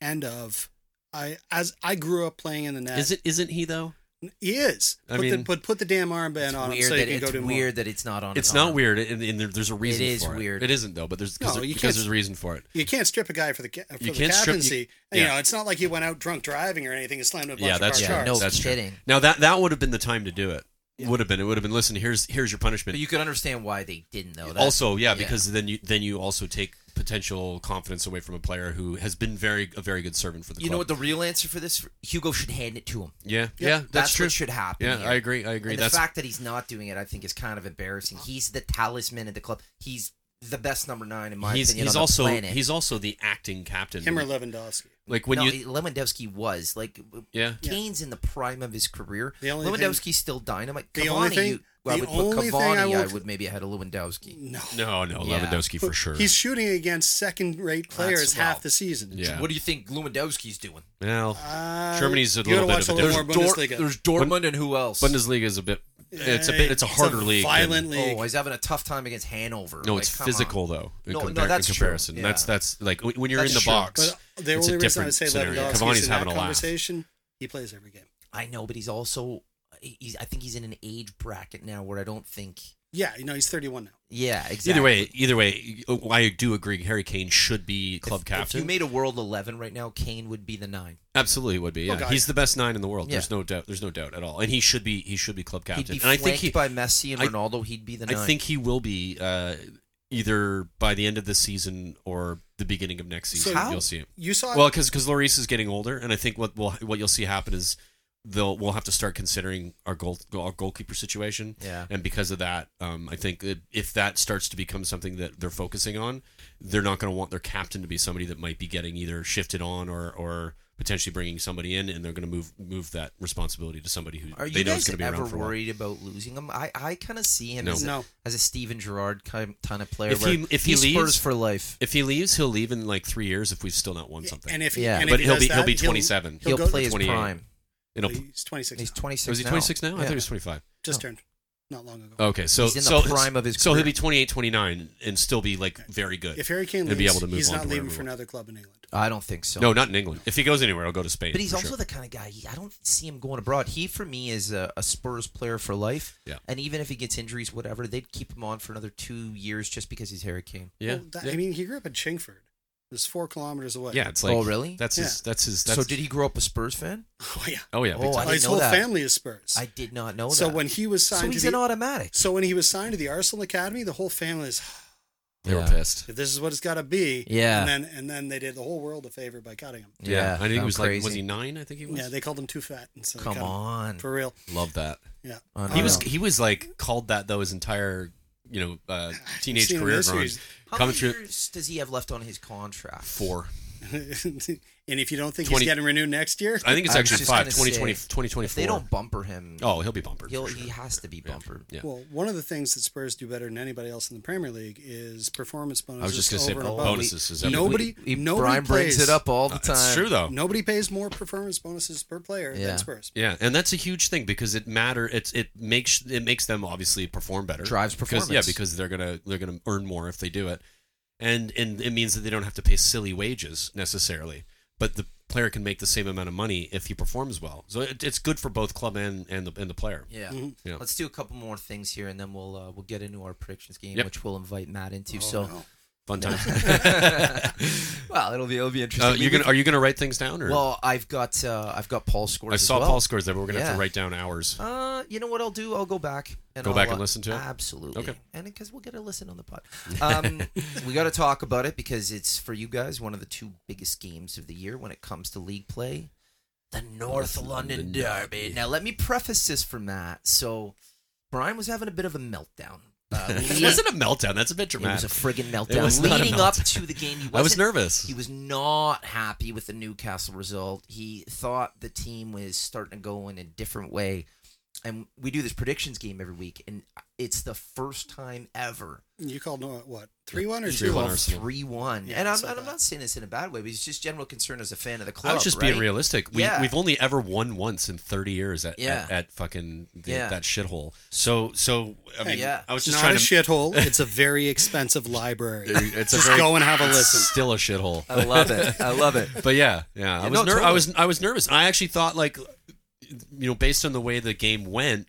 S4: End of. I as I grew up playing in the net.
S1: Is it? Isn't he though?
S4: He is.
S1: I
S4: Put the,
S1: mean-
S4: put, put the damn armband
S5: It's
S4: on him
S5: weird
S4: so you
S5: that
S4: can
S5: it's
S4: go do more.
S5: weird that it's not on.
S1: It's
S5: his arm.
S1: not weird, and, and there, there's a reason.
S5: is
S1: for
S5: weird.
S1: It isn't though, but there's 'cause
S4: No,
S1: there-
S4: you
S1: because
S4: can't-
S1: there's a reason for it.
S4: You can't strip a guy for the ca- for
S1: You
S4: the
S1: can't strip- you-
S4: captaincy. You,
S1: yeah.
S4: know, it's not like he went out drunk driving or anything and slammed a bunch
S1: yeah,
S4: of
S1: that's
S4: our
S1: true.
S5: Yeah,
S4: cars.
S5: no
S1: that's
S5: kidding.
S1: True. Now that that would have been the time to do it. Would have been. It would have been. Listen, here's here's your punishment.
S5: But you could understand why they didn't though. That-
S1: also, yeah, because then you then you also take potential confidence away from a player who has been very a very good servant for the
S5: you
S1: club.
S5: know what the real answer for this Hugo should hand it to him.
S1: yeah, yeah, that's,
S5: that's
S1: true.
S5: what should happen.
S1: Yeah,
S5: here.
S1: I agree. I agree.
S5: And
S1: that's
S5: the fact that he's not doing it, I think, is kind of embarrassing. He's the talisman of the club. He's the best number nine in my
S1: he's
S5: opinion.
S1: he's
S5: on the
S1: also
S5: planet.
S1: he's also the acting captain.
S4: Him or Lewandowski.
S1: like when
S5: No,
S1: you
S5: Lewandowski was like
S1: yeah.
S5: Kane's in the prime of his career.
S4: The only
S5: Lewandowski's still dynamite.
S4: the
S5: Cavani,
S4: only thing-
S5: you, well, I
S4: the
S5: would
S4: only
S5: put
S4: thing
S5: Cavani.
S4: I
S5: I,
S4: will-
S5: would maybe ahead of Lewandowski.
S4: No.
S1: No, no,
S5: Yeah.
S1: Lewandowski for sure.
S4: He's shooting against second-rate players
S5: That's-
S4: half
S5: wow.
S4: the season.
S1: yeah.
S5: What do you think Lewandowski's doing?
S1: well,
S4: Uh,
S1: Germany's a
S4: you
S1: little
S4: gotta
S1: bit
S4: watch
S1: of a
S4: little
S1: different-
S4: more Bundesliga.
S5: Dortmund and who else?
S1: Bundesliga is a bit. It's a bit. It's a
S4: It's a
S1: harder league. than-
S4: violent league.
S5: Oh, he's having a tough time against Hanover.
S1: no,
S5: Like,
S1: it's
S5: come on.
S1: physical though. In
S5: No, no,
S1: compar- in
S5: that's true.
S1: comparison.
S5: Yeah.
S1: That's that's like when when you're
S5: That's
S1: in the
S5: true. uh,
S1: box.
S4: But the
S1: it's a
S4: only reason I
S1: different
S4: say
S1: scenario.
S4: Lewandowski's
S1: Cavani's
S4: in that
S1: having a laugh.
S4: conversation, he plays every game.
S5: I know, but he's also he's. I think he's in an age bracket now where I don't think.
S4: Yeah, you know, he's 31 now.
S5: Yeah, exactly.
S1: Either way, either way, oh, I do agree. Harry Kane should be
S5: If-
S1: club captain.
S5: If you made a world eleven right now, Kane would be the nine.
S1: Absolutely would be.
S4: Oh,
S1: Yeah,
S4: God,
S1: he's
S4: yeah.
S1: the best nine in the world. There's
S5: Yeah.
S1: no doubt. There's no doubt at all. And he should be. He should be club
S5: He'd
S1: captain.
S5: be
S1: and I think
S5: flanked
S1: he.
S5: by Messi and
S1: I-
S5: Ronaldo. He'd be the
S1: I
S5: nine.
S1: think he will be uh, either by the end of this season or the beginning of next season.
S5: How?
S1: You'll see him.
S4: You saw
S1: Well, because because Lloris is getting older, and I think what will what you'll see happen is they'll we'll have to start considering our goal our goalkeeper situation.
S5: Yeah.
S1: And because of that, um, I think that if that starts to become something that they're focusing on, they're not going to want their captain to be somebody that might be getting either shifted on or or potentially bringing somebody in, and they're going to move move that responsibility to somebody who
S5: Are
S1: they
S5: you
S1: know is
S5: guys
S1: going to be
S5: ever
S1: around for a while.
S5: worried about losing him? I, I kind of see him
S1: No.
S5: as, a,
S4: No.
S5: as a Steven Gerrard kind kind of player.
S1: If
S5: where
S1: he- if he
S5: he's
S1: leaves-
S5: Spurs for life,
S1: If he leaves, he'll leave in like three years if we've still not won something.
S4: and if he,
S5: Yeah.
S4: and if
S1: but
S4: he
S1: he'll
S4: does
S1: be
S4: that,
S1: he'll be 27.
S4: he'll
S5: he'll,
S4: go to
S5: play his
S1: 28.
S5: prime.
S1: It'll-
S4: he's 26.
S5: He's
S4: now.
S5: twenty six.
S1: was he 26 now? I
S5: Yeah.
S1: thought he was 25.
S4: just
S5: No.
S4: turned not long ago.
S1: Okay, so
S5: He's in the
S1: so
S5: prime of his
S1: so
S5: career.
S1: he'll be 28, 29, and still be like very good.
S4: If Harry Kane
S1: He'll
S4: leaves,
S1: be able to move
S4: he's
S1: on
S4: not
S1: to
S4: leaving
S1: wherever
S4: for
S1: he
S4: another club in England.
S5: I don't think so.
S1: no, not in England. If he goes anywhere, he'll go to Spain.
S5: But he's
S1: for
S5: also
S1: sure.
S5: the kind of guy he, I don't see him going abroad. He for me is a, a Spurs player for life.
S1: Yeah.
S5: And even if he gets injuries, whatever, they'd keep him on for another two years just because he's Harry Kane.
S1: yeah.
S4: Well, Oh, that-
S1: yeah.
S4: I mean, he grew up in Chingford. It's four kilometers away.
S1: yeah, it's like
S5: Oh, really?
S1: That's his.
S4: Yeah.
S1: That's his. That's,
S5: so did he grow up a Spurs fan?
S4: Oh yeah.
S1: Oh yeah. big
S5: Oh,
S1: time.
S5: I
S4: His
S5: didn't know
S4: whole
S5: that.
S4: family is Spurs.
S5: I did not know
S4: so
S5: that.
S4: when he was
S5: so
S4: signed
S5: he's
S4: to
S5: an
S4: the
S5: automatic.
S4: so when he was signed to the Arsenal academy, the whole family is
S1: They were
S5: Yeah.
S1: pissed.
S4: If this is what it's got to be,
S5: Yeah.
S4: And then and then they did the whole world a favor by cutting him.
S1: Yeah, I think he
S5: sound
S1: was like,
S5: crazy.
S1: was he nine? I think he was.
S4: Yeah, they called him too fat, and so they
S5: Come
S4: cut him.
S5: on.
S4: for real.
S1: Love that.
S4: Yeah,
S5: I don't
S1: He
S5: Oh,
S1: was
S5: no.
S1: he was like called that though his entire you know uh, teenage
S4: seen him
S1: career.
S4: this
S1: growing-
S4: years.
S5: How
S1: coming
S5: many
S1: through
S5: years does he have left on his contract?
S1: four.
S4: and if you don't think
S1: 20
S4: he's getting renewed next year,
S1: I think it's
S5: I was
S1: actually
S5: just
S1: five.
S5: gonna
S1: 2020,
S5: say,
S1: 2024.
S5: If they don't bumper him,
S1: oh, he'll be bumpered.
S5: he'll,
S1: for sure.
S5: he has to be bumpered.
S1: yeah.
S4: well, one of the things that Spurs do better than anybody else in the Premier League is performance bonuses.
S1: I was just gonna
S4: going to
S1: say bonuses is everything.
S4: Nobody,
S5: He-
S4: nobody
S5: Brian
S4: plays,
S5: brings it up all the time.
S1: It's true though.
S4: Nobody pays more performance bonuses per player
S5: Yeah.
S4: than Spurs.
S1: Oh. Yeah, and that's a huge thing because it matter. It's it makes it makes them obviously perform better.
S5: Drives
S1: Because-
S5: performance.
S1: yeah, because they're gonna they're gonna earn more if they do it, and and it means that they don't have to pay silly wages necessarily. But the player can make the same amount of money if he performs well. So it, it's good for both club and and the and the player.
S5: Yeah.
S4: Mhm.
S1: Yeah.
S5: Let's do a couple more things here, and then we'll uh, we'll get into our predictions game,
S1: Yep.
S5: which we'll invite Matt into.
S4: Oh,
S5: so,
S4: no.
S1: Fun time.
S5: well, it'll be it'll be interesting.
S1: uh, you're gonna are you gonna write things down or?
S5: well, I've got uh, I've got Paul scores.
S1: I saw
S5: as well.
S1: Paul scores there, but we're gonna have
S5: Yeah.
S1: to write down hours.
S5: Uh, you know what I'll do? I'll go back and
S1: Go
S5: I'll,
S1: back and
S5: uh,
S1: listen to it?
S5: Absolutely.
S1: Okay.
S5: And because we'll get a listen on the pod. Um, we got to talk about it because it's for you guys one of the two biggest games of the year when it comes to league play, the North, London,
S1: London
S5: Derby.
S1: Derby.
S5: Now let me preface this for Matt. So Brian was having a bit of a meltdown. Uh, leading-
S1: it wasn't a meltdown. That's a bit
S5: it was
S1: dramatic.
S5: a friggin'
S1: It was
S5: meltdown.
S1: not a
S5: Leading up
S1: meltdown.
S5: to the game, he
S1: I was
S5: wasn't-
S1: nervous.
S5: He was not happy with the Newcastle result. He thought the team was starting to go in a different way. And we do this predictions game every week, and it's the first time ever
S4: You called no what three one or
S1: Three
S4: two
S1: one or
S4: one?
S1: Arsenal.
S5: three one.
S4: Yeah,
S5: and I'm,
S4: so
S5: and I'm
S4: bad.
S5: not saying this in a bad way, but it's just general concern as a fan of the club.
S1: I was just
S5: right?
S1: being realistic. We,
S5: Yeah.
S1: We've only ever won once in 30 years at,
S5: Yeah.
S1: at, at fucking the,
S5: Yeah.
S1: that shithole. So, so I mean,
S5: Yeah.
S1: I was just
S4: Not
S1: trying
S4: a
S1: to.
S4: shithole. It's a very expensive library.
S1: It's a
S4: Just
S1: very-
S4: go and have a
S1: it's
S4: listen.
S1: Still a shithole.
S5: I love it. I love it.
S1: But yeah, yeah. I
S5: Oh. Yeah,
S1: was
S5: no,
S1: ner- I
S5: totally.
S1: was I was nervous. I actually thought like, you know, based on the way the game went,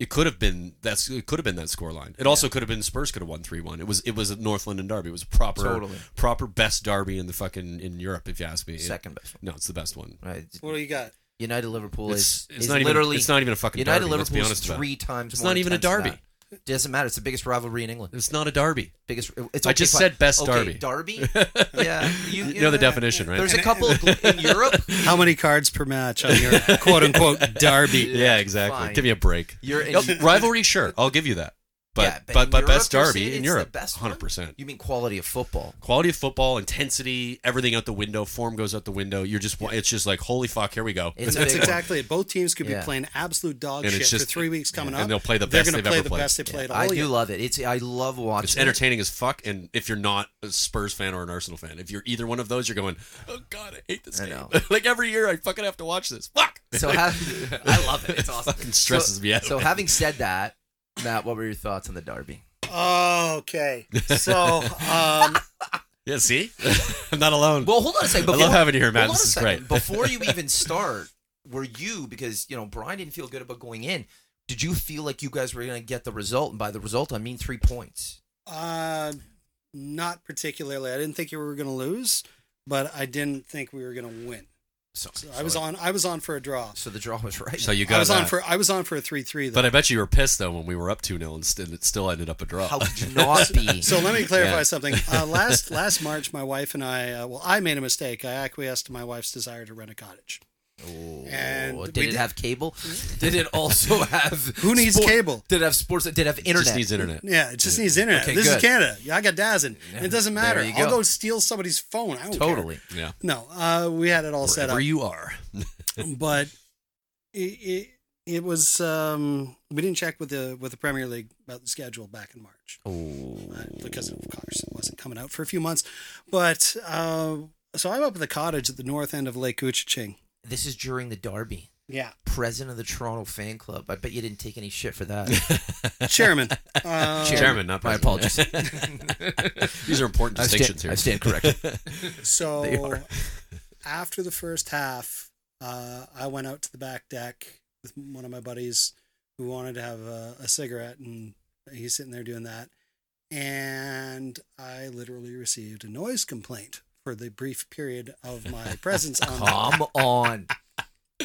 S1: it could have been that's it could have been that scoreline. It also could have been Spurs could have won three one. It was it was a North London derby. It was proper
S5: Totally.
S1: proper best derby in the fucking in Europe. If you ask me, It-
S5: Second best one.
S1: no, it's the best one.
S5: Right.
S4: What do you got?
S5: United Liverpool
S1: It's,
S5: is,
S1: it's
S5: is
S1: not
S5: literally
S1: even it's not even a fucking
S5: United
S1: derby. Let's be
S5: Liverpool is
S1: honest about it.
S5: three times.
S1: It's
S5: more
S1: not even a
S5: intense than
S1: derby.
S5: that. Doesn't matter. It's the biggest rivalry in England.
S1: It's not a derby.
S5: biggest. It's
S1: I
S5: okay,
S1: just
S5: fine.
S1: said best
S5: Okay,
S1: derby.
S5: Derby. yeah,
S1: You, know the definition, right?
S5: There's a couple of, in Europe.
S4: How many cards per match on your quote unquote derby?
S1: yeah, exactly.
S5: fine.
S1: Give me a break.
S5: You're in,
S1: Oh, rivalry, sure, I'll give you that. But
S5: Yeah,
S1: but
S5: but
S1: but,
S5: in
S1: best
S5: Europe, you're
S1: derby
S5: saying
S1: in
S5: it's the
S1: Europe,
S5: best one?
S1: hundred percent.
S5: You mean quality of football?
S1: Quality of football, intensity, everything out the window. Form goes out the window. You're just it's just like holy fuck, here we go.
S5: It's a
S4: That's
S5: big
S4: exactly it. Both teams could be
S5: Yeah.
S4: playing absolute dog
S1: And
S4: shit
S1: it's
S4: for
S1: just-
S4: three weeks coming
S1: yeah, and
S4: up.
S1: they'll play the
S4: They're
S1: best
S4: gonna
S1: they've
S4: play
S1: ever
S4: the
S1: played.
S4: best they played all
S5: I do
S4: year.
S5: love it. It's I love watching.
S1: Oh, It's
S5: it.
S1: entertaining as fuck, and if you're not a Spurs fan or an Arsenal fan, if you're either one of those, you're going, oh god, I hate this
S5: I
S1: game.
S5: know.
S1: like every year, I fucking have to watch this. Fuck.
S5: So have, I love it. It's awesome.
S1: Fucking stresses
S5: so,
S1: me out.
S5: So having said that, Matt, what were your thoughts on the derby?
S4: Okay, so um,
S1: yeah, see, I'm not alone.
S5: Well, hold on a second.
S1: I
S5: Before,
S1: love having you here, Matt.
S5: hold on
S1: This
S5: a
S1: is great.
S5: second. Before you even start, were you because you know Brian didn't feel good about going in? Did you feel like you guys were going to get the result? And by the result, I mean three points.
S4: uh, not particularly. I didn't think you were going to lose, but I didn't think we were going to win.
S5: So,
S4: So I was on. I was on for a draw.
S5: So the draw was right.
S1: So you got
S4: I was on
S1: that.
S4: for. I was on for a three three.
S1: But uh, I bet you were pissed though when we were up two 0 and st- it still ended up a draw.
S5: How could you not be?
S4: So let me clarify
S1: Yeah.
S4: something. Uh, last last March, my wife and I, uh, well, I made a mistake. I acquiesced to my wife's desire to rent a cottage. and
S5: Oh,
S4: we
S5: did it
S4: did-
S5: have cable? did it also have
S4: Who needs
S5: sport-
S4: cable?
S5: Did it have sports? Did it have
S1: It
S5: internet?
S1: Just needs internet.
S4: Yeah, it just needs internet.
S5: Okay,
S4: this
S5: good.
S4: is Canada. Yeah, I got dazzin. It doesn't
S5: There
S4: matter.
S5: you
S4: I'll
S5: go.
S4: go steal somebody's phone. I don't care.
S5: totally.
S1: Yeah.
S4: No, uh, we had it all set
S1: Wherever
S4: up,
S1: you are.
S4: but it, it it was um, we didn't check with the with the Premier League about the schedule back in March.
S5: Oh,
S4: uh, because of course it wasn't coming out for a few months. But uh, so I'm up at the cottage at the north end of Lake Uchiching.
S5: this is during the derby.
S4: Yeah,
S5: President of the Toronto Fan Club. I bet you didn't take any shit for that.
S4: chairman. Uh,
S1: Chairman, not
S5: My
S1: president.
S5: apologies.
S1: These are important
S5: I
S1: distinctions
S5: stand, I stand corrected. They
S4: So
S5: are.
S4: after the first half, uh, I went out to the back deck with one of my buddies who wanted to have a, a cigarette, and he's sitting there doing that. And I literally received a noise complaint for the brief period of my presence on the
S5: Come on.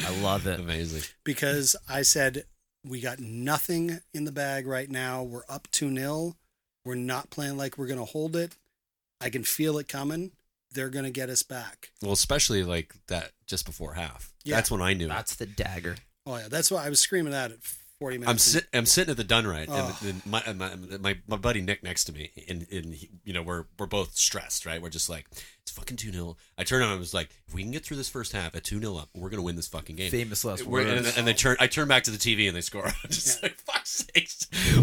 S5: I love
S1: here.
S5: it.
S1: Amazing.
S4: because I said we got nothing in the bag right now. We're up two 0 We're not playing like we're going to hold it. I can feel it coming. They're going to get us back.
S1: Well, especially like that just before half.
S4: Yeah.
S1: That's when I knew. it.
S5: That's the dagger.
S4: Oh yeah, that's why I was screaming at it. Forty minutes.
S1: I'm
S4: in.
S1: sit, I'm sitting at the dun right,
S4: Oh.
S1: and the, my, my my my buddy Nick next to me, and and he, you know we're we're both stressed, right? We're just like it's fucking two 0 I turned on him, I was like, if we can get through this first half at two 0 up, we're gonna win this fucking game.
S5: Famous last
S1: We're-
S5: words.
S1: and, and they turn, I turn back to the TV and they score. I'm just like, fuck's sake.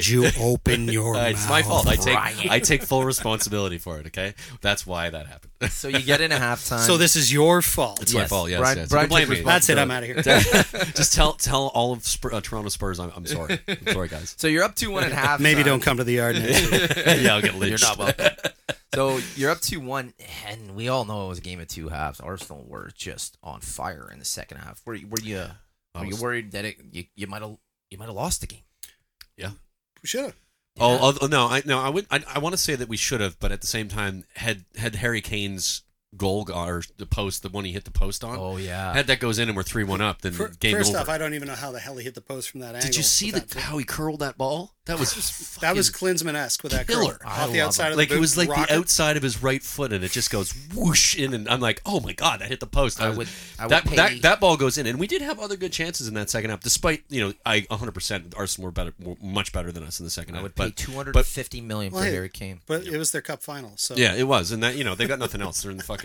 S4: you open your?
S1: Uh, it's my fault. I take
S5: Ryan.
S1: I take full responsibility for it. Okay, that's why that happened.
S5: so you get in a halftime.
S4: So this is your fault.
S1: It's my
S5: Yes.
S1: fault. Yes,
S5: Brian-
S1: yes.
S5: Brian
S1: You can
S5: took
S1: blame me.
S4: That's it. I'm out of here.
S1: Just tell tell all of Spur, uh, Toronto Spurs. I'm, I'm sorry. I'm sorry, guys.
S5: So you're up two one at halftime.
S4: Maybe don't come to the yard. Next week.
S1: yeah, I'll get
S5: You're
S1: lynched.
S5: not welcome. so you're up two one, and we all know it was a game of two halves. Arsenal were just on fire in the second half. Were you were you
S1: I
S5: were you
S1: was-
S5: worried that it you, you might have you might have lost the game?
S4: We should have.
S1: Oh, although- no, I no, I would. I, I want to say that we should have, but at the same time, had had Harry Kane's goal go- or the post, the one he hit the post on,
S5: Oh yeah.
S1: had that goes in and we're three one up, then
S4: Fir-
S1: game
S4: First
S1: over.
S4: off, I don't even know how the hell he hit the post from that angle.
S1: Did you see
S4: with
S1: the, how he curled that ball? That was just
S4: That was
S1: fucking-
S4: Klinsman-esque with that
S1: killer.
S4: curl.
S5: I
S4: off the
S5: love
S4: outside
S5: it.
S4: of the
S1: like it
S4: boot,
S1: was like
S4: rocket.
S1: the outside of his right foot, and it just goes whoosh in, and I'm like, oh my god, that hit the post.
S5: I
S1: was-
S5: would- I would
S1: that,
S5: pay-
S1: that that ball goes in, and we did have other good chances in that second half, despite you know I 100 percent Arsenal were better, were much better than us in the second
S5: I
S1: half.
S5: would pay
S1: but
S5: two hundred and fifty million
S4: Well,
S5: for
S4: hey,
S5: Harry Kane.
S4: But it was their cup final, so
S1: yeah, it was, and that you know they got nothing else. They're in the fucking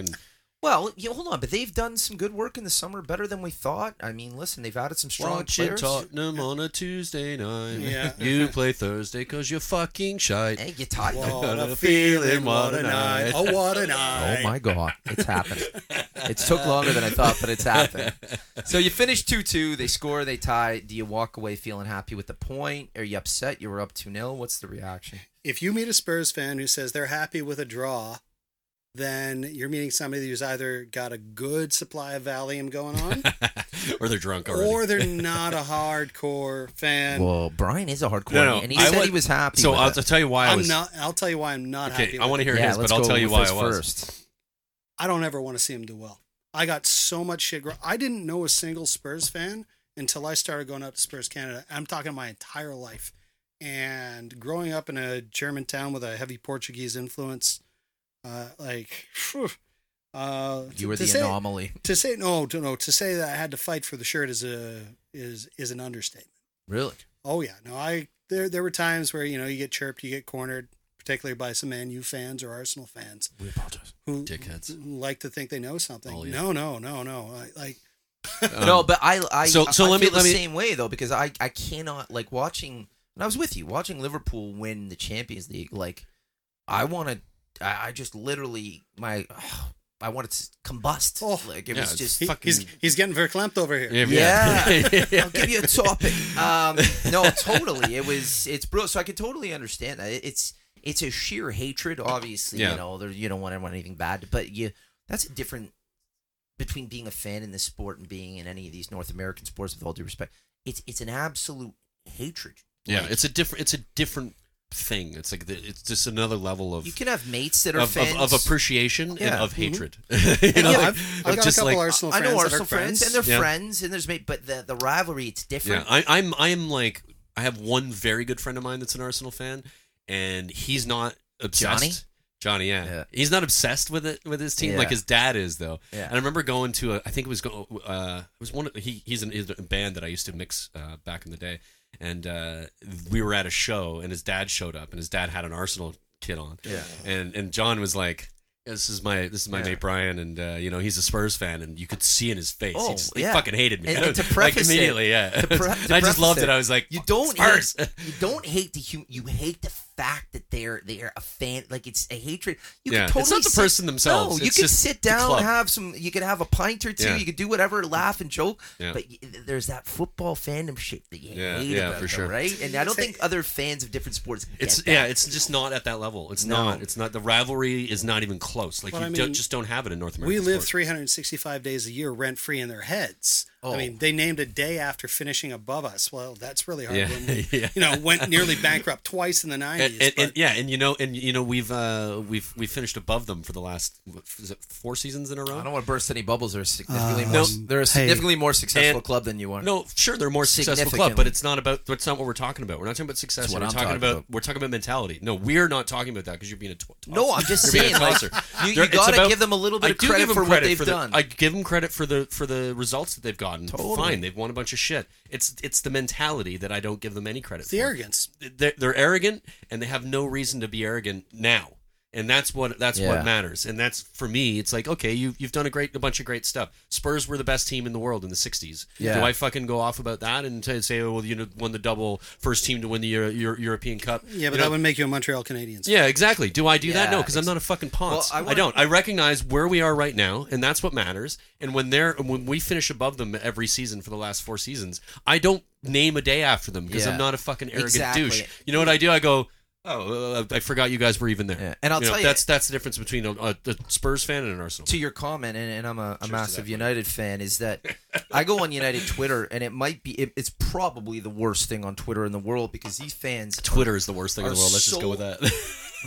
S5: Well, you, hold on, but they've done some good work in the summer, better than we thought. I mean, listen, they've added some strong
S1: Watch it
S5: players.
S1: Tottenham on a Tuesday night.
S4: Yeah.
S1: You play Thursday because you're fucking shite.
S5: Hey, you tied them.
S4: What a feeling, what a night. Oh, what a night.
S5: Oh my god, it's happened. it took longer than I thought, but it's happened. So you finish two two, they score, they tie. Do you walk away feeling happy with the point? Are you upset you were up two 0 What's the reaction?
S4: If you meet a Spurs fan who says they're happy with a draw, then you're meeting somebody who's either got a good supply of Valium going on,
S1: or they're drunk already.
S4: or they're not a hardcore fan.
S5: Well, Brian is a hardcore,
S1: No, no,
S5: and he
S1: I
S5: said
S1: wa-
S5: he was happy.
S1: so
S5: with
S1: I'll,
S5: it.
S1: I'll tell you why I
S4: I'm
S1: was.
S4: not. I'll tell you why I'm not
S1: okay,
S4: happy.
S1: I
S4: with
S1: want to
S4: it.
S1: hear
S5: yeah,
S1: his,
S5: let's
S1: but I'll
S5: go
S1: tell you
S5: with
S1: why
S5: his
S1: I was.
S5: first.
S4: I don't ever want to see him do well. I got so much shit. gro- I didn't know a single Spurs fan until I started going up to Spurs Canada. I'm talking my entire life. And growing up in a German town with a heavy Portuguese influence, uh, like, phew, uh,
S5: You were
S4: to
S5: the
S4: say-
S5: anomaly,
S4: To say no, to, no, to say that I had to fight for the shirt is a is is an understatement.
S5: really.
S4: Oh yeah, no, I there there were times where you know you get chirped, you get cornered, particularly by some Man U fans or Arsenal fans
S5: We apologize.
S4: who
S1: Dickheads.
S4: like to think they know something.
S1: Oh, yeah.
S4: No, no, no, no. I, like
S1: Um,
S5: no, but I, I
S1: so- so
S5: I
S1: let me-
S5: feel the
S1: let me-
S5: same way though because I I cannot like watching and I was with you watching Liverpool win the Champions League like I want to I, I just literally my I wanted to combust
S4: Oh.
S5: like it
S1: Yeah,
S5: was
S1: it's
S5: just
S4: he- he's
S1: Fucking-
S4: he's getting verklempt over here.
S5: yeah.
S1: yeah.
S5: I'll give you a topic. Um, no, totally. It was it's brutal. So I could totally understand that. It- It's it's a sheer hatred. Obviously,
S1: Yeah.
S5: you know, there, you don't want anyone anything bad, but you that's a different between being a fan in this sport and being in any of these North American sports. With all due respect, it's it's an absolute hatred.
S1: Yeah,
S5: Like,
S1: it's a different. It's a different thing. It's like the, it's just another level of
S5: you can have mates that are
S1: of,
S5: fans
S1: of, of appreciation and
S5: Yeah.
S1: of
S5: Mhm.
S1: hatred.
S4: You
S1: you know,
S4: know,
S1: like,
S4: I've, I've
S1: it's
S4: got a
S1: just
S4: couple
S1: like-
S4: Arsenal
S5: I
S4: friends.
S5: know
S4: that are
S5: Arsenal friends, and they're
S1: Yeah.
S5: friends, and there's mate, but the, the rivalry it's
S1: yeah,
S5: different.
S1: I, I'm I'm like I have one very good friend of mine that's an Arsenal fan, and he's not obsessed.
S5: Johnny?
S1: Johnny, yeah.
S5: Yeah.
S1: he's not obsessed with it with his team
S5: Yeah.
S1: like his dad is though.
S5: Yeah.
S1: And I remember going to a, I think it was go, uh, it was one of, he he's in he's in a band that I used to mix uh, back in the day, and uh, we were at a show and his dad showed up and his dad had an Arsenal kid on,
S5: Yeah.
S1: and and John was like. This is my this is my
S5: Yeah.
S1: mate Brian, and uh, you know he's a Spurs fan, and you could see in his face he,
S5: Oh,
S1: just, he
S5: yeah.
S1: fucking hated me.
S5: And- and to
S1: like
S5: preface it-
S1: immediately, yeah.
S5: to pre- to
S1: And I just
S5: preface
S1: loved it.
S5: it,
S1: I was like,
S5: You don't
S1: Spurs.
S5: hate, you don't hate the hum- you hate the fact that they're they're a fan like it's a hatred. You
S1: Yeah,
S5: can
S1: it's
S5: totally
S1: not the
S5: sit-
S1: person themselves,
S5: No, you
S1: it's
S5: could
S1: just
S5: sit
S1: the
S5: down,
S1: club.
S5: have some, you could have a pint or two,
S1: Yeah.
S5: you could do whatever, laugh and joke.
S1: Yeah.
S5: But y- there's that football fandom shit that you
S1: Yeah,
S5: hate
S1: yeah,
S5: about,
S1: for
S5: though,
S1: sure.
S5: right? And I don't think other fans of different sports. Get
S1: It's
S5: that.
S1: yeah, it's just not at that level. It's
S5: No.
S1: not. It's not. The rivalry is not even close. Like
S4: Well,
S1: you
S4: I mean,
S1: don't, just don't have it in North America.
S4: we live
S1: sport.
S4: 365 days a year rent free in their heads.
S5: Oh,
S4: I mean, they named a day after finishing above us. Well, that's really hard
S1: Yeah,
S4: when we,
S1: yeah.
S4: you know, went nearly bankrupt twice in the 90s.
S1: And, and, and-
S4: but-
S1: yeah, and you know, and you know, we've uh, we've we've finished above them for the last what, is it four seasons in a row.
S5: I don't want to burst any bubbles. They're significantly
S4: Um,
S5: more.
S4: Nope.
S5: They're a
S4: Hey.
S5: significantly more successful
S1: Uh, And-
S5: club than you are.
S1: No, sure, they're a more successful club, but
S5: Significantly.
S1: it's not about. That's not what we're talking about. We're not talking about success.
S5: That's
S1: We're
S5: what I'm
S1: talking,
S5: talking
S1: about,
S5: about.
S1: We're talking about mentality. No, we're not talking about that because you're being a. Tw-
S5: No, I'm just
S1: you're being
S5: saying,
S1: a
S5: like,
S1: tosser.
S5: you- you
S1: There- it's
S5: gotta give them a little bit
S1: I
S5: of
S1: do
S5: credit
S1: give them
S5: for what
S1: credit
S5: they've
S1: the-
S5: done.
S1: I give them credit for the for the results that they've gotten.
S5: Totally.
S1: Fine, they've won a bunch of shit. It's it's the mentality that I don't give them any credit
S4: it's the
S1: for.
S4: arrogance.
S1: They're, they're arrogant and they have no reason to be arrogant now. And that's what that's
S5: Yeah.
S1: what matters. And that's for me. It's like okay, you you've done a great a bunch of great stuff. Spurs were the best team in the world in the '60s.
S5: Yeah.
S1: Do I fucking go off about that and t- say, oh, well, you know, won the double first team to win the Euro- Euro- European Cup?
S4: Yeah, but
S1: You know,
S4: that would make you a Montreal Canadiens.
S1: yeah, exactly. Do I do that? No,
S5: Yeah,
S1: because I'm not a fucking ponce.
S5: Well, I
S1: I,
S5: wanna-
S1: don't. I recognize where we are right now, and that's what matters. And when they're when we finish above them every season for the last four seasons, I don't name a day after them because
S5: Yeah.
S1: I'm not a fucking arrogant
S5: Exactly.
S1: douche. You know what I do? I go. Oh, uh, I forgot you guys were even there.
S5: Yeah. And I'll
S1: you know,
S5: tell you-
S1: that's that's the difference between a, a, a Spurs fan and an Arsenal.
S5: to your comment, and, and I'm a, a
S1: to
S5: massive
S1: that,
S5: United fan, is that I go on United Twitter, and it might be it, it's probably the worst thing on Twitter in the world because these fans.
S1: Twitter is the worst thing in
S5: Are
S1: the world. Let's just
S5: so-
S1: go with that.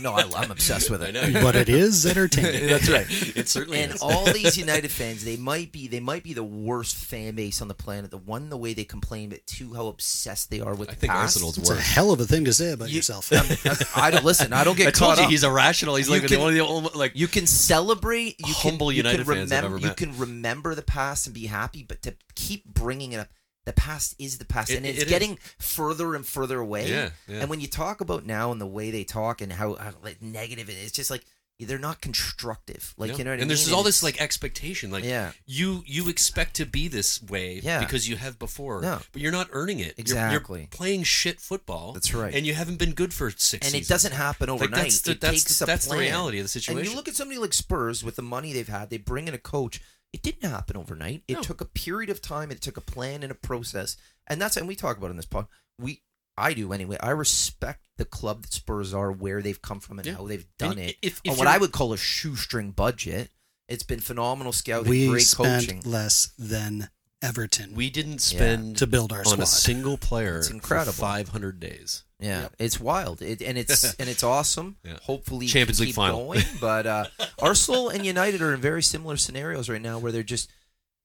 S5: No, I, I'm obsessed with it.
S1: I know.
S4: But it is entertaining.
S5: That's right.
S1: It certainly
S5: and
S1: is.
S5: all these United fans, they might be they might be the worst fan base on the planet. The one, the way they complain, but two, how obsessed they are with
S1: I
S5: the
S1: think
S5: past.
S1: Arsenal's
S4: It's a
S1: worse.
S4: hell of a thing to say about
S5: You-
S4: yourself.
S5: I don't listen. I don't get
S1: I told
S5: caught
S1: you
S5: up.
S1: he's irrational. He's
S5: You
S1: like
S5: can-
S1: one of the only, like
S5: You can celebrate. You
S1: Humble
S5: can,
S1: United
S5: you can
S1: fans I've
S5: remember,
S1: ever
S5: You
S1: met.
S5: can remember the past and be happy, but to keep bringing it up, the past is the past,
S1: It-
S5: and it's
S1: it is.
S5: getting further and further away.
S1: Yeah, yeah.
S5: And when you talk about now and the way they talk and how, how like, negative it is, it's just like they're not constructive. Like
S1: Yeah.
S5: you know what I mean?
S1: and there's all this
S5: it's-
S1: like expectation, like
S5: Yeah.
S1: you you expect to be this way
S5: Yeah.
S1: because you have before,
S5: No.
S1: but you're not earning it. You're- You're,
S5: Exactly.
S1: playing shit football.
S5: That's right.
S1: And you haven't been good for six.
S5: and it
S1: seasons.
S5: doesn't happen overnight.
S1: that's the-
S5: it
S1: that's
S5: takes
S1: the-
S5: a
S1: that's the
S5: plan.
S1: reality of the
S5: And
S1: situation.
S5: you look at somebody like Spurs with the money they've had, they bring in a coach. It didn't happen overnight. It
S1: No.
S5: took a period of time. It took a plan and a process. And that's and we talk about it in this pod. We I do anyway. I respect the club that Spurs are, where they've come from, and
S1: Yeah.
S5: how they've
S1: And
S5: done it.
S1: if-
S5: on
S1: if
S5: what
S1: you're-
S5: I would call a shoestring budget, it's been phenomenal scouting,
S4: we
S5: great
S4: spent
S5: coaching.
S4: less than Everton
S1: We didn't spend
S4: to build our
S1: on
S4: squad.
S1: a single player
S5: It's incredible.
S1: for 500 days.
S5: Yeah, it's wild, it, and it's and it's awesome.
S1: Yeah.
S5: Hopefully, it
S1: Champions
S5: can
S1: League
S5: keep
S1: final.
S5: Going, but uh, Arsenal and United are in very similar scenarios right now, where they're just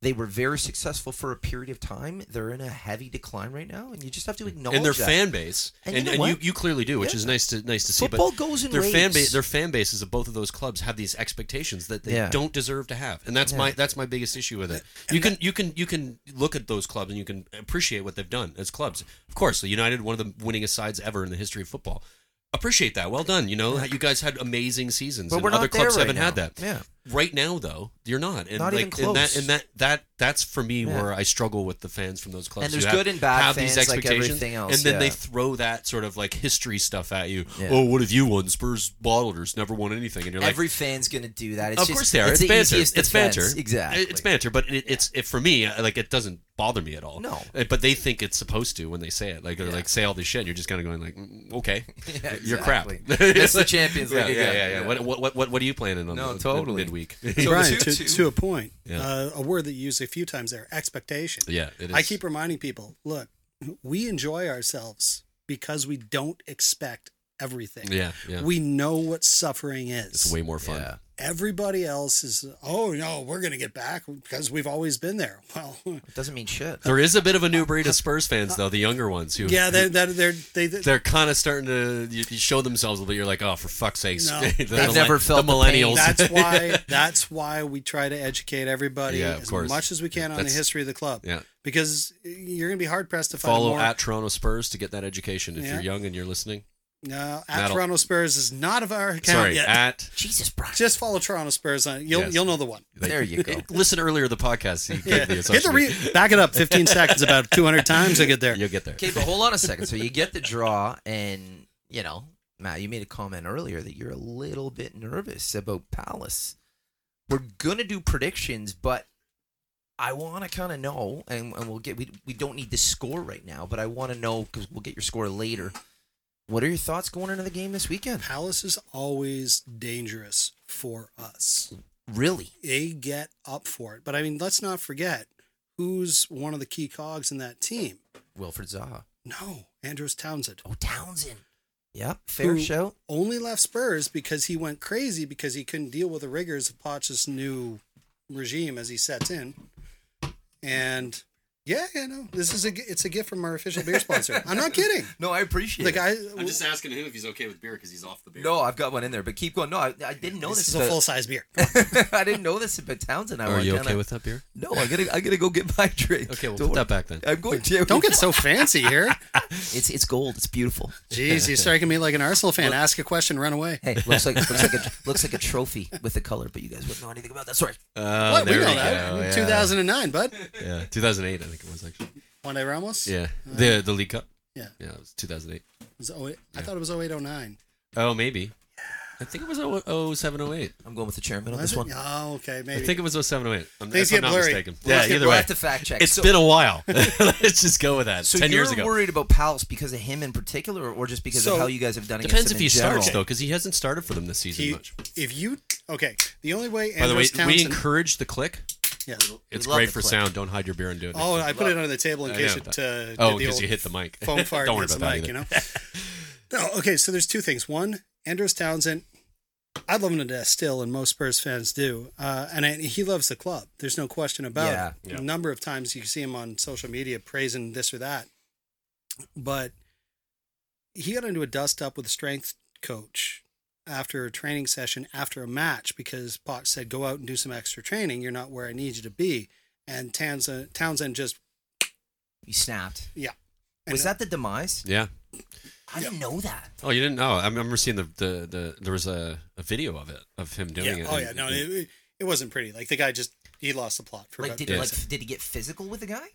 S5: they were very successful for a period of time. They're in a heavy decline right now, and you just have to acknowledge
S1: and their
S5: that.
S1: fan base,
S5: And
S1: and,
S5: you
S1: and,
S5: know
S1: you, you,
S5: what?
S1: clearly do, which
S5: Yeah.
S1: is nice to nice to see.
S5: Football
S1: but
S5: goes in
S1: their fan
S5: waves.
S1: base, their fan bases of both of those clubs have these expectations that they
S5: Yeah.
S1: don't deserve to have, and that's
S5: Yeah.
S1: my that's my biggest issue with it. You can you can you can look at those clubs and you can appreciate what they've done as clubs. Of course, the United, one of the winningest sides ever in the history of football. Appreciate that. Well done. You know, you guys had amazing seasons,
S5: But
S1: and
S5: we're not
S1: other clubs
S5: there right
S1: haven't had
S5: now.
S1: that.
S5: Yeah.
S1: Right now, though, you're not. And
S5: Not
S1: like,
S5: even close.
S1: And that, and that that that's for me
S5: Yeah.
S1: where I struggle with the fans from those clubs.
S5: And there's
S1: who have-
S5: good and bad
S1: have these
S5: fans, like
S1: expectations,
S5: everything else,
S1: and then
S5: yeah.
S1: they throw that sort of like history stuff at you.
S5: Yeah.
S1: Oh, what have you won? Spurs bottlers never won anything, and you're like,
S5: Every fan's gonna do that. It's
S1: of
S5: just-
S1: course they are. It's,
S5: the
S1: banter.
S5: easiest
S1: It's
S5: defense.
S1: banter.
S5: Exactly.
S1: It's banter, but it, it's it, for me I- like it doesn't bother me at all.
S5: No.
S1: Uh, but they think it's supposed to when they say it. Like they're
S5: Yeah.
S1: like say all this shit. and You're just kind of going like, mm, okay,
S5: Yeah,
S1: you're
S5: exactly.
S1: crap.
S5: That's the Champions
S1: Yeah,
S5: League
S1: yeah,
S5: again.
S1: yeah, yeah.
S5: Yeah.
S1: What, what what what what are you planning on?
S5: No,
S1: the- the
S5: totally.
S1: midweek.
S5: So
S4: Brian,
S5: two-
S4: to,
S5: two-
S4: to a point,
S1: Yeah.
S4: uh, a word that you used a few times there, expectation.
S1: yeah, it is.
S4: I keep reminding people, look, we enjoy ourselves because we don't expect everything.
S1: Yeah, yeah.
S4: We know what suffering is.
S1: It's way more fun.
S5: Yeah.
S4: Everybody else is, oh no, we're going to get back because we've always been there. Well,
S5: It doesn't mean shit.
S1: There is a bit of a new breed of Spurs fans though, the younger ones who
S4: yeah, they're, they're, they're, they, they,
S1: they're kind of starting to you, you show themselves a little. bit. You're like, oh, for fuck's sake!
S4: No.
S1: The
S4: They've
S1: millen-
S5: never felt
S1: the
S5: the
S1: millennials.
S5: pain.
S4: that's why that's why we try to educate everybody
S1: Yeah, of
S4: as
S1: course.
S4: much as we can on
S1: That's-
S4: the history of the club.
S1: Yeah.
S4: Because you're going to be hard pressed to find a
S1: Follow
S4: more,
S1: at Toronto Spurs to get that education. If
S4: Yeah.
S1: you're young and you're listening,
S4: No, at
S1: That'll-
S4: Toronto Spurs is not of our account
S1: sorry,
S4: yet.
S1: at
S5: Jesus, Christ.
S4: Just follow Toronto Spurs on. You'll
S1: Yes.
S4: you'll know the one.
S5: There you go.
S1: Listen earlier to the podcast. You
S4: Yeah.
S1: get the
S4: Hit the re- back it up 15 seconds about 200 times to get there.
S1: You'll get there.
S5: Okay, but hold on a second. So you get the draw, and you know, Matt, you made a comment earlier that you're a little bit nervous about Palace. We're gonna do predictions, but I want to kind of know, and, and we'll get we we don't need the score right now, but I want to know because we'll get your score later. What are your thoughts going into the game this weekend?
S4: Palace is always dangerous for us.
S5: Really?
S4: They get up for it. But I mean, let's not forget who's one of the key cogs in that team?
S5: Wilfred Zaha.
S4: No, Andrews Townsend.
S5: Oh, Townsend. Yep. Fair
S4: who
S5: show.
S4: Only left Spurs because he went crazy because he couldn't deal with the rigors of Potch's new regime as he sets in. And yeah, yeah, no, this is a g- it's a gift from our official beer sponsor. I'm not kidding.
S5: No, I appreciate
S4: The guy.
S1: I'm just asking him if he's okay with beer because he's off the beer.
S5: No, I've got one in there, but keep going. No, I, I didn't know
S4: this
S5: this.
S4: is a
S5: about-
S4: full size beer.
S5: I didn't know this about Townsend. I
S1: Are
S5: want
S1: you
S5: kinda-
S1: okay with that beer?
S5: No, I gotta I gotta go get my drink.
S1: Okay, well,
S5: Don't
S1: put that
S5: worry.
S1: back then.
S5: I'm going to.
S4: Don't get so fancy here.
S5: It's it's gold. It's beautiful.
S4: Jeez, you're striking me like an Arsenal fan. Ask a question, run away.
S5: Hey, looks like looks like a looks like a trophy with the color, but you guys wouldn't know anything about that. Sorry.
S1: Uh,
S4: what? We
S1: there
S4: know
S1: we
S4: that.
S1: go, yeah.
S4: 2009, bud.
S1: Yeah, 2008, I think it was actually.
S4: Juan de Ramos?
S1: Yeah, the the League Cup.
S4: Yeah.
S1: Yeah, it was 2008.
S4: It was 08 I thought it was 0809.
S1: Oh, maybe. I think it was oh, 0- 0708.
S5: I'm going with the chairman on
S4: Was it?
S5: this one.
S4: Oh, okay.
S1: I
S4: Maybe.
S1: think it was 0708. I'm,
S4: Things
S1: if I'm
S4: get
S1: not
S4: blurry.
S1: mistaken.
S5: We'll
S1: Yeah,
S5: have to-
S1: either
S5: we'll
S1: way.
S5: have to fact check.
S1: It's
S5: So-
S1: been a while. Let's just go with that.
S5: So
S1: 10
S5: you're
S1: years ago.
S5: worried about Palace because of him in particular, or- or just because
S4: So,
S5: of how you guys have done it?
S1: Depends if he starts, though, because he hasn't started for them this season
S4: He-
S1: much.
S4: if you okay, the only way.
S1: By the way,
S4: Andros Townsend,
S1: we encourage the click.
S4: Yes.
S1: It's
S5: love
S1: great
S5: the
S1: for
S5: click.
S1: sound. Don't hide your beer and do it.
S4: Oh, I put it under the table in
S1: I
S4: case
S1: know.
S4: it. Uh,
S1: oh,
S4: did the
S1: because you
S4: old
S1: hit the mic.
S4: Foam fart.
S1: Don't worry
S4: hits
S1: about
S4: the
S1: that
S4: mic,
S1: either.
S4: You know. no. Okay, so there's two things. One, Andros Townsend. I love him to death still, and most Spurs fans do. Uh, and I, he loves the club. There's no question about
S5: Yeah.
S4: it.
S1: Yeah.
S4: A number of times you see him on social media praising this or that. But he got into a dust up with a strength coach after a training session after a match because Potts said, "Go out and do some extra training. You're not where I need you to be." And Townsend, Townsend just
S5: He snapped.
S4: yeah.
S5: Was
S4: And-
S5: that the demise?
S1: Yeah.
S5: I didn't know that.
S1: Oh, you didn't know? I remember seeing the, the, the there was a, a video of it of him doing
S4: yeah.
S1: it.
S4: Oh
S1: and-
S4: yeah, no,
S1: and-
S4: it, it wasn't pretty. Like the guy just he lost the plot for
S5: Like,
S4: about
S5: did
S1: Yeah.
S5: like did he get physical with the guy?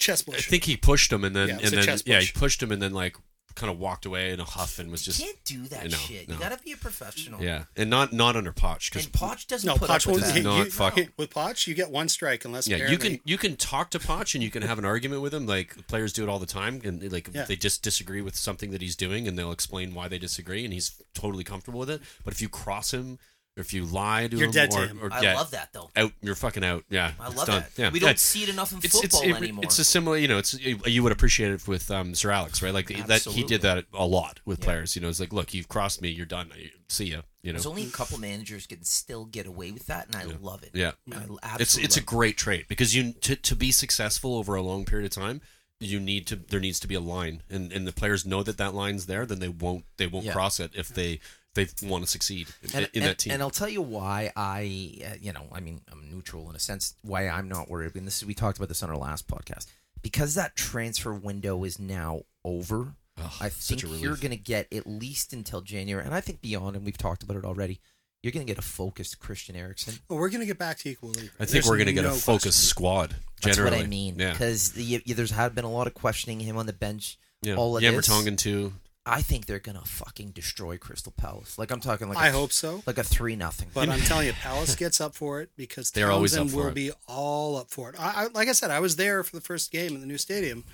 S4: chest
S1: I
S4: bullshit.
S1: think he pushed him and then
S4: Yeah, it was
S1: and
S4: a
S1: then
S4: chest
S1: yeah, he
S4: push.
S1: pushed him and then like kind of walked away in a huff and was
S5: You
S1: just
S5: can't do that
S1: no,
S5: shit.
S1: no.
S5: You gotta be a professional.
S1: yeah, and not not under Potch because
S5: And Poch doesn't
S4: no,
S5: put
S4: Potch
S5: up with
S4: won't.
S5: that.
S1: he- No,
S4: you,
S1: fuck.
S4: With Potch, you get one strike unless
S1: yeah, you
S4: apparently-
S1: can you can talk to Potch and you can have an argument with him. Like players do it all the time, and like
S4: Yeah.
S1: they just disagree with something that he's doing, and they'll explain why they disagree, and he's totally comfortable with it. But if you cross him, or if you lie to
S4: You're
S1: him,
S4: dead to
S1: or,
S4: him.
S1: or
S5: I
S1: yeah,
S5: love that though.
S1: out, you're fucking out. Yeah,
S5: I
S1: it's
S5: love
S1: done.
S5: that.
S1: Yeah,
S5: We don't
S1: Yeah.
S5: see it enough in
S1: It's, it's,
S5: football
S1: it-
S5: anymore.
S1: it's a similar, you know, it's you would appreciate it with um, Sir Alex, right? Like that he
S5: Absolutely.
S1: did that a lot with
S5: Yeah.
S1: players. You know, it's like, look, you've crossed me, you're done. See ya. You know,
S5: There's only a couple managers can still get away with that, and I love it.
S1: Yeah.
S5: I absolutely
S1: it's it's a
S5: love
S1: great trait because you to, to be successful over a long period of time you need to there needs to be a line and and the players know that that line's there then they won't they won't
S5: Yeah.
S1: cross it if they they want to succeed
S5: it.
S1: in,
S5: and,
S1: in
S5: and-
S1: that team
S5: and I'll tell you why I, uh, you know, I mean, I'm neutral in a sense. Why I'm not worried, and this is we talked about this on our last podcast, because that transfer window is now over.
S1: Ugh,
S5: I
S1: such
S5: think
S1: a
S5: you're
S1: relief.
S5: going to get at least until January, and I think beyond. And we've talked about it already. You're going to get a focused Christian Eriksen.
S4: Well, we're gonna get back to equal league.
S1: i think
S4: There's
S1: we're going to get a
S4: no
S1: focused
S4: question.
S1: squad
S5: That's
S1: generally
S5: what I mean.
S1: yeah
S5: Because there's had been a lot of questioning him on the bench.
S1: yeah
S5: all of this.
S1: Yammertongen too
S5: I think they're gonna fucking destroy Crystal Palace. Like I'm talking like
S4: I
S5: a-
S4: hope so.
S5: like a three nothing.
S4: But I'm telling you, Palace gets up for it because
S1: They're always up
S4: Townsend
S1: for
S4: will
S1: it.
S4: be all up for it. I, I, like I said, I was there for the first game in the new stadium,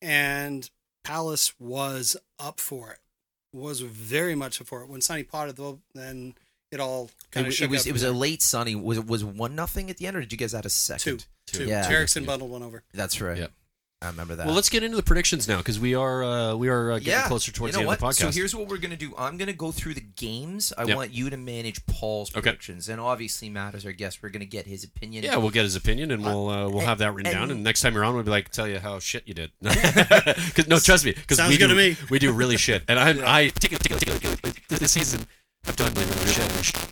S4: and Palace was up for it, was very much up for it. When Sonny potted, though, then it all
S5: it,
S4: kind of
S5: was-
S4: shook
S5: it was
S4: up
S5: it was
S4: from
S5: a
S4: there.
S5: late sunny. Was it was one nothing at the end, or did you guys add a
S4: two,
S5: second?
S4: two.
S5: Yeah.
S4: Erickson bundled one over.
S5: That's right.
S1: Yep.
S5: I remember that.
S1: well let's get into the predictions now because we are uh, we are uh, getting closer towards
S5: you know
S1: the end of
S5: what?
S1: the
S5: So
S1: podcast
S5: here's what we're gonna do. I'm gonna go through the games. I
S1: Yep.
S5: want you to manage Paul's
S1: Okay.
S5: predictions, and obviously Matt is our guest. We're gonna get his opinion.
S1: yeah, we'll get his opinion, and we'll uh, we'll
S5: and-
S1: have that written down.
S5: and-
S1: And next time you're on, we'll be like, tell you how shit you did. 'Cause- no, trust me, because
S4: Sounds
S1: we
S4: good
S1: do,
S4: to me.
S1: we do really shit. And I'm, I particularly, particularly, particularly this season, I've done really, really shit.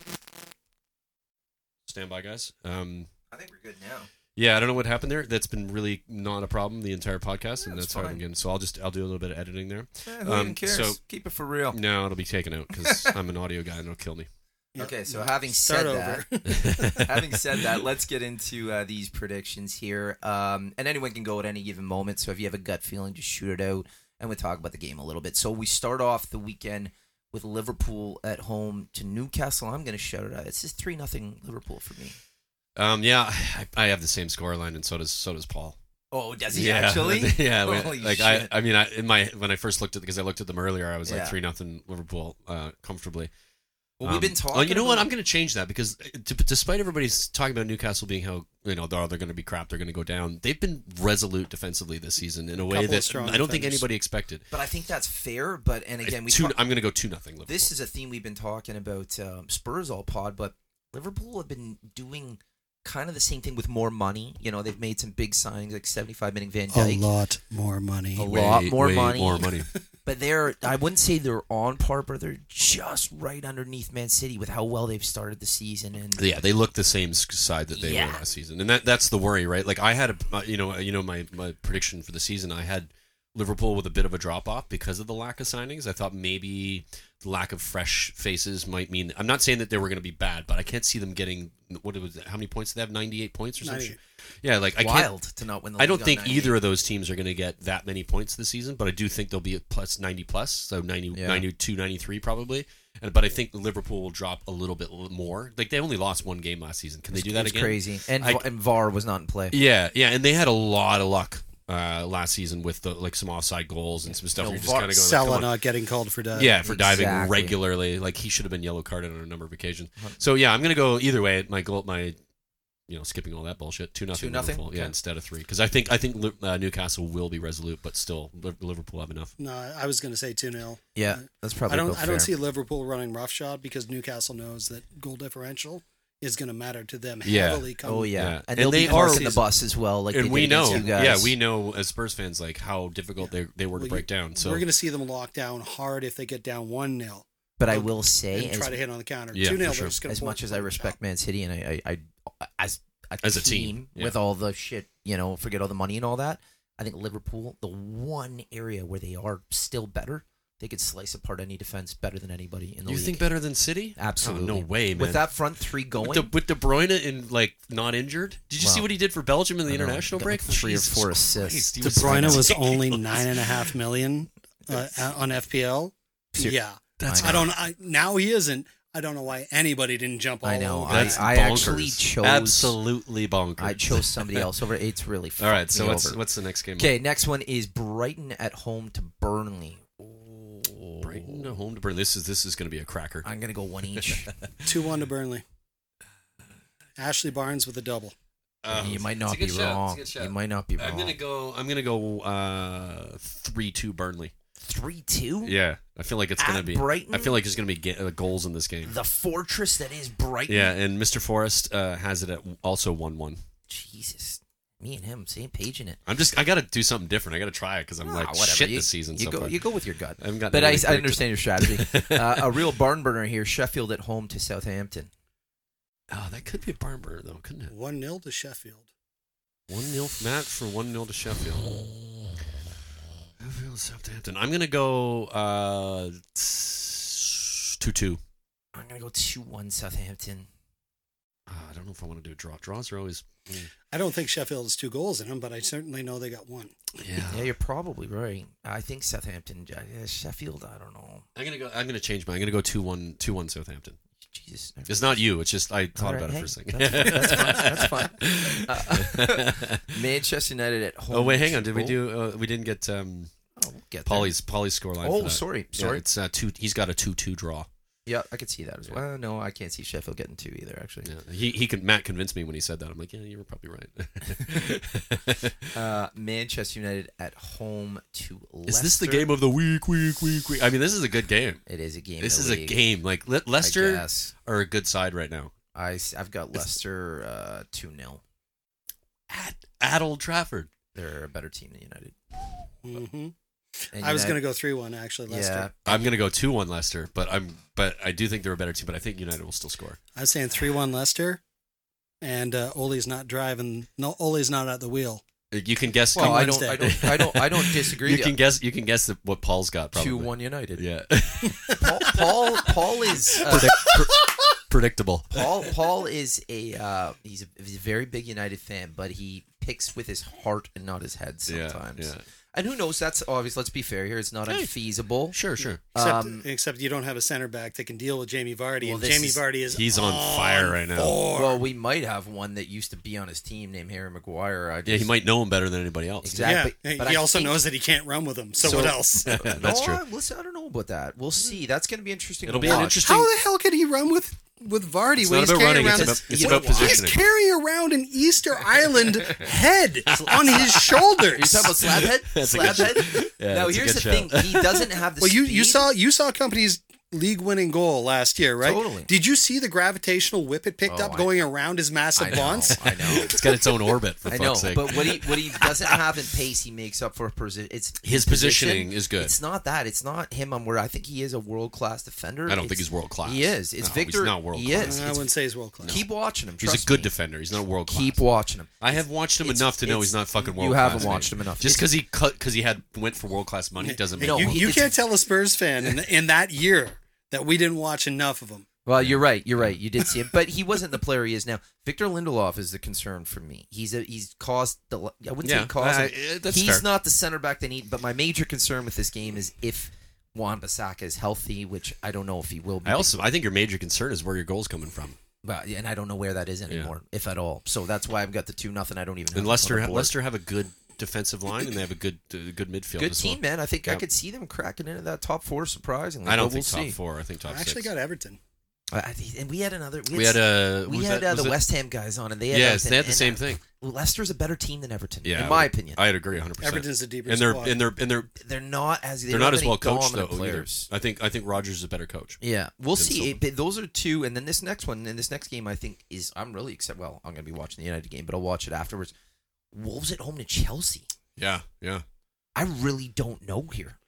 S1: Stand by, guys. Um,
S5: I think we're good now.
S1: yeah, I don't know what happened there. That's been really not a problem the entire podcast,
S5: Yeah,
S1: and
S5: it's
S1: that's how I'm
S5: fine.
S1: getting. So I'll just I'll do a little bit of editing there.
S5: who
S1: Um,
S5: even cares?
S1: so-
S5: Keep it for real.
S1: No, it'll be taken out because I'm an audio guy and it'll kill me.
S5: Okay, so
S4: Yeah.
S5: having
S4: Start
S5: said
S4: over.
S5: that, Having said that, let's get into uh, these predictions here. Um, and anyone can go at any given moment. So if you have a gut feeling, just shoot it out. And we'll talk about the game a little bit. So we start off the weekend with Liverpool at home to Newcastle. I'm going to shout it out. It's just 3 nothing Liverpool for me.
S1: Um, yeah, I, I have the same score line, and so does so does Paul.
S5: Oh, does he actually?
S1: yeah. we-
S5: Holy
S1: like
S5: shit.
S1: I, I mean, I in my when I first looked at because I looked at them earlier, I was
S5: Yeah.
S1: like three nothing Liverpool uh, comfortably.
S5: Well, we've
S1: Um,
S5: been talking.
S1: Oh, you know what?
S5: about-
S1: I'm going to change that because, uh, d- despite everybody's talking about Newcastle being how you know they're, they're going to be crap, they're going to go down. They've been resolute defensively this season in a way
S4: Couple of
S1: that I
S4: strong
S1: don't think
S4: defenders.
S1: anybody expected.
S5: But I think that's fair. But and again, we
S1: two,
S5: talk-
S1: I'm going to go two nothing. Liverpool.
S5: this is a theme we've been talking about um, Spurs all pod, but Liverpool have been doing kind of the same thing with more money. You know, they've made some big signings like 75 minute Van
S4: A
S5: Dyke,
S4: lot more money.
S5: A lot more money.
S1: More money.
S5: but they're I wouldn't say they're on par, but they're just right underneath Man City with how well they've started the season. And
S1: yeah, they look the same s- side that they
S5: Yeah.
S1: were last season, and that that's the worry, right? Like I had a uh, you know you know my my prediction for the season, I had Liverpool with a bit of a drop off because of the lack of signings. I thought maybe the lack of fresh faces might mean. I'm not saying that they were going to be bad, but I can't see them getting what it was how many points did they have? 98 points or something.
S4: 98.
S1: Yeah, like I can't.
S5: wild to not win. the
S1: I
S5: league
S1: don't
S5: on
S1: think
S5: 98.
S1: either of those teams are going to get that many points this season, but I do think they'll be at plus 90 plus, so 90,
S5: Yeah.
S1: 92, 93 probably. And, but I think Liverpool will drop a little bit l- more. Like they only lost one game last season. Can they do that
S5: It's
S1: again?
S5: Crazy. And,
S1: I-
S5: Va- and VAR was not in play.
S1: Yeah, yeah, and they had a lot of luck uh, last season with the like some offside goals and some stuff.
S5: No,
S1: where you're just
S5: VAR
S1: kind of going, like,
S4: Salah
S1: come on.
S4: not getting called for dive.
S1: yeah, for diving
S5: Exactly.
S1: regularly. Like he should have been yellow carded on a number of occasions. So yeah, I'm gonna go either way. My goal, my you know, skipping all that bullshit. Two nothing.
S5: 2-0?
S1: Liverpool. Yeah,
S5: Okay.
S1: instead of three, because I think I think Li- uh, Newcastle will be resolute, but still Li- Liverpool have enough.
S4: No, I was going to say 2 0.
S5: Yeah, that's probably.
S4: I don't.
S5: about
S4: I don't
S5: fair.
S4: see Liverpool running roughshod because Newcastle knows that goal differential is going to matter to them
S1: Yeah.
S4: heavily. Coming.
S5: Oh yeah,
S1: Yeah.
S5: and,
S1: And
S5: they'll
S1: they
S5: be
S1: are-
S5: parking the bus as well. Like
S1: and
S5: they
S1: we
S5: did against
S1: know,
S5: you guys.
S1: yeah, we know as Spurs fans like how difficult they they were to
S4: Well, you-
S1: break down. So
S4: we're going to see them lock down hard if they get down one 0
S5: But I will say,
S4: and
S5: as,
S4: try to hit on the counter.
S1: Yeah,
S4: Two 0
S1: for
S4: they're
S1: sure.
S4: just going to
S5: as much as I respect Man City, and I, I, I as a
S1: As a
S5: team,
S1: team, yeah.
S5: with all the shit, you know, forget all the money and all that. I think Liverpool, the one area where they are still better, they could slice apart any defense better than anybody in the
S1: you
S5: league.
S1: think better than City? Oh,
S5: Absolutely,
S1: no way, man.
S5: With that front three going,
S1: with, the, with De Bruyne in like not injured, did you see
S5: Wow.
S1: what he did for Belgium in the
S5: I know.
S1: international
S5: Got
S1: break?
S5: three or
S1: Jesus
S5: four
S1: Christ,
S5: assists.
S1: he
S5: De
S4: Bruyne
S5: Bruyne
S4: was only
S1: ridiculous.
S4: nine and a half million uh, on FPL.
S5: Ser-
S4: yeah,
S5: That's-
S4: I don't. I, now he isn't. I don't know why anybody didn't jump. All
S5: I know.
S4: Over
S5: I-
S1: That's
S4: that.
S5: I actually
S1: bonkers.
S5: chose-
S1: absolutely bonkers.
S5: I chose somebody else over. It's really
S1: All right,
S5: fucked
S1: so
S5: me
S1: what's
S5: over.
S1: what's the next game?
S5: okay? Next one is Brighton at home to Burnley. Ooh.
S1: Brighton at home Oh, to Burnley. This is this is going to be a cracker.
S5: I'm gonna go one each.
S4: Two one to Burnley. Ashley Barnes with a double.
S1: Uh,
S5: you might not be wrong. You might not be wrong.
S1: I'm gonna go. I'm gonna go uh, three two Burnley.
S5: three two.
S1: Yeah, I feel like it's gonna
S5: At
S1: be.
S5: Brighton?
S1: I feel like there's gonna be ga- uh, goals in this game.
S5: The fortress that is Brighton.
S1: Yeah, and Mr. Forrest uh, has it at also one one.
S5: Jesus, me and him same page in it.
S1: I'm just. I gotta do something different. I gotta try it because I'm
S5: Ah,
S1: like
S5: whatever.
S1: shit
S5: you,
S1: this season.
S5: You
S1: so
S5: go,
S1: far.
S5: you go with your gut.
S1: I haven't gotten
S5: But I,
S1: anybody
S5: I understand your strategy. uh, a real barn burner here. Sheffield at home to Southampton.
S1: Oh, that could be a barn burner though, couldn't it?
S4: One 0 to Sheffield.
S1: One 0 match for one 0 to Sheffield. Sheffield Southampton. I'm gonna go uh, two two.
S5: I'm gonna go two one Southampton.
S1: Uh, I don't know if I want to do a draw. Draws are always. mm,
S4: I don't think Sheffield has two goals in them, but I certainly know they got one.
S5: Yeah, you're probably right. I think Southampton, uh, Sheffield. I don't know.
S1: I'm gonna go. I'm gonna change my. I'm gonna go two one two one Southampton.
S5: Jesus.
S1: It's not you. It's just I thought
S5: All right,
S1: about it
S5: hey,
S1: for a second.
S5: That's fine. That's fine. That's fine. Uh, Manchester United at home.
S1: oh wait, hang on. Did we
S5: Oh,
S1: do? Uh, we didn't get um,
S5: oh, we'll get there.
S1: Polly's Polly's scoreline.
S5: Oh,
S1: for that.
S5: sorry,
S1: Yeah,
S5: sorry.
S1: it's uh, two. He's got a two two draw.
S5: Yeah, I could see that as
S1: Yeah.
S5: well. No, I can't see Sheffield getting two either. Actually,
S1: Yeah, he he can. Matt convinced me when he said that. I'm like, yeah, you were probably right.
S5: uh, Manchester United at home to Leicester.
S1: Is this the game of the week? Week? Week? Week? I mean, this is a good game.
S5: It is a game.
S1: This
S5: of
S1: is
S5: the
S1: a
S5: league,
S1: game. Like Le-
S5: I
S1: Leicester
S5: guess.
S1: are a good side right now.
S5: I have got Leicester uh, two 0
S1: At at Old Trafford.
S5: They're a better team than United.
S4: hmm
S5: And
S4: I was going to
S5: United-
S4: go three one actually. Lester.
S5: Yeah,
S1: I'm gonna go two one Leicester, but I'm but I do think they're a better team. But I think United will still score.
S4: I was saying three one Leicester, and uh, Ole's not driving. No, Ole's not at the wheel.
S1: Uh, You can guess.
S5: Well,
S4: Come
S5: I don't,
S4: Wednesday.
S5: I don't, I don't, I don't disagree.
S1: You
S5: with
S1: can guess. You can guess that what Paul's got. Probably.
S5: two one United.
S1: Yeah.
S5: Paul, Paul, Paul is uh,
S1: Predict- pre- predictable.
S5: Paul Paul is a uh, he's a he's a very big United fan, but he picks with his heart and not his head
S1: Yeah,
S5: sometimes.
S1: yeah.
S5: And who knows? That's obvious. Let's be fair here. It's not
S1: Hey.
S5: unfeasible.
S1: Sure, sure.
S4: Except,
S5: Um,
S4: except you don't have a center back that can deal with Jamie Vardy,
S5: Well,
S4: and
S5: this
S4: Jamie
S5: is-
S4: Vardy is
S1: He's on fire right now.
S4: four.
S5: Well, we might have one that used to be on his team named Harry Maguire. I
S1: Yeah, he
S5: just-
S1: might know him better than anybody else.
S5: Exactly. Yeah, but-
S4: yeah,
S5: but
S4: he
S5: I
S4: also
S5: think-
S4: knows that he can't run with him. So,
S5: So-
S4: what else?
S1: That's
S5: No,
S1: true.
S5: I- listen, Oh, I don't know about that. We'll
S4: Mm-hmm.
S5: see. That's going to be interesting.
S1: It'll
S5: to
S1: be an
S5: watch.
S1: interesting.
S4: How the hell could he run with with Vardy
S1: It's
S4: when
S1: not
S4: he's
S1: about
S4: carrying
S1: running. It's
S4: around
S1: about,
S4: his,
S1: it's
S5: you
S1: about
S5: know what?
S4: he's
S1: positioning.
S4: carrying around an Easter Island head on his shoulders.
S5: Are you talking about Slabhead?
S1: That's a good
S5: Slabhead?
S1: Yeah,
S5: now,
S1: that's a
S5: here's the
S1: good
S5: thing. He doesn't have the
S4: well, you you
S5: speed.
S4: saw you saw company's league winning goal last year, right?
S5: Totally.
S4: Did you see the gravitational whip it picked
S5: Oh,
S4: up
S5: I-
S4: going around his
S5: I
S4: massive
S5: know,
S4: bonds?
S5: I know.
S1: It's got its own orbit, for
S5: I
S1: fuck's
S5: know,
S1: sake.
S5: but what he what he doesn't have in pace, he makes up for position. It's
S1: His positioning is good.
S5: It's not that. It's not him. I'm where I think he is a world class defender.
S1: I don't think
S5: It's-
S1: he's world-class.
S5: He is. It's
S1: No, he's
S5: Victor.
S1: not
S5: He
S1: world-class.
S5: is.
S4: I
S5: It's-
S4: wouldn't say he's world class.
S5: Keep watching him.
S1: he's a
S5: trust
S1: good
S5: me.
S1: defender. He's not world class.
S5: Keep watching him.
S1: I have watched him
S5: It's-
S1: enough to know
S5: it's-
S1: he's not fucking
S5: you
S1: world.
S5: haven't watched him enough.
S1: Just
S5: It's-
S1: because he cut because he had went for world class money doesn't make
S5: No,
S1: him
S4: you,
S5: he-
S1: world-
S4: you
S5: it's-
S4: can't tell a Spurs fan in, in that year that we didn't watch enough of him.
S5: Well, you're right. You're right. You did see him, but he wasn't the player he is now. Victor Lindelof is the concern for me. He's a he's caused the. I wouldn't
S1: Yeah,
S5: say caused.
S1: I-
S5: him.
S1: uh, that's
S5: he's
S1: fair.
S5: not the center back they need. But my major concern with this game is if Juan Bissaka is healthy, which I don't know if he will be.
S1: I also I think your major concern is where your goal's coming from.
S5: Well, yeah, and I don't know where that is anymore, if at all. So that's why I've got the two nothing. I don't even.
S1: And
S5: have
S1: Leicester
S5: them on the board.
S1: Leicester have a good defensive line and they have a good uh, good midfield.
S5: good
S1: as
S5: team,
S1: well.
S5: man. I think I
S1: Yeah.
S5: could see them cracking into that top four surprisingly.
S1: I don't
S5: but
S1: think
S5: we'll
S1: top
S5: see.
S1: four. I think top
S4: I actually
S1: six.
S4: got Everton.
S5: Uh, I think- and we had another.
S1: we had a
S5: we
S1: was
S5: had
S1: that-
S5: uh,
S1: was
S5: the
S1: that-
S5: West Ham guys on, and they had
S1: Yes,
S5: Everton,
S1: they had the
S5: and,
S1: same
S5: uh,
S1: thing.
S5: Leicester's a better team than Everton,
S1: Yeah, I
S5: in my
S1: would-
S5: opinion.
S1: I'd agree 100. percent
S4: Everton's the deeper
S1: and they're
S4: squad.
S1: and they're and they're
S5: they're not as they
S1: they're
S5: don't
S1: not
S5: have
S1: as
S5: any
S1: well coached though
S5: dominant
S1: either.
S5: players.
S1: I think I think Rogers is a better coach.
S5: Yeah, we'll
S1: Than
S5: see.
S1: Silva.
S5: It, but those are two, and then this next one, and this next game, I think is I'm really except. Well, I'm going to be watching the United game, but I'll watch it afterwards. Wolves at home to Chelsea.
S1: Yeah, yeah.
S5: I really don't know here.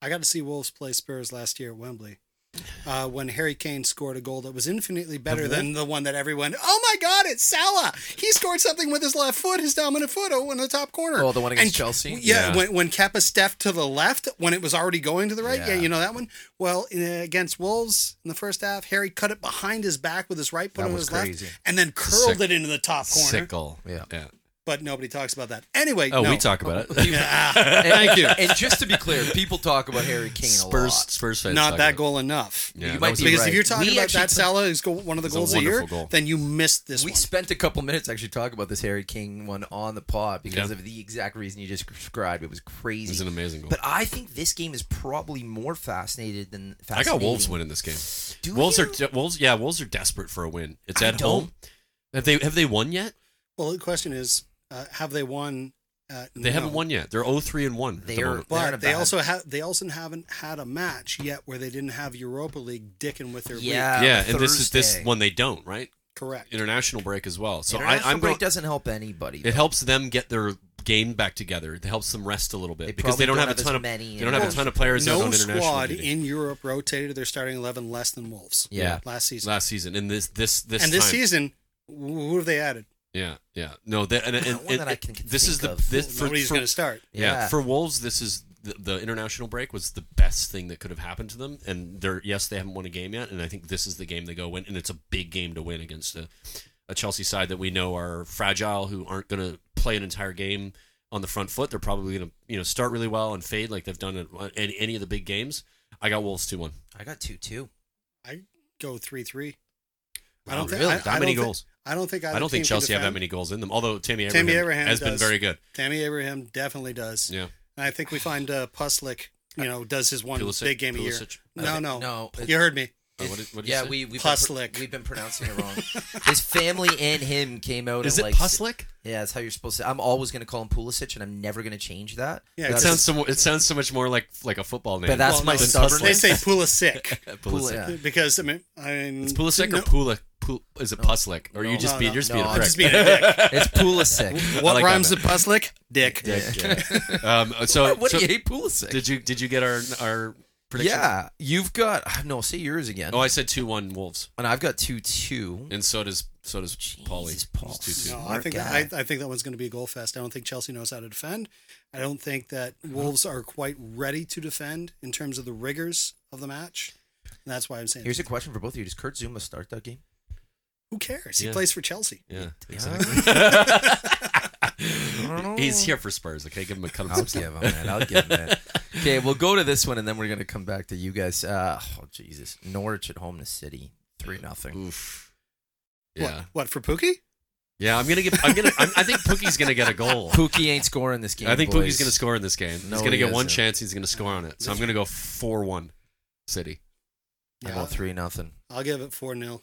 S4: I got to see Wolves play Spurs last year at Wembley. Uh, when Harry Kane scored a goal that was infinitely better
S5: Wolf-
S4: than the one that everyone, oh my God, it's Salah. He scored something with his left foot, his dominant foot, oh, in the top corner.
S5: Oh, the one against
S4: And-
S5: Chelsea?
S4: Yeah,
S1: Yeah.
S4: when, when Kepa stepped to the left when it was already going to the right. Yeah,
S5: Yeah.
S4: you know that one? Well, in, uh, against Wolves in the first half, Harry cut it behind his back with his right, put
S5: That
S4: it on
S5: was
S4: his
S5: crazy.
S4: left, and then curled
S1: Sick-
S4: it into the top corner.
S1: Sick goal.
S5: Yeah.
S1: yeah.
S4: But nobody talks about that. Anyway,
S1: Oh,
S4: no.
S1: we talk about it.
S4: Yeah, ah, thank you.
S5: And just to be clear, people talk about Harry Kane a
S1: Spurs
S5: lot.
S1: Spurs fans
S4: Not
S1: talk
S4: that
S1: about it.
S4: goal enough.
S1: Yeah,
S5: You
S1: that
S5: might
S1: was a-
S5: be
S4: Because
S5: right.
S4: if you're talking
S5: We
S4: about
S5: actually
S4: that
S5: put-
S4: Salah is go- one of the
S1: It's a
S4: goals a, year,
S1: wonderful goal.
S4: then you missed this
S5: we
S4: one.
S5: spent a couple minutes actually talking about this Harry King one on the pod because
S1: Yeah.
S5: of the exact reason you just described. It was
S1: It
S5: crazy.
S1: was an amazing goal.
S5: but I think this game is probably more fascinated than
S1: I
S5: fascinating.
S1: got Wolves winning this game.
S5: Do
S1: Wolves
S5: you?
S1: are de- Wolves. Yeah, Wolves are desperate for a win. It's
S5: I
S1: at
S5: don't-
S1: home. Have they have they won yet?
S4: well, the question is, uh, have they won? Uh,
S1: They haven't won yet. They're 0-3 and one. at the
S5: They're-
S1: moment.
S5: They're in a
S4: But they
S5: bad-
S4: also have they also haven't had a match yet where they didn't have Europa League dicking with their
S5: Yeah.
S4: league.
S5: uh,
S1: yeah, and this is this
S5: Thursday.
S1: one they don't right
S4: Correct.
S1: international break as well. So I,
S5: International
S1: I'm
S5: break
S1: going.
S5: doesn't help anybody.
S1: It helps them get their game back together. It helps them rest a little bit
S5: They
S1: because they
S5: probably
S1: don't,
S5: don't
S1: have
S5: have
S1: a
S5: as
S1: ton of
S5: many
S1: they don't have a
S5: international-
S1: ton of players out
S4: no
S1: on international
S4: squad
S1: duty.
S4: in Europe rotated their starting eleven less than Wolves.
S5: Yeah.
S4: last season.
S1: last season and this this this
S4: and this
S1: time.
S4: season, who have they added?
S1: Yeah, yeah. No, that and, and,
S5: One
S1: and-
S5: that I can
S1: this is
S5: think
S1: the
S5: of.
S1: this for,
S4: Nobody's
S1: for-
S4: going to start.
S1: Yeah.
S5: Yeah.
S1: for Wolves, this is the, the international break was the best thing that could have happened to them. And they're yes, they haven't won a game yet, and I think this is the game they go win, and it's a big game to win against a, a Chelsea side that we know are fragile, who aren't going to play an entire game on the front foot. They're probably going to you know start really well and fade like they've done at any, any of the big games. I got Wolves two one.
S5: I got two two.
S4: I go three three. I
S1: Wow,
S4: don't think
S1: Oh, really?
S4: I-
S1: That
S4: I don't
S1: many
S4: thi-
S1: goals?
S4: I don't think.
S1: I
S4: either
S1: don't think
S4: team can
S1: Chelsea have that
S4: defend.
S1: many goals in them. Although Tammy Abraham,
S4: Tammy Abraham
S1: has been
S4: does.
S1: very good.
S4: Tammy Abraham definitely does.
S1: Yeah,
S4: And I think we find uh, Puslik, you know, does his one
S1: Pulisic-
S4: big game a year.
S1: Pulisic?
S4: No, no,
S5: No, it-
S4: You heard me.
S1: Uh, what did- what did you
S5: yeah,
S1: say?
S5: we we've Been,
S4: Puslik.
S5: pr- we've been pronouncing it wrong. His family and him came out.
S1: is
S5: and
S1: it
S5: like,
S1: Puslik?
S5: Yeah, that's how you're supposed to. I'm always going to call him Pulisic, and I'm never going to change that.
S4: Yeah,
S1: It
S5: That's-
S1: sounds so. mu- It sounds so much more like like a football name.
S5: But that's
S4: Well,
S5: my
S4: no,
S5: stubbornness.
S4: They say Pulisic
S5: Pulisic.
S1: Pulisic.
S4: because I mean, I mean
S1: It's Pulisic
S4: no-
S1: or Pula? Pul, is it Puslik? Or you
S5: No.
S1: just
S4: No,
S1: be
S4: no,
S1: you're just
S5: no,
S1: being a
S5: I'm
S1: prick.
S4: just being a dick.
S5: It's Pulisic.
S1: I
S4: What
S1: like that
S4: rhymes
S1: better.
S4: with Puslik? Dick.
S1: Um, so,
S5: what
S1: so
S5: do you hate Pulisic?
S1: did you did you get our our prediction?
S5: yeah, you've got no. Say yours again.
S1: Oh, I said two one Wolves,
S5: and I've got two two.
S1: and so does so does Paulie.
S5: Jesus, Paul.
S1: It's 2-2.
S4: No, I
S5: Smart
S4: think
S5: guy.
S4: that, I, I think that one's going to be a goal fest. I don't think Chelsea knows how to defend. I don't think that
S1: Uh-huh.
S4: Wolves are quite ready to defend in terms of the rigors of the match. And that's why I'm saying,
S5: Here's a question for both of you: Does Kurt Zuma start that game?
S4: who cares? He
S1: Yeah.
S4: plays for Chelsea.
S1: Yeah,
S5: Yeah.
S1: exactly. He's here for Spurs. Okay, give him a cup of
S5: I'll
S1: some
S5: give
S1: slack.
S5: him that. I'll give him that. Okay, we'll go to this one, and then we're gonna come back to you guys. Uh, oh Jesus, Norwich at home to City, three nothing.
S1: Oof. Yeah,
S4: What, what for Pookie?
S1: yeah. I'm gonna get. I'm gonna. I'm, I think Pookie's gonna get a goal.
S5: Pookie ain't scoring this game.
S1: I think
S5: boys.
S1: Pookie's gonna score in this game.
S5: No,
S1: he's gonna
S5: he
S1: get one
S5: isn't.
S1: chance. He's gonna score on it. So I'm gonna go four-one, City.
S5: I go three nothing.
S4: I'll give it four 0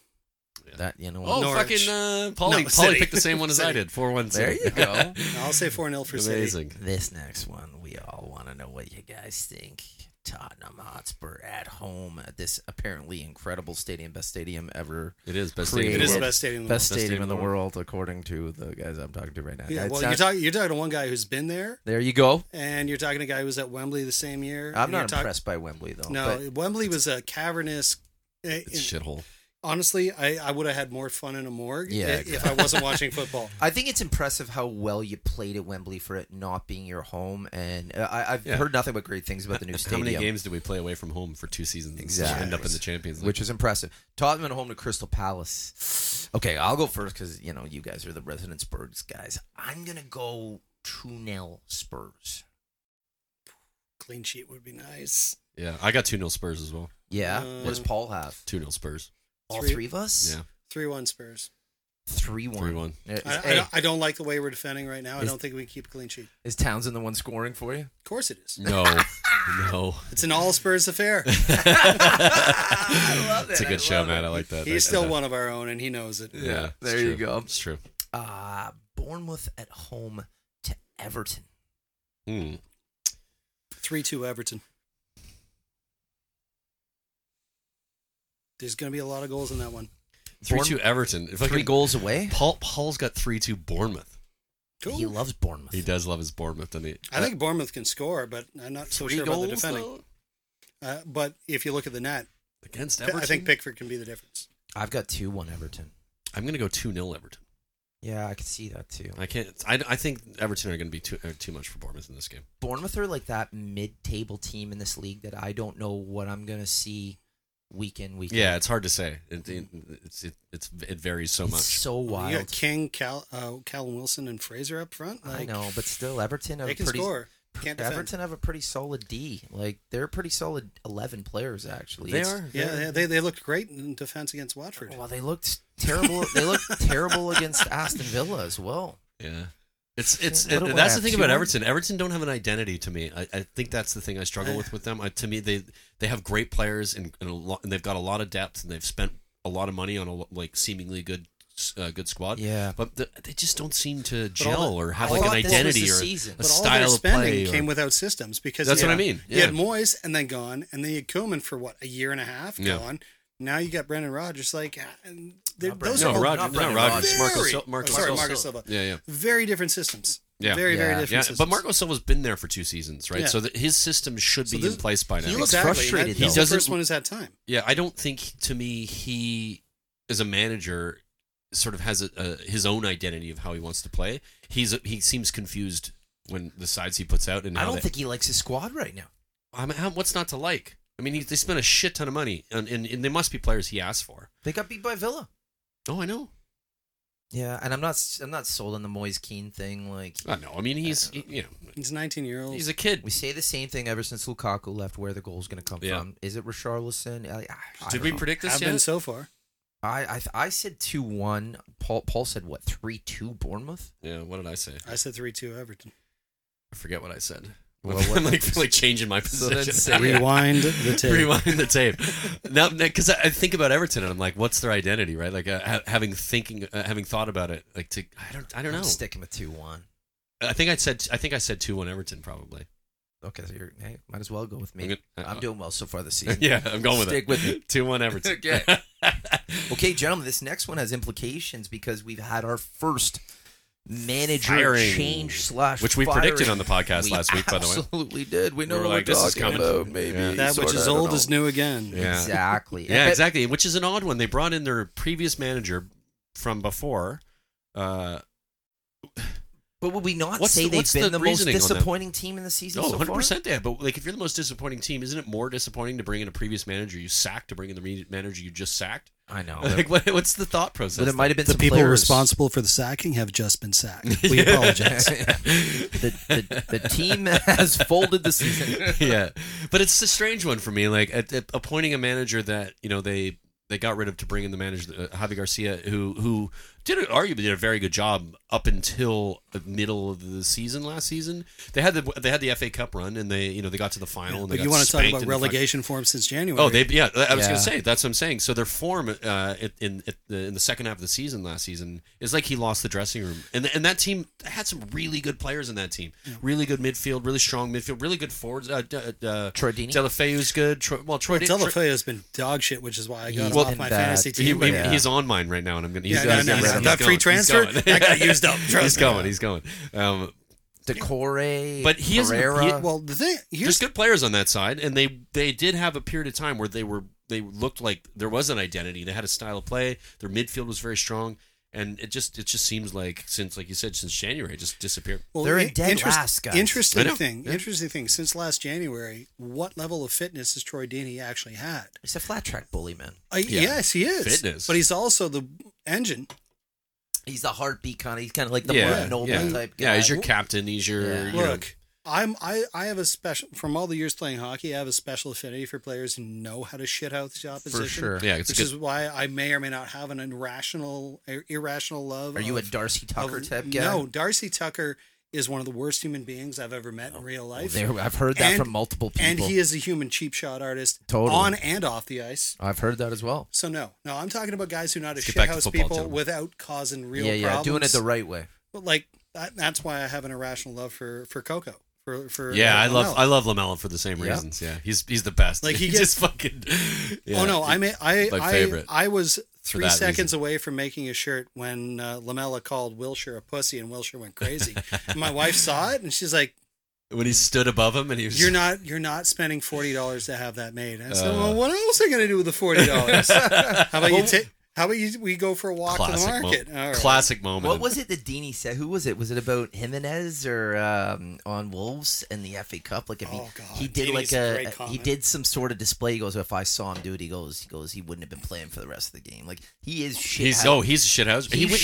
S5: That you know.
S1: Oh,
S5: what?
S4: Norwich.
S1: fucking uh, Paulie!
S4: No,
S1: Paulie
S4: City.
S1: picked the same one as I
S4: City.
S1: did. Four-one.
S5: There
S1: City.
S5: you go.
S4: I'll say four 0 for City.
S1: Amazing.
S5: This next one, we all want to know what you guys think. Tottenham Hotspur at home at this apparently incredible stadium, best stadium ever,
S1: It is best.
S5: Creative.
S4: It is the
S5: World.
S4: best stadium. In the
S5: best,
S1: Best
S5: stadium in the
S1: stadium.
S5: world, according to the guys I'm talking to right now.
S4: world. Yeah,
S5: It's
S4: well,
S5: not-
S4: you're talking you're talking to one guy who's been there,
S5: there you go.
S4: and you're talking to a guy who was at Wembley the same year.
S5: I'm
S4: and you're
S5: not
S4: talk-
S5: impressed by Wembley though.
S4: No, Wembley was a cavernous. eh,
S1: It's a shithole.
S4: honestly, I, I would have had more fun in a morgue
S5: Yeah,
S4: i- if, I wasn't watching football.
S5: I think it's impressive how well you played at Wembley for it not being your home, and uh, I, I've
S1: Yeah.
S5: heard nothing but great things about the new
S1: How
S5: stadium.
S1: many games did we play away from home for two seasons?
S5: Exactly.
S1: To end up in the Champions League.
S5: which is impressive. Tottenham at home to Crystal Palace. Okay, I'll go first because you know you guys are the resident Spurs guys. I'm gonna go two 0 Spurs.
S4: Clean sheet would be nice.
S1: yeah, I got two 0 Spurs as well.
S5: Yeah.
S4: Uh,
S5: what does Paul have?
S1: Two 0 Spurs.
S5: All
S4: Three-
S5: three, of us.
S1: Mm. Yeah,
S4: Three one Spurs.
S5: Three one.
S1: 3-1.
S5: Eh, Is,
S4: I, I,
S5: hey,
S4: don't, I don't like the way we're defending right now. I
S5: Is-
S4: don't think we can keep a clean sheet.
S5: is Townsend the one scoring for you?
S4: Of course it is.
S1: no, no.
S4: It's an all Spurs affair.
S5: I love
S1: It's a
S5: it,
S1: good
S5: I
S1: show,
S5: love
S1: man.
S5: it.
S1: I like that.
S4: He's
S1: I-
S4: still
S1: I-
S4: one of our own, and he knows it.
S1: Yeah, it's
S5: there you
S1: true.
S5: go.
S1: It's true.
S5: Uh, Bournemouth at home to Everton.
S1: Hmm.
S4: Three two Everton. There's going to be a lot of goals in that one.
S1: Three
S5: Bourne-
S1: two Everton. If I
S5: Three Eh?
S1: can-
S5: goals away.
S1: Paul Paul's got three two Bournemouth.
S4: Cool.
S5: He loves Bournemouth.
S1: He does love his Bournemouth, doesn't he?
S4: I think Bournemouth can score, but I'm not so
S5: Three
S4: sure about
S5: goals
S4: the defending.
S5: though?
S4: Uh, but if you look at the net,
S1: against Everton.
S4: I think Pickford can be the difference.
S5: I've got two one Everton.
S1: I'm going to go two 0 Everton.
S5: Yeah, I could see that too.
S1: I can't. I, I think Everton are going to be too uh, too much for Bournemouth in this game.
S5: Bournemouth are like that mid-table team in this league that I don't know what I'm gonna see week in week.
S1: Yeah,
S5: out.
S1: it's hard to say. It, it, it's it, it's it varies so
S5: it's
S1: much.
S5: so
S4: You got
S5: wild.
S4: King, Cal, uh, Callum Wilson, and Fraser up front. Like,
S5: I know, but still, Everton have
S4: they
S5: a
S4: can
S5: pretty
S4: score. Can't defend.
S5: Everton have a pretty solid D. Like they're a pretty solid eleven players actually.
S1: They
S5: It's-
S1: are.
S4: Yeah, they- they they looked great in defense against Watford.
S5: Well, they looked terrible. they looked terrible against Aston Villa as well.
S1: Yeah. It's it's
S5: What do
S1: it-
S5: I
S1: that's the
S5: have?
S1: thing about
S5: 2-1?
S1: Everton. Everton don't have an identity to me. I, I think that's the thing I struggle with with them. I, to me, they they have great players and and, a lot, and they've got a lot of depth and they've spent a lot of money on a lo- like seemingly good s- uh, good squad.
S5: Yeah.
S1: but the, they just don't seem to
S4: all
S1: gel
S4: the-
S1: or have
S4: all
S1: like an
S5: that- this was
S1: identity
S5: the
S1: or
S5: season.
S1: a
S5: But
S4: But all their
S1: style of play.
S4: spending
S1: or-
S4: came without systems because
S1: That's
S4: you
S1: what I
S4: had-
S1: mean,
S4: You
S1: yeah.
S4: had Moyes and then gone, and then you had Kuman for what a year and a half
S1: Yeah.
S4: gone. Now you got Brendan Rodgers. Like ah, and they're-
S5: Not
S4: those
S5: Brendan-
S4: are
S1: no,
S4: all
S1: Rodgers,
S5: not
S1: not
S5: Brendan
S1: Rodgers,
S5: Rodgers.
S1: Marco,
S4: very-
S1: Sil- Marco,
S4: oh, sorry,
S1: Silva.
S4: Marco Silva.
S1: Yeah, yeah.
S4: Very different systems.
S1: Yeah.
S4: very very
S5: Yeah.
S4: different.
S1: Yeah,
S4: systems.
S1: but Marco Silva's been there for two seasons, right?
S4: Yeah.
S1: So that his system should
S5: So
S1: be
S5: this-
S1: in place by now.
S5: he looks
S4: Exactly.
S5: frustrated,
S4: and
S1: though.
S4: He's
S1: He
S4: the
S1: doesn't-
S4: first one who's had time.
S1: Yeah, I don't think to me he as a manager sort of has a, a his own identity of how he wants to play. He's he seems confused when the sides he puts out and how
S5: I don't
S1: they,
S5: think he likes his squad right now.
S1: I mean, how, what's not to like. I mean, he, they spent a shit ton of money, and, and, and they must be players he asked for.
S5: They got beat by Villa.
S1: Oh, I know.
S5: Yeah, and I'm not. I'm not sold on the Moyes Keane thing. Like
S1: I know. I mean, he's he- you know
S4: He's 19 year old.
S1: he's a kid.
S5: We say the same thing ever since Lukaku left. Where the goal's going to come
S1: Yeah.
S5: from? Is it Richarlison? I, I, I
S1: Did
S5: don't
S1: we
S5: know.
S1: predict
S4: Have
S1: this
S4: been
S1: yet?
S4: so far.
S5: I I, th- I said two one. Paul Paul said what three two Bournemouth.
S1: yeah. What did I say?
S4: I said three two Everton.
S1: I forget what I said.
S5: Well,
S1: I'm
S5: what-
S1: like like changing my
S5: So then
S1: position.
S5: say-
S4: Rewind the tape.
S1: Rewind the tape. Now, because I I think about Everton and I'm like, what's their identity, right? Like uh, ha- having thinking, uh, having thought about it, like to I don't, I don't know.
S5: I'm sticking with two one.
S1: I think I said, I think I said two one Everton probably.
S5: Okay, so you're, hey, might as well go with me.
S1: I'm
S5: I'm,
S1: gonna- uh, uh,
S5: doing well so far this season.
S1: yeah, I'm going with
S5: Stick
S1: it.
S5: with it.
S1: two one Everton.
S5: Okay. Okay, gentlemen, this next one has implications because we've had our first manager
S1: Firing.
S5: change slash
S1: Which we predicted
S5: firing.
S1: on the podcast
S5: We
S1: last week, by the way.
S5: absolutely did. We know
S1: were
S5: what
S1: like,
S5: we're
S1: this is
S5: talking
S1: coming.
S5: about. Maybe
S1: Yeah.
S4: That which
S5: sorta,
S4: is
S5: I don't
S4: old
S5: know.
S4: is new again.
S1: Yeah.
S5: Exactly.
S1: yeah,
S5: But-
S1: exactly. Which is an odd one. They brought in their previous manager from before. Uh,
S5: But would we not
S1: What's
S5: say
S1: the-
S5: they've
S1: what's
S5: been
S1: the
S5: the, most
S1: reasoning on that?
S5: disappointing team in the season
S1: no,
S5: so
S1: oh, hundred
S5: far?
S1: percent. Yeah, but like, if you're the most disappointing team, isn't it more disappointing to bring in a previous manager you sacked to bring in the re- manager you just sacked?
S5: I know.
S1: Like, what, what's the thought process?
S5: Oh, but it might have been
S4: The
S5: some
S4: people
S5: players-
S4: responsible for the sacking have just been sacked. We apologize.
S5: the, the, the team has folded the season.
S1: yeah, but it's a strange one for me. Like at, at appointing a manager that you know they they got rid of to bring in the manager uh, Javi Garcia, who who did arguably did a very good job up until the middle of the season last season. They had the they had the FA Cup run and they you know they got to the final. and they
S4: but you
S1: got
S4: want to talk
S1: spanked
S4: about
S1: in the fucking-
S4: relegation form since January?
S1: Oh, they yeah. I was
S5: Yeah.
S1: gonna say that's what I'm saying. So their form uh, it- in it- the- in the second half of the season last season is like he lost the dressing room, and and that team had some really good players in that team. Really good midfield, really strong midfield, really good forwards. Uh, d- uh,
S5: Troy Deeney?
S1: Delafeu's good. Troy, well, Troy Di- Troy-
S4: Delafeu has been dog shit, which is why I got
S5: He's
S4: him off
S5: been
S4: my
S5: bad.
S4: fantasy
S1: he-
S4: team.
S1: he-
S5: Yeah.
S1: He's on mine right now, and I'm gonna. He's,
S4: Yeah,
S5: no,
S1: he's,
S5: no,
S1: he's,
S5: no,
S1: he's
S5: that
S1: going.
S4: free
S1: He's
S4: transfer?
S1: going.
S4: That got used up.
S1: he's going. He's going. Um,
S5: Decore,
S1: But he isn't-
S5: Herrera.
S1: he-
S4: well, the thing
S1: there's
S4: here's
S1: good players on that side, and they they did have a period of time where they were they looked like there was an identity. They had a style of play. Their midfield was very strong, and it just it just seems like since like you said since January it just disappeared.
S4: well,
S5: They're
S4: in-
S5: in dead
S4: interest-
S5: last, guys.
S1: I
S4: Interesting
S1: know.
S4: thing.
S1: Yeah.
S4: Interesting thing. Since last January, what level of fitness has Troy Deeney actually had?
S5: He's a flat track bully, man.
S4: Uh,
S1: Yeah.
S4: Yes, he is.
S1: Fitness.
S4: but he's also the engine.
S5: He's the heartbeat kind of. He's kind of like the
S1: yeah,
S5: Mark Noble
S1: yeah.
S5: type guy.
S1: yeah. He's your captain. He's your
S5: Yeah.
S1: you know,
S4: Look, I'm I, I have a special from all the years playing hockey. I have a special affinity for players who know how to shit out the opposition.
S5: sure.
S1: yeah. It's
S4: which
S1: good.
S4: is why I may or may not have an irrational ir- irrational love.
S5: Are you a
S4: of-
S5: Darcy Tucker
S4: of-
S5: type guy?
S4: No, Darcy Tucker is one of the worst human beings I've ever met in real
S5: Oh, Well,
S4: life.
S5: there, I've heard that
S4: And-
S5: from multiple people.
S4: and he is a human cheap shot artist,
S5: Totally.
S4: on and off the ice.
S5: I've heard that as well.
S4: So no, no, I'm talking about guys who know how to
S1: Let's get back to
S4: shithouse
S1: football,
S4: people
S1: gentlemen.
S4: without causing real
S5: yeah, yeah,
S4: problems.
S5: doing it the right way.
S4: But, like that, that's why I have an irrational love for for Coco. For for
S1: yeah,
S4: uh,
S1: I love
S4: Lamella.
S1: I love Lamella for the same
S5: Yeah.
S1: reasons. Yeah, he's he's the best.
S4: Like, he
S1: He's
S4: gets-
S1: just fucking. yeah.
S4: Oh no, I may, I,
S1: my
S4: I
S1: favorite
S4: I was three
S1: that
S4: seconds
S1: reason.
S4: away from making a shirt when uh, Lamella called Wilshire a pussy, and Wilshire went crazy. And my wife saw it, and she's like,
S1: when he stood above him and he was
S4: "You're not you're not spending forty dollars to have that made." And I said,
S1: Uh.
S4: "Well, what else am I going to do with the forty dollars? How about you take?" How about you, we go for a walk to the
S1: classic
S4: market?
S1: moment.
S4: All right.
S1: Classic moment.
S5: What was it that Dini said? Who was it? Was it about Jimenez or um, on Wolves and the FA Cup? Like if he,
S4: Oh, God.
S5: he did
S4: Dini's
S5: like
S4: a
S5: a,
S4: great
S5: he
S4: comment.
S5: did some sort of display. He goes, if I saw him do it, he goes, he goes, he wouldn't have been playing for the rest of the game. Like he is shit.
S1: He's oh he's a shithouser.
S5: He's
S1: wa- was-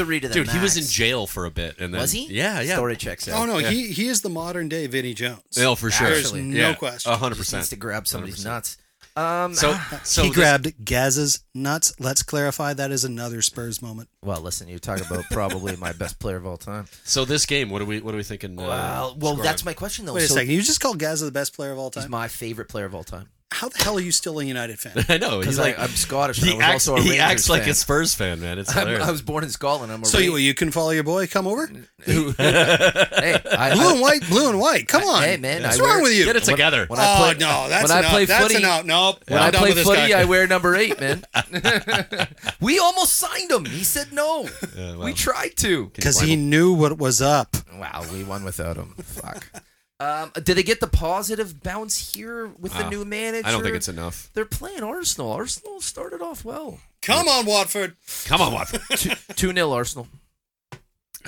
S5: shithousery to the
S1: dude. He was in
S5: max.
S1: jail for a bit and then,
S5: was he?
S1: Yeah, yeah.
S5: Story checks out.
S4: Oh no,
S1: Yeah.
S4: he he is the modern day Vinnie Jones.
S5: Oh,
S1: No, for sure.
S4: There's
S5: Actually.
S4: no
S1: Yeah,
S4: question.
S1: A hundred
S5: Just needs to
S1: percent.
S5: grab somebody's
S1: 100%.
S5: nuts. Um,
S1: So, so
S4: he
S1: this-
S4: grabbed Gaz's nuts. Let's clarify that is another Spurs moment.
S5: well, listen, you're talking about probably my best player of all time.
S1: So this game, what are we, what are we thinking? uh,
S5: Well, well,
S1: score
S5: that's
S1: on?
S5: my question though.
S4: Wait a
S5: so
S4: second, you just called Gazza the best player of all
S5: he's
S4: time.
S5: my favorite player of all time.
S4: How the hell are you still a United fan?
S1: I know
S5: Because
S1: he's
S5: like
S1: like
S5: I'm Scottish. And I
S1: he
S5: was
S1: acts,
S5: also a
S1: he
S5: Rangers
S1: acts like
S5: fan.
S1: a Spurs fan, man. It's
S5: I'm-
S1: hilarious.
S5: I was born in Scotland. I'm a
S4: So
S5: Ra-
S4: you, you can follow your boy. Come over,
S5: hey, I,
S4: blue
S5: I-
S4: and white, blue and white. Come on,
S5: Hey, man,
S4: what's
S5: I
S4: wrong
S5: wear-
S4: with you?
S1: Get it together.
S5: when I
S4: oh
S5: play-
S4: no, that's
S5: when I
S4: enough.
S5: play
S4: that's
S5: footy-
S4: enough. Nope.
S5: When
S4: I'm
S5: I
S4: done
S5: play
S4: with this
S5: footy,
S4: guy.
S5: I wear number eight, man. we almost signed him. He said no.
S1: Yeah, well.
S5: We tried to.
S4: because he knew what was up.
S5: Wow, we won without him. Fuck. Um, did they get the positive bounce here with the
S1: Uh,
S5: new manager?
S1: I don't think it's enough.
S5: They're playing Arsenal. Arsenal started off well.
S4: Come on, Watford.
S1: Come on, Watford.
S5: 2 0 Arsenal.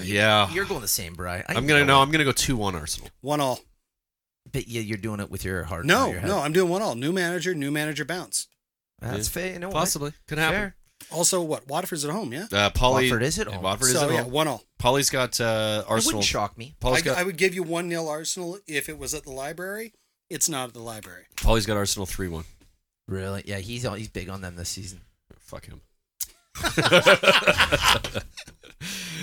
S1: yeah,
S5: You're going the same, Bry. I
S1: I'm gonna
S5: know
S1: no,
S5: it.
S1: I'm gonna go two one Arsenal.
S4: One all.
S5: But yeah, you're doing it with your heart. not
S4: No,
S5: your head.
S4: no, I'm doing one all. New manager, new manager bounce.
S5: That's fair. You know what?
S1: Possibly could happen.
S4: Also, what Watford's at home, yeah.
S1: Uh, Polly,
S5: Watford is Oh, at home.
S1: Watford is
S4: so
S1: at
S4: yeah,
S1: home.
S4: one all.
S1: Polly's got uh,
S5: It
S1: Arsenal.
S5: wouldn't shock me.
S1: Paul's
S4: I,
S1: got
S4: I would give you one nil Arsenal if it was at the library. It's not at the library.
S1: Polly's got Arsenal three one.
S5: Really? Yeah, he's he's big on them this season.
S1: Fuck him.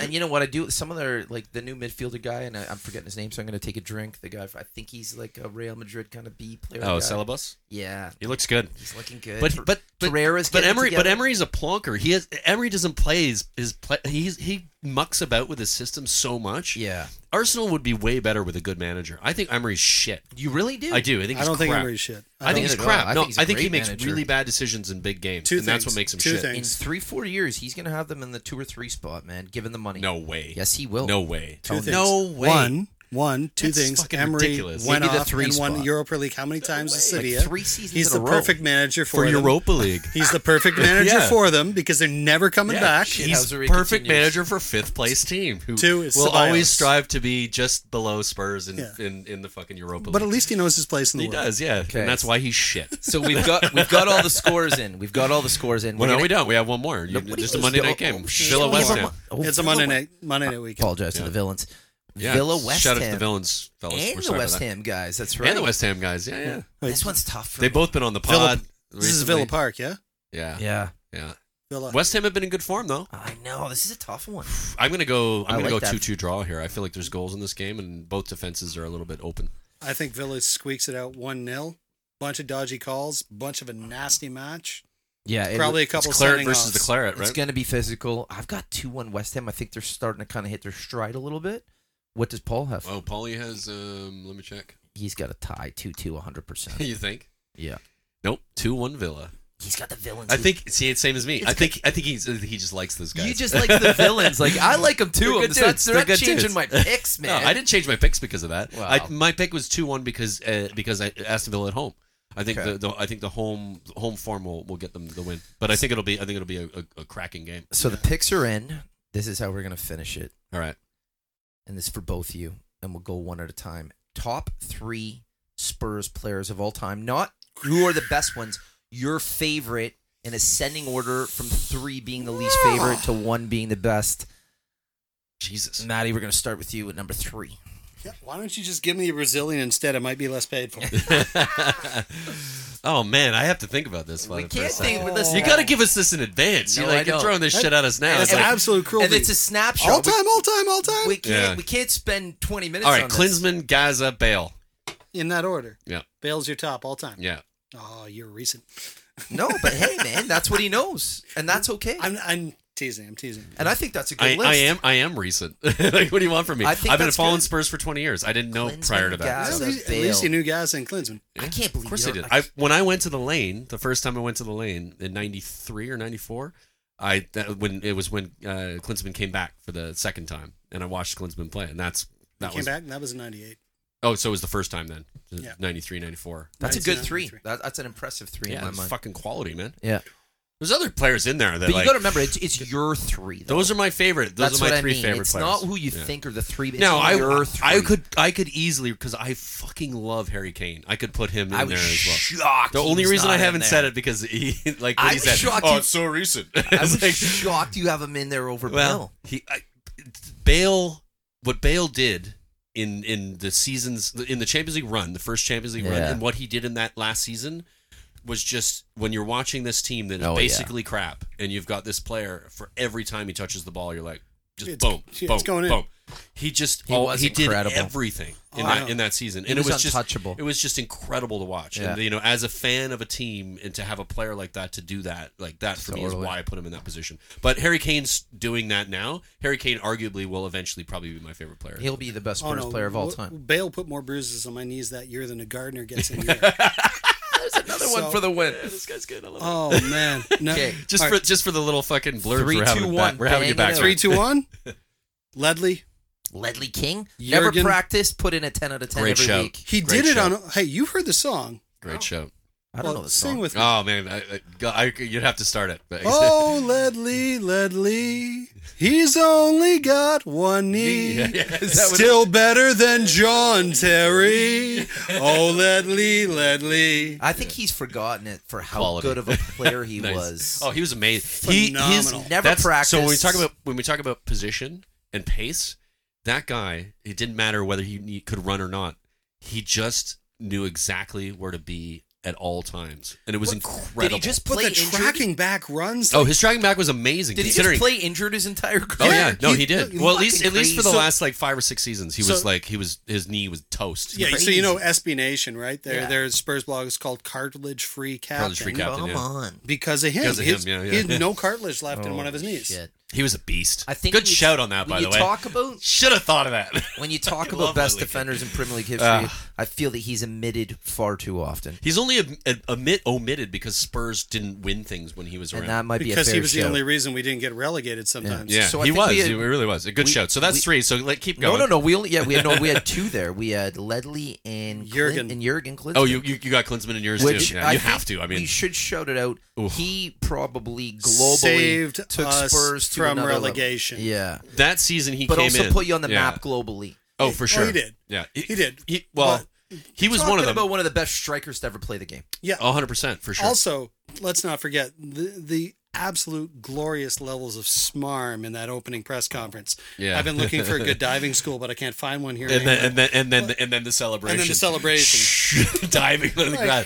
S5: And you know what I do? Some of their like the new midfielder guy, and I, I'm forgetting his name, so I'm gonna take a drink. The guy, I think he's like a Real Madrid kind of B player.
S1: Oh,
S5: guy.
S1: Celebus.
S5: Yeah,
S1: He looks good.
S5: he's looking good.
S1: But
S5: Fer-
S1: but but,
S5: Ferreira's
S1: but
S5: Uh, getting it
S1: Emery but
S5: together.
S1: Emery's a plonker. He has Emery doesn't play his, his play. He's he mucks about with his system so much.
S5: Yeah,
S1: Arsenal would be way better with a good manager. I think Emery's shit.
S5: you really do.
S1: I do. I think
S4: I
S1: he's
S4: don't think
S1: crap.
S4: Emery's shit.
S1: I, think
S5: don't
S1: he's
S5: either.
S1: crap.
S5: I
S1: no,
S5: think he's a
S1: I think he
S5: great
S1: makes
S5: manager.
S1: really bad decisions in big games,
S4: Two
S1: and that's
S4: things.
S1: what makes him
S4: Two
S1: shit.
S4: things.
S5: In three four years, he's gonna have them in the two or three spot, man. Give him the money.
S1: No way.
S5: Yes, he will.
S1: No way.
S4: Two things.
S1: No way.
S4: One, One, two
S1: That's
S4: things.
S1: fucking
S4: Emery
S1: ridiculous.
S4: went
S5: Maybe the
S4: off
S5: three
S4: and won
S5: spot.
S4: Europa League how many times this
S5: Like
S4: city?
S5: three seasons
S4: He's
S5: in a
S4: the
S5: row.
S4: perfect manager
S1: for
S4: for, them.
S1: Europa League.
S4: He's the perfect manager
S1: Yeah.
S4: for them because they're never coming
S1: Yeah,
S4: back.
S5: shit.
S1: He's
S5: How's it
S1: perfect
S5: continues?
S1: manager for fifth place team who
S4: Two is
S1: will
S4: Ceballos.
S1: always strive to be just below Spurs in,
S4: Yeah.
S1: in, in the fucking Europa
S4: But at
S1: League.
S4: least he knows his place in the
S1: he
S4: world.
S1: does, yeah.
S5: Okay.
S1: And that's why he's shit.
S5: So we've got we've got all the scores in. We've got all the scores in.
S1: Well,
S5: We're
S1: no, we
S5: gonna-
S1: don't. We have one more. You-
S5: What do
S1: just
S5: you-
S1: a Monday
S5: oh,
S1: night game.
S5: oh, shit,
S1: Villa
S5: we
S1: West
S5: have a
S1: Ham.
S5: Mon- oh,
S4: It's a
S5: Villa
S4: Monday
S5: West-
S4: night Monday night weekend.
S5: Apologize to
S1: Yeah.
S5: the villains.
S1: Yeah.
S5: Villa West
S1: Shout out
S5: Ham
S1: to the villains, fellas. We're
S5: and the
S1: sorry about
S5: West
S1: that.
S5: Ham guys. That's right.
S1: And the West Ham guys. Yeah, yeah.
S5: This one's tough. For
S1: They've
S5: me.
S1: both been on the
S4: Villa-
S1: pod.
S4: This is
S1: recently.
S4: Villa Park, yeah.
S1: Yeah, yeah.
S5: Yeah,
S4: Villa.
S1: West Ham have been in good form though.
S5: I know. This is a tough one.
S1: I'm gonna go.
S5: I
S1: I'm gonna
S5: like
S1: go
S5: that.
S1: two-two draw here. I feel like there's goals in this game, and both defenses are a little bit open.
S4: I think Villa squeaks it out one 0 Bunch of dodgy calls. Bunch of a nasty match.
S5: Yeah, it-
S4: Probably a couple
S1: it's Claret
S4: sending
S1: versus
S4: offs.
S1: the Claret, right?
S5: It's going to be physical. I've got two one West Ham. I think they're starting to kind of hit their stride a little bit. What does Paul have?
S1: Oh, Paulie has. Um, let me check.
S5: He's got a tie two two hundred percent.
S1: you think?
S5: Yeah,
S1: Nope. Two-one Villa.
S5: he's got the villains.
S1: I think. See, it's same as me.
S5: It's
S1: I think. I think he's. He just likes this guy.
S5: you just like the villains. Like I like them too.
S1: They're
S5: I'm
S1: good
S5: just not,
S1: dudes.
S5: they're
S1: They're
S5: not
S1: good
S5: changing
S1: dudes.
S5: my picks, man.
S1: No, I didn't change my picks because of that.
S5: Wow.
S1: I, my pick was two one because uh, because I, Aston Villa at home. I think
S5: Okay.
S1: the, the I think the home home form will, will get them the win. But I think it'll be I think it'll be a, a, a cracking game.
S5: So the picks are in. This is how we're going to finish it.
S1: All right.
S5: and this is for both of you, and we'll go one at a time. Top three Spurs players of all time, not who are the best ones, your favorite in ascending order from three being the least favorite to one being the best.
S1: Jesus.
S5: Maddie, we're going to start with you at number three.
S4: Yeah, Why don't you just give me a Brazilian instead? I might be less paid for. it.
S1: oh man, I have to think about this. one
S5: we
S1: for a
S5: can't
S1: second.
S5: think, but listen,
S1: You got to give us this in advance.
S5: No,
S1: You're
S5: I
S1: like you're
S5: don't.
S1: throwing this shit at us now.
S5: And
S4: That's
S1: It's like-
S4: absolute cruelty.
S5: and it's a snapshot.
S4: all time, all time, all time.
S5: We, we can't
S1: Yeah.
S5: we can't spend twenty minutes.
S1: all right,
S5: on this.
S1: Klinsman, Gaza, Bale.
S4: In that order.
S1: Yeah,
S4: Bale's your top all time.
S1: yeah.
S4: Oh, you're recent.
S5: No, but hey, man, that's what he knows, and that's okay.
S4: I'm, I'm teasing. I'm teasing.
S5: and I think that's a good
S1: I,
S5: list.
S1: I am I am recent. like, what do you want from me?
S5: I think
S1: I've been
S5: that's
S1: following
S5: good.
S1: Spurs for 20 years. I didn't know
S5: Klinsmann,
S1: prior to that.
S5: Gaza,
S4: at, least, at
S5: Bale.
S4: least you knew guys and Klinsman.
S5: I can't believe
S1: Of course
S5: you
S1: I
S5: don't-
S1: did.
S5: I-
S1: I, when I went to the lane, the first time I went to the lane in '93 or '94, I that, when it was when uh, Klinsman came back for the second time, and I watched Klinsman play, and that's
S4: He
S1: that
S4: came
S1: was
S4: back, and that was in 98.
S1: oh, so it was the first time then,
S4: Yeah.
S1: '93, '94.
S5: That's a
S4: Nineteen
S5: good
S4: out of
S5: three.
S4: three.
S5: That, that's an impressive three in
S1: Yeah,
S5: my
S1: it's
S5: mind.
S1: fucking quality, man.
S5: Yeah,
S1: There's other players in there that
S5: but
S1: like.
S5: you got to remember, it's, it's your three. Though.
S1: those are my favorite. Those
S5: that's
S1: are my
S5: what I
S1: three
S5: mean.
S1: favorite
S5: It's
S1: players.
S5: not who you
S1: Yeah.
S5: think are the three. It's
S1: No, I
S5: your three.
S1: I could I could easily because I fucking love Harry Kane. I could put him in
S5: I
S1: there
S5: was
S1: as well.
S5: shocked.
S1: The
S5: he
S1: only
S5: was
S1: reason
S5: not
S1: I
S5: in
S1: haven't
S5: there.
S1: said it because he like what
S5: I
S1: he
S5: was
S1: said.
S5: shocked
S1: oh,
S5: you-
S1: it's so recent.
S5: I
S1: It's
S5: was
S1: like-
S5: shocked you have him in there over
S1: well,
S5: Bell.
S1: he I, Bale. What Bale did in in the seasons in the Champions League run, the first Champions League run,
S5: Yeah.
S1: and what he did in that last season was just when you're watching this team that is
S5: Oh, yeah.
S1: basically crap, and you've got this player for every time he touches the ball, you're like, just
S4: It's-
S1: boom,
S4: it's
S1: boom,
S4: going in.
S1: boom. He just
S5: He
S1: all-
S5: was
S1: he did
S5: incredible.
S1: everything in
S4: Oh, I know.
S1: that in that season,
S5: He
S1: and
S5: was
S1: it was just
S5: untouchable.
S1: it was just incredible to watch. And
S5: Yeah.
S1: you know, as a fan of a team and to have a player like that to do that, like that for me is
S5: Totally.
S1: why I put him in that position. But Harry Kane's doing that now. Harry Kane arguably will eventually probably be my favorite player.
S5: He'll be the best
S4: Oh,
S5: Spurs
S4: no.
S5: player of all
S4: W-
S5: time.
S4: Bale put more bruises on my knees that year than a gardener gets in a year.
S5: Another
S4: So-
S5: one for the win.
S1: this guy's good. I love
S5: Uh,
S1: him.
S4: oh, man. No.
S5: Okay,
S1: Just
S4: All
S1: for
S4: right.
S1: just for the little fucking blurb
S5: Three,
S1: we're having
S5: two,
S1: it
S5: one,
S1: back. We're having
S5: bang
S1: it back.
S5: it
S4: three, two, one. Ledley.
S5: Ledley King never
S4: Jurgen-
S5: practiced. Put in a ten out of ten
S1: Great
S5: every
S1: shout.
S5: week.
S4: He
S1: Great
S4: did it
S1: show.
S4: on. Hey, you've heard the song.
S1: Great show.
S5: I don't
S4: Well,
S5: know the
S4: Sing
S5: song.
S4: with me.
S1: Oh man, I, I- God, I, you'd have to start it. But
S4: Oh, Ledley, Ledley, he's only got one knee.
S1: Yeah, yeah. Is that what-
S4: Still better than John Terry. Oh, Ledley, Ledley.
S5: I think he's forgotten it for how
S1: Quality.
S5: good of a player he
S1: Nice.
S5: was.
S1: Oh, he was amazing. He, he's
S4: Phenomenal.
S5: Never
S1: So when we
S5: practiced.
S1: talk about when we talk about position and pace, that guy, it didn't matter whether he ne- could run or not. He just knew exactly where to be at all times, and it was
S5: What- did he
S1: incredible.
S5: just
S4: But
S5: Play
S4: the
S5: injured?
S4: tracking back runs.
S1: oh, his tracking back was amazing.
S5: Did he just
S1: considering,
S5: play injured his entire
S1: Oh
S5: career?
S1: yeah,
S4: Yeah,
S1: no,
S4: he-
S1: he did.
S4: he
S1: Well, at least
S5: fucking
S1: at least for the
S5: crazy.
S1: last like five or six seasons, he was
S4: So-
S1: like he was his knee was toast.
S4: yeah, so you know SB Nation, right? Their
S5: Yeah.
S4: their Spurs blog is called Cartilage Free Captain
S1: Cartilage Free Captain,
S5: Come
S1: yeah.
S5: on.
S4: because of him.
S1: Because of him,
S4: His-
S1: yeah, Oh, yeah.
S4: He had no cartilage left in one of his
S5: Holy
S4: knees.
S5: Oh, shit.
S1: He was a beast.
S5: I think
S1: Good
S5: when you-
S1: shout on that, by
S5: when
S1: the
S5: you
S1: way.
S5: Talk about
S1: Should have thought of that.
S5: when you talk
S1: I
S5: about
S1: love that
S5: best
S1: league.
S5: defenders in Premier League history.
S1: Ah.
S5: I feel that he's omitted far too often,
S1: He's only ad- ad- omit- omitted because Spurs didn't win things when he was around.
S5: and that might be
S4: because
S5: a fair
S4: he was the
S5: shout.
S4: only reason we didn't get relegated sometimes.
S1: yeah,
S5: So I
S1: he
S5: think
S1: was.
S5: we had-
S1: he really was. A good
S5: we-
S1: shout. So that's
S5: we-
S1: three. So like, keep
S5: No,
S1: going.
S5: no, no. We only yeah we had no we had two there. We had Ledley and
S4: Jurgen.
S5: Clin- and Jurgen Klinsmann.
S1: Oh, you, you you got Klinsman in yours
S5: Which
S1: too. Yeah,
S5: I
S1: you
S5: think
S1: have to. I
S5: we
S1: mean,
S5: should shout it out.
S1: Oof.
S5: He probably globally
S4: Saved
S5: took
S4: us
S5: Spurs to
S4: from
S5: another level.
S4: relegation.
S5: Yeah,
S1: that season he
S5: but
S1: came
S5: also
S1: in.
S5: put you on the
S1: Yeah.
S5: map globally.
S1: Oh, for
S4: Well,
S1: sure.
S4: he did.
S1: Yeah,
S4: He did.
S1: He, well, he was
S5: Talking
S1: one of them.
S5: about one of the best strikers to ever play the game.
S4: Yeah.
S1: 100 percent for sure.
S4: Also, let's not forget the the absolute glorious levels of smarm in that opening press conference.
S1: Yeah.
S4: I've been looking for a good diving school, but I can't find one here. in
S1: and then
S4: England.
S1: and then and then and then the celebration.
S4: And then the celebration.
S1: diving on the ground.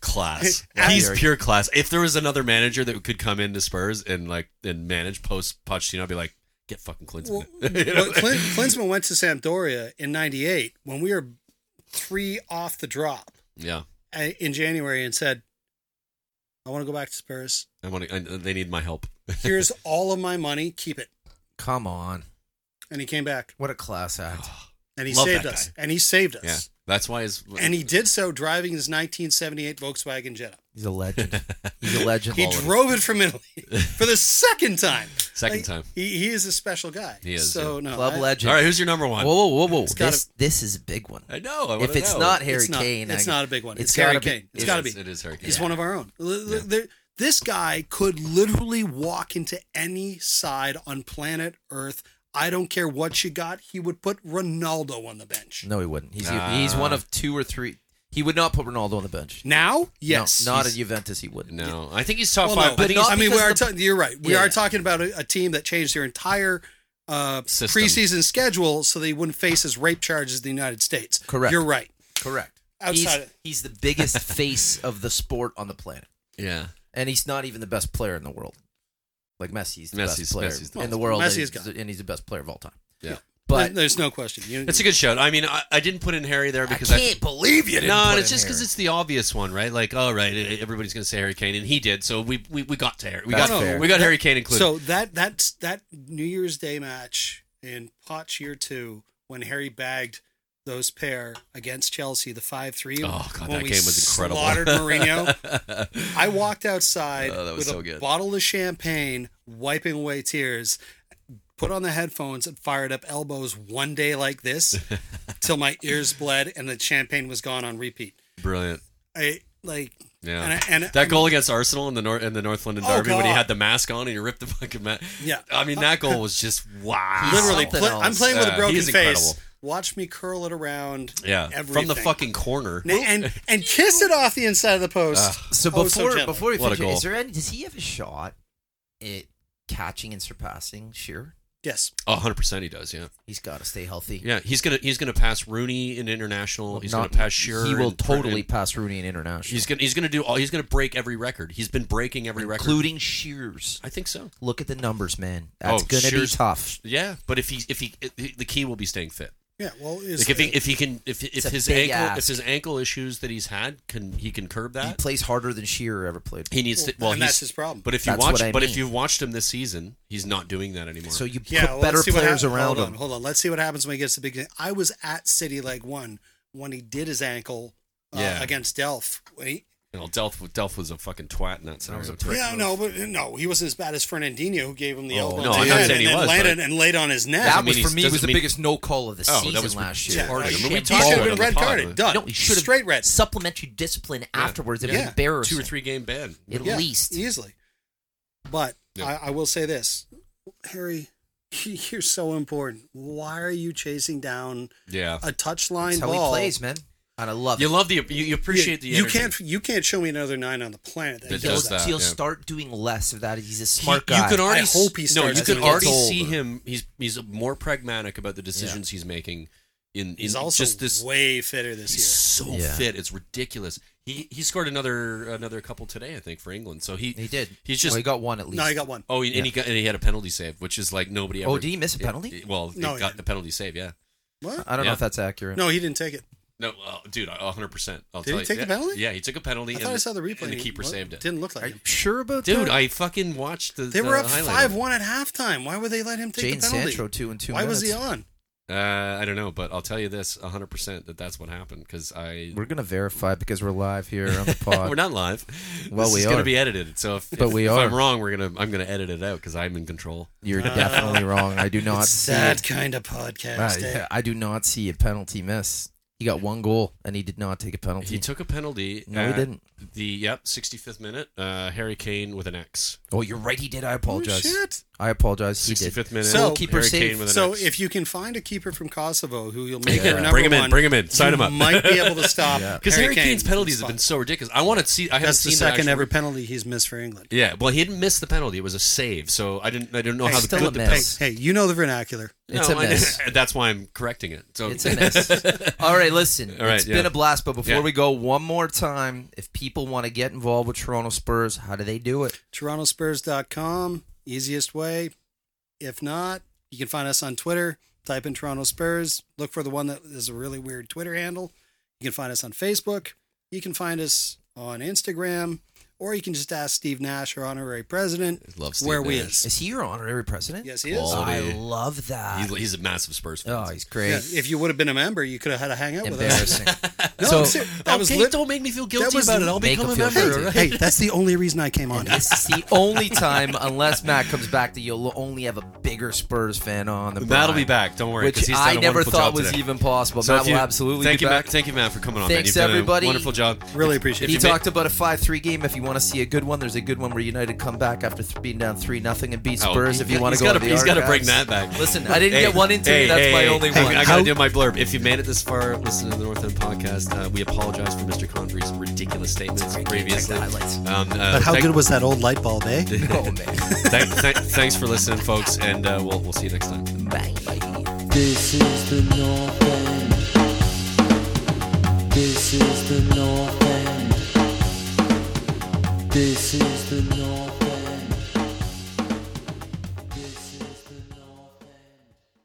S1: Class. He's
S5: Gary.
S1: pure class. If there was another manager that could come into Spurs and like and manage post Pochettino, I'd be like, get fucking Klinsman. You know?
S4: Well, Clin- Klinsmann went to Sampdoria in '98 when we were three off the drop
S1: yeah.
S4: uh, in January and said, "I want to go back to Spurs.
S1: I want to, I, they need my help.
S4: Here's all of my money. Keep it."
S5: Come on,
S4: And he came back
S5: what a class act!
S4: and he
S1: Love
S4: saved
S1: that
S4: us.
S1: guy.
S4: And he saved us.
S1: Yeah. That's why his
S4: And he did so driving his 1978 Volkswagen Jetta.
S5: He's a legend. He's a legend.
S4: He
S5: All of
S4: drove it from Italy for the second time.
S1: Second
S4: Like,
S1: time.
S4: He, he is a special guy.
S1: He is,
S4: So
S5: it.
S4: no,
S5: club
S4: I-
S5: legend.
S1: All right, who's your number one?
S5: Whoa, whoa, whoa, whoa!
S4: It's gotta-
S5: This this is a big one.
S1: I know. I
S5: If
S1: wanna
S5: it's
S1: know.
S5: not Harry
S4: It's not-
S5: Kane,
S4: it's
S5: I-
S4: not a big one. It's
S5: gotta
S4: Harry
S5: be-
S4: Kane. It's
S1: It
S4: gotta
S1: is-
S4: be.
S1: It is Harry Kane.
S4: He's one of our own. L- l- there- This guy could literally walk into any side on planet Earth. I don't care what you got. He would put Ronaldo on the bench.
S5: No, he wouldn't. He's
S1: Nah.
S5: he's one of two or three. He would not put Ronaldo on the bench.
S4: Now, yes,
S5: no, not at Juventus. He wouldn't.
S1: No, I think he's top
S4: Well,
S1: five.
S4: no,
S1: but
S5: think
S1: he's,
S5: not
S4: I mean, we
S5: because
S4: are.
S5: the-
S4: ta- you're right. We
S5: Yeah,
S4: are
S5: yeah.
S4: talking about a, a team that changed their entire uh,
S1: System.
S4: preseason schedule so they wouldn't face as rape charges in the United States.
S5: Correct.
S4: You're right.
S5: Correct.
S4: Outside
S5: he's,
S4: of-
S5: he's the biggest face of the sport on the planet,
S1: yeah,
S5: and he's not even the best player in the world. Like Messi's the
S1: Messi's-
S5: best player
S1: Messi's the
S5: in the
S4: best.
S5: world,
S4: Messi's
S5: and,
S4: got
S5: and he's the best player of all time.
S1: yeah.
S5: But
S4: there's no question. You,
S1: It's a good shout. I mean, I, I didn't put in Harry there
S5: I
S1: because
S5: can't believe you. Didn't
S1: no,
S5: put
S1: and it's
S5: him
S1: just because
S5: here.
S1: it's the obvious one, right? Like, all right, e- everybody's going to say Harry Kane, and he did, so we we, we got to Harry. We
S5: That's
S1: got
S5: fair.
S1: we got Harry Kane included.
S4: so that that's that New Year's Day match in Potch year two when Harry bagged those pair against Chelsea, the five three.
S1: oh god, that game was incredible.
S4: Slaughtered Mourinho. I walked outside
S1: Oh, that was
S4: with
S1: so
S4: a
S1: good.
S4: bottle of champagne, wiping away tears, put on the headphones, and fired up elbows one day like this till my ears bled and the champagne was gone on repeat.
S1: Brilliant.
S4: I like,
S1: Yeah.
S4: and, I, and
S1: that goal against Arsenal in the North in the North London
S4: Oh,
S1: Derby when he
S4: God.
S1: had the mask on and he ripped the fucking mask.
S4: Yeah.
S1: I mean that goal was just wow.
S4: literally,
S5: Something
S4: pla-
S5: else.
S4: I'm playing with
S1: Yeah,
S4: a broken
S1: he's
S4: face.
S1: incredible.
S4: Watch me curl it around.
S1: yeah,
S4: everything.
S1: from the fucking corner.
S4: And, and and kiss it off the inside of the post.
S5: so
S4: Oh,
S5: before
S4: so gentle.
S5: before we
S1: What a
S5: finish, is
S1: goal.
S5: there any? Does he have a shot at catching and surpassing Shearer?
S4: yes,
S1: Oh, 100 percent he does. Yeah,
S5: He's got to stay healthy.
S1: yeah. He's gonna he's gonna pass Rooney in international. He's
S5: Not-
S1: gonna pass Shearer.
S5: He will
S1: and-
S5: totally
S1: and
S5: pass Rooney in international,
S1: he's gonna he's gonna do all. He's gonna break every record. He's been breaking every record.
S5: including Shearer's.
S1: I think so.
S5: Look at the numbers, man. That's
S1: Oh,
S5: going to be
S1: Shearer's-
S5: tough.
S1: Yeah, but if he if he it- the key will be staying fit.
S4: yeah. Well, is,
S1: Like if he if he can if if
S5: a
S1: his
S5: big
S1: ankle
S5: ask.
S1: if his ankle issues that he's had can he can curb
S5: He
S1: that.
S5: plays harder than Shearer ever played.
S1: He needs to.
S4: Well,
S1: Well,
S4: and
S1: he's,
S4: that's his problem.
S1: But if you
S5: That's
S1: watch,
S5: what I
S1: but if
S5: mean.
S1: you've watched him this season, he's not doing that anymore.
S5: So you
S4: yeah,
S5: put
S4: well,
S5: better
S4: let's see what
S5: players
S4: hap-
S5: around
S4: hold
S5: him.
S4: On, hold on, let's see what happens when he gets the big. I was at City Leg One when he did his ankle uh,
S1: Yeah.
S4: against Delph. When he,
S1: you know, Delph, Delph was a fucking twat in that. scenario.
S5: was a prick. Right.
S4: yeah, no, but no, he wasn't as bad as Fernandinho, who gave him the
S5: Oh,
S4: elbow.
S5: no,
S4: to the
S5: I'm not
S4: head
S1: saying
S4: and
S1: he
S4: then
S1: was,
S4: landed
S1: but-
S4: and laid on his neck.
S5: That
S1: Doesn't
S5: was
S1: mean
S5: for
S1: he's-
S5: me was
S1: doesn't
S5: the
S1: mean-
S5: biggest no call of the
S1: Oh, that
S5: season
S1: was
S5: last year.
S1: Yeah,
S4: Yeah,
S1: hard.
S4: he
S1: I mean,
S4: should
S1: we
S4: have
S1: talked about it
S4: been
S1: on the
S4: red
S1: pod,
S4: carded.
S1: but-
S4: Done.
S5: No, he should have
S4: straight red.
S5: Supplementary discipline afterwards. It was
S4: Yeah.
S5: embarrassing.
S1: two or three game ban.
S5: At
S4: Yeah,
S5: least.
S4: easily. But
S1: Yeah.
S4: I, I will say this, Harry, you're so important. Why are you chasing down
S1: Yeah,
S4: a touchline
S5: That's how
S4: ball?
S5: he plays, man. And I love
S1: you
S5: it.
S1: love the you, you appreciate the.
S4: you, you
S1: energy.
S4: can't you can't show me another nine on the planet that,
S1: That
S5: He'll,
S4: does
S1: does
S4: that.
S1: that,
S5: he'll
S1: yeah.
S5: start doing less of that. He's a
S1: He-
S5: smart guy.
S1: You could already
S4: I hope he
S1: s-
S4: starts
S1: No, you
S5: as
S1: could
S5: he
S1: already
S5: gets older.
S1: see him. He's he's more pragmatic about the decisions he's making. In, in
S4: He's also
S1: just this
S4: way fitter this
S1: He's so
S4: year.
S5: Yeah.
S1: fit; it's ridiculous. He he scored another another couple today, I think, for England. So he
S5: he did.
S1: He's just
S5: Well, he got one at least.
S4: No, I got one.
S1: oh, and he got and he had a penalty save, which is like nobody ever.
S5: Oh, did he miss a penalty?
S1: Yeah, well, he
S4: No, he
S1: got
S4: didn't.
S1: the penalty save. Yeah,
S4: What?
S5: I don't
S1: Yeah.
S5: know if that's accurate.
S4: No, he didn't take it.
S1: No, uh, dude, I- 100%. I'll
S4: Did
S1: tell
S4: he
S1: you.
S4: take
S1: yeah,
S4: the penalty?
S1: Yeah, he took a penalty.
S4: I
S1: and
S4: thought I saw the replay.
S1: And the
S4: It
S1: keeper
S4: lo-
S1: saved it.
S4: Didn't look like
S5: Are
S4: him.
S5: you sure about that?
S1: Dude, I fucking watched the.
S4: They
S1: the
S4: were up
S1: highlight of
S4: five
S1: it.
S4: one at halftime. Why would they let him take
S5: Jane
S4: the penalty?
S5: Santro two and two.
S4: Why was he
S5: minutes.
S4: on?
S1: Uh, I don't know, but I'll tell you this 100% that that's what happened because I.
S5: We're gonna verify because we're live here on the pod.
S1: we're not live.
S5: Well,
S1: this
S5: we
S1: is going
S5: are.
S1: to be edited. So if,
S5: But
S1: if,
S5: we
S1: if
S5: are.
S1: I'm wrong, we're gonna I'm gonna edit it out because I'm in control.
S5: You're
S4: Uh,
S5: definitely wrong. I do not
S4: it's
S5: see.
S4: that
S5: it.
S4: kind of
S5: Ah,
S4: podcast. eh?
S5: yeah, I do not see a penalty miss. He got one goal and he did not take a penalty.
S1: He took a penalty.
S5: no, he
S1: at
S5: didn't.
S1: The yep, 65th minute. Uh, Harry Kane with an X.
S5: Oh, you're right. He did. I apologize.
S4: shit.
S5: I apologize. He did.
S1: 65th minute.
S4: So-
S5: Goalkeeper
S1: Harry
S5: save.
S1: Kane with an
S4: So
S1: X.
S4: if you can find a keeper from Kosovo who you'll make your
S5: Yeah.
S4: number
S1: bring him in,
S4: one,
S1: bring him in, sign
S4: you
S1: him up.
S4: Might be able to stop
S5: Yeah.
S1: because Harry Kane's
S4: Kane.
S1: penalties have been so ridiculous, I want to see. I haven't
S4: That's the
S1: seen
S4: second
S1: actual-
S4: ever penalty he's missed for England.
S1: Yeah, well, he didn't miss the penalty. It was a save, so I didn't. I didn't know
S5: Hey,
S1: how the
S5: still
S1: good
S5: a
S1: the
S5: miss.
S1: penalty.
S4: Hey, you know the vernacular.
S5: It's
S1: No,
S5: a
S1: I-
S5: miss.
S1: that's why I'm correcting it. So
S5: It's a mess. All right, listen. It's
S1: All right, yeah.
S5: been a blast, but before
S1: Yeah.
S5: we go, one more time, if people want to get involved with Toronto Spurs, how do they do it?
S4: TorontoSpurs.com, easiest way. If not, you can find us on Twitter. Type in Toronto Spurs. Look for the one that is a really weird Twitter handle. You can find us on Facebook. You can find us on Instagram, or you can just ask Steve Nash, our honorary president,
S1: Love Steve
S4: where we
S1: Nash.
S4: is.
S5: Is he your honorary president? Oh,
S4: Yes, he is.
S5: I
S1: Quality.
S5: love that.
S1: He's, he's a massive Spurs fan.
S5: oh, he's great.
S4: Yeah, if you would have been a member, you could have had a hangout with us.
S5: Embarrassing.
S4: No,
S5: So-
S4: I'm serious. that was lit.
S1: don't make me feel
S4: guilty was about it. I'll
S5: Make become him a feel member, guilty.
S4: Hey, that's the only reason I came on.
S5: this is the only time, unless Matt comes back, that you'll only have a bigger Spurs fan on the
S1: Matt'll be back. Don't worry. 'cause
S5: Which
S1: he's done
S5: I
S1: a
S5: never
S1: wonderful
S5: thought
S1: job
S5: was
S1: today.
S5: even possible.
S1: So if
S5: Matt will
S1: you-
S5: absolutely
S1: Thank
S5: be
S1: you,
S5: back.
S1: Matt. Thank you, Matt, for coming on.
S5: Thanks,
S1: man. You've
S5: everybody.
S1: Done a wonderful job.
S4: Really appreciate
S5: he
S1: you ma-
S5: talked about a 5-3 game. If you want to see a good one, there's a good one where United come back after th- being down 3 nothing and beat
S1: Oh,
S5: Spurs. if you want
S1: he's
S5: to go
S1: gotta-
S5: to the
S1: he's gotta
S5: archives.
S1: bring that back.
S5: Listen, I didn't
S1: Hey,
S5: get one into
S1: hey,
S5: you. That's
S1: hey,
S5: my
S1: hey,
S5: only
S1: hey,
S5: one.
S1: I gotta do my blurb. If you made it this far, listen to the North End podcast. Uh, we apologize for Mr. Condry's ridiculous statements previously.
S5: highlights.
S1: Um, uh,
S4: But how
S1: thank-
S4: good was that old light bulb, eh?
S5: Oh, man.
S1: thank- thank- thanks for listening, folks, and uh, we'll we'll see you next time.
S5: Bye. Bye.
S3: This is the North End. This is the North End. This is the North